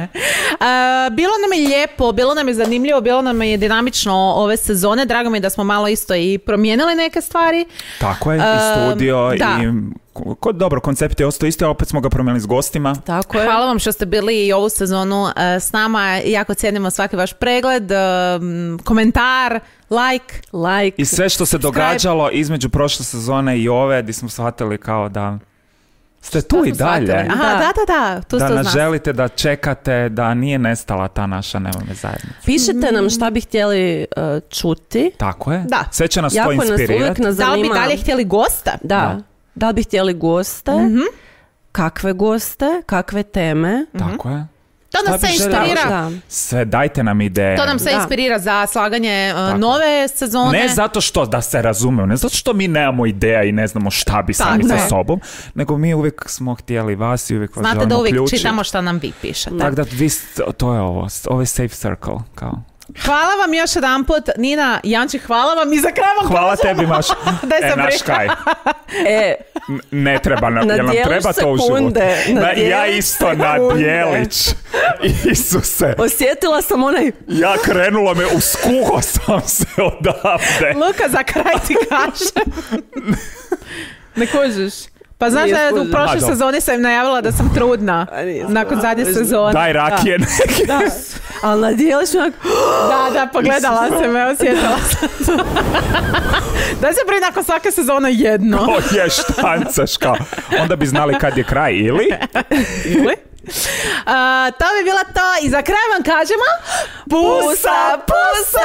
[SPEAKER 1] bilo nam je lijepo, bilo nam je zanimljivo, bilo nam je dinamično ove sezone. Drago mi je da smo malo isto i promijenili neke stvari.
[SPEAKER 3] Tako je, i
[SPEAKER 1] Ehm,
[SPEAKER 3] studio,
[SPEAKER 1] da.
[SPEAKER 3] i ko- ko, dobro, koncept je ostao isti, a opet smo ga promijenili s gostima.
[SPEAKER 2] Tako je.
[SPEAKER 1] Hvala vam što ste bili i ovu sezonu e, s nama. Jako cijenimo svaki vaš pregled, e, m, komentar, like.
[SPEAKER 2] Like.
[SPEAKER 3] I sve što se događalo između prošle sezone i ove, di smo shvatili kao da ste tu i
[SPEAKER 1] To smo
[SPEAKER 3] dalje.
[SPEAKER 1] shvatili. Aha, da, da, da, tu
[SPEAKER 3] da
[SPEAKER 1] ste uz
[SPEAKER 3] nas
[SPEAKER 1] nas.
[SPEAKER 3] želite, da čekate, da nije nestala ta naša Nema me zajednica.
[SPEAKER 2] Pišite nam šta bi htjeli uh, čuti.
[SPEAKER 3] Tako je.
[SPEAKER 1] Da.
[SPEAKER 3] Sve će nas to
[SPEAKER 2] jako nas uvijek
[SPEAKER 3] inspirirati.
[SPEAKER 2] nas
[SPEAKER 1] Da li bi
[SPEAKER 2] zanima.
[SPEAKER 1] dalje htjeli Mhm. gosta?
[SPEAKER 2] Da. Da li bi htjeli goste? Kakve goste? Kakve teme?
[SPEAKER 3] Tako
[SPEAKER 1] Mhm.
[SPEAKER 3] je.
[SPEAKER 1] To nas
[SPEAKER 3] Šta
[SPEAKER 1] sve
[SPEAKER 3] bi željeli?
[SPEAKER 1] inspirira.
[SPEAKER 2] Da.
[SPEAKER 3] Sve, dajte nam ideje.
[SPEAKER 1] To nam sve
[SPEAKER 2] Da.
[SPEAKER 1] inspirira za slaganje e,
[SPEAKER 3] Tako.
[SPEAKER 1] nove sezone.
[SPEAKER 3] Ne zato što, da se razumemo, ne zato što mi nemamo ideja i ne znamo šta bi
[SPEAKER 1] Tako
[SPEAKER 3] sami sa
[SPEAKER 1] je.
[SPEAKER 3] sobom, nego mi uvijek smo htjeli vas i uvijek vas
[SPEAKER 1] Znate da
[SPEAKER 3] želimo
[SPEAKER 1] uvijek
[SPEAKER 3] uključiti.
[SPEAKER 1] čitamo šta nam vi pišete.
[SPEAKER 3] Tako da vi, ste- to je ovo, ovo je safe circle. Kao.
[SPEAKER 1] Hvala vam još jedan put, Nina Janči, hvala vam i za kraj vam
[SPEAKER 3] Hvala
[SPEAKER 2] (laughs)
[SPEAKER 1] kažem-
[SPEAKER 3] tebi, Maš.
[SPEAKER 1] Daj
[SPEAKER 3] e,
[SPEAKER 1] sam
[SPEAKER 3] naš
[SPEAKER 1] rekla.
[SPEAKER 3] kaj.
[SPEAKER 2] E,
[SPEAKER 3] N- Ne treba nam, jel nam
[SPEAKER 2] Nadijeliš
[SPEAKER 3] treba to u životu?
[SPEAKER 2] sekunde,
[SPEAKER 3] Na- ja
[SPEAKER 2] nadijeliš
[SPEAKER 3] isto
[SPEAKER 2] sekunde.
[SPEAKER 3] nadjelić. Isuse,
[SPEAKER 2] osjetila sam onaj
[SPEAKER 3] ja krenulo me, uskuho sam se odavde.
[SPEAKER 1] Luka, za kraj ti kažem. ne kužiš. Pa znaš
[SPEAKER 2] Nije
[SPEAKER 1] da je u
[SPEAKER 2] skužila.
[SPEAKER 1] prošloj
[SPEAKER 3] Ma, dobro.
[SPEAKER 1] sezoni sam najavila da sam trudna.
[SPEAKER 2] A nije
[SPEAKER 1] Nakon
[SPEAKER 2] skužila.
[SPEAKER 1] zadnje
[SPEAKER 2] Već-
[SPEAKER 1] sezone.
[SPEAKER 3] Daj rakije neke. (laughs)
[SPEAKER 2] Da. Ali nadijeliš onak,
[SPEAKER 1] Da, da, pogledala sam, evo sjetila sam. da se prije nakon svake sezone jedno.
[SPEAKER 3] O je, štancaš kao. Onda bi znali kad je kraj, ili?
[SPEAKER 1] Ili? A, to bi bilo to i za kraj vam kažemo
[SPEAKER 2] pusa, pusa!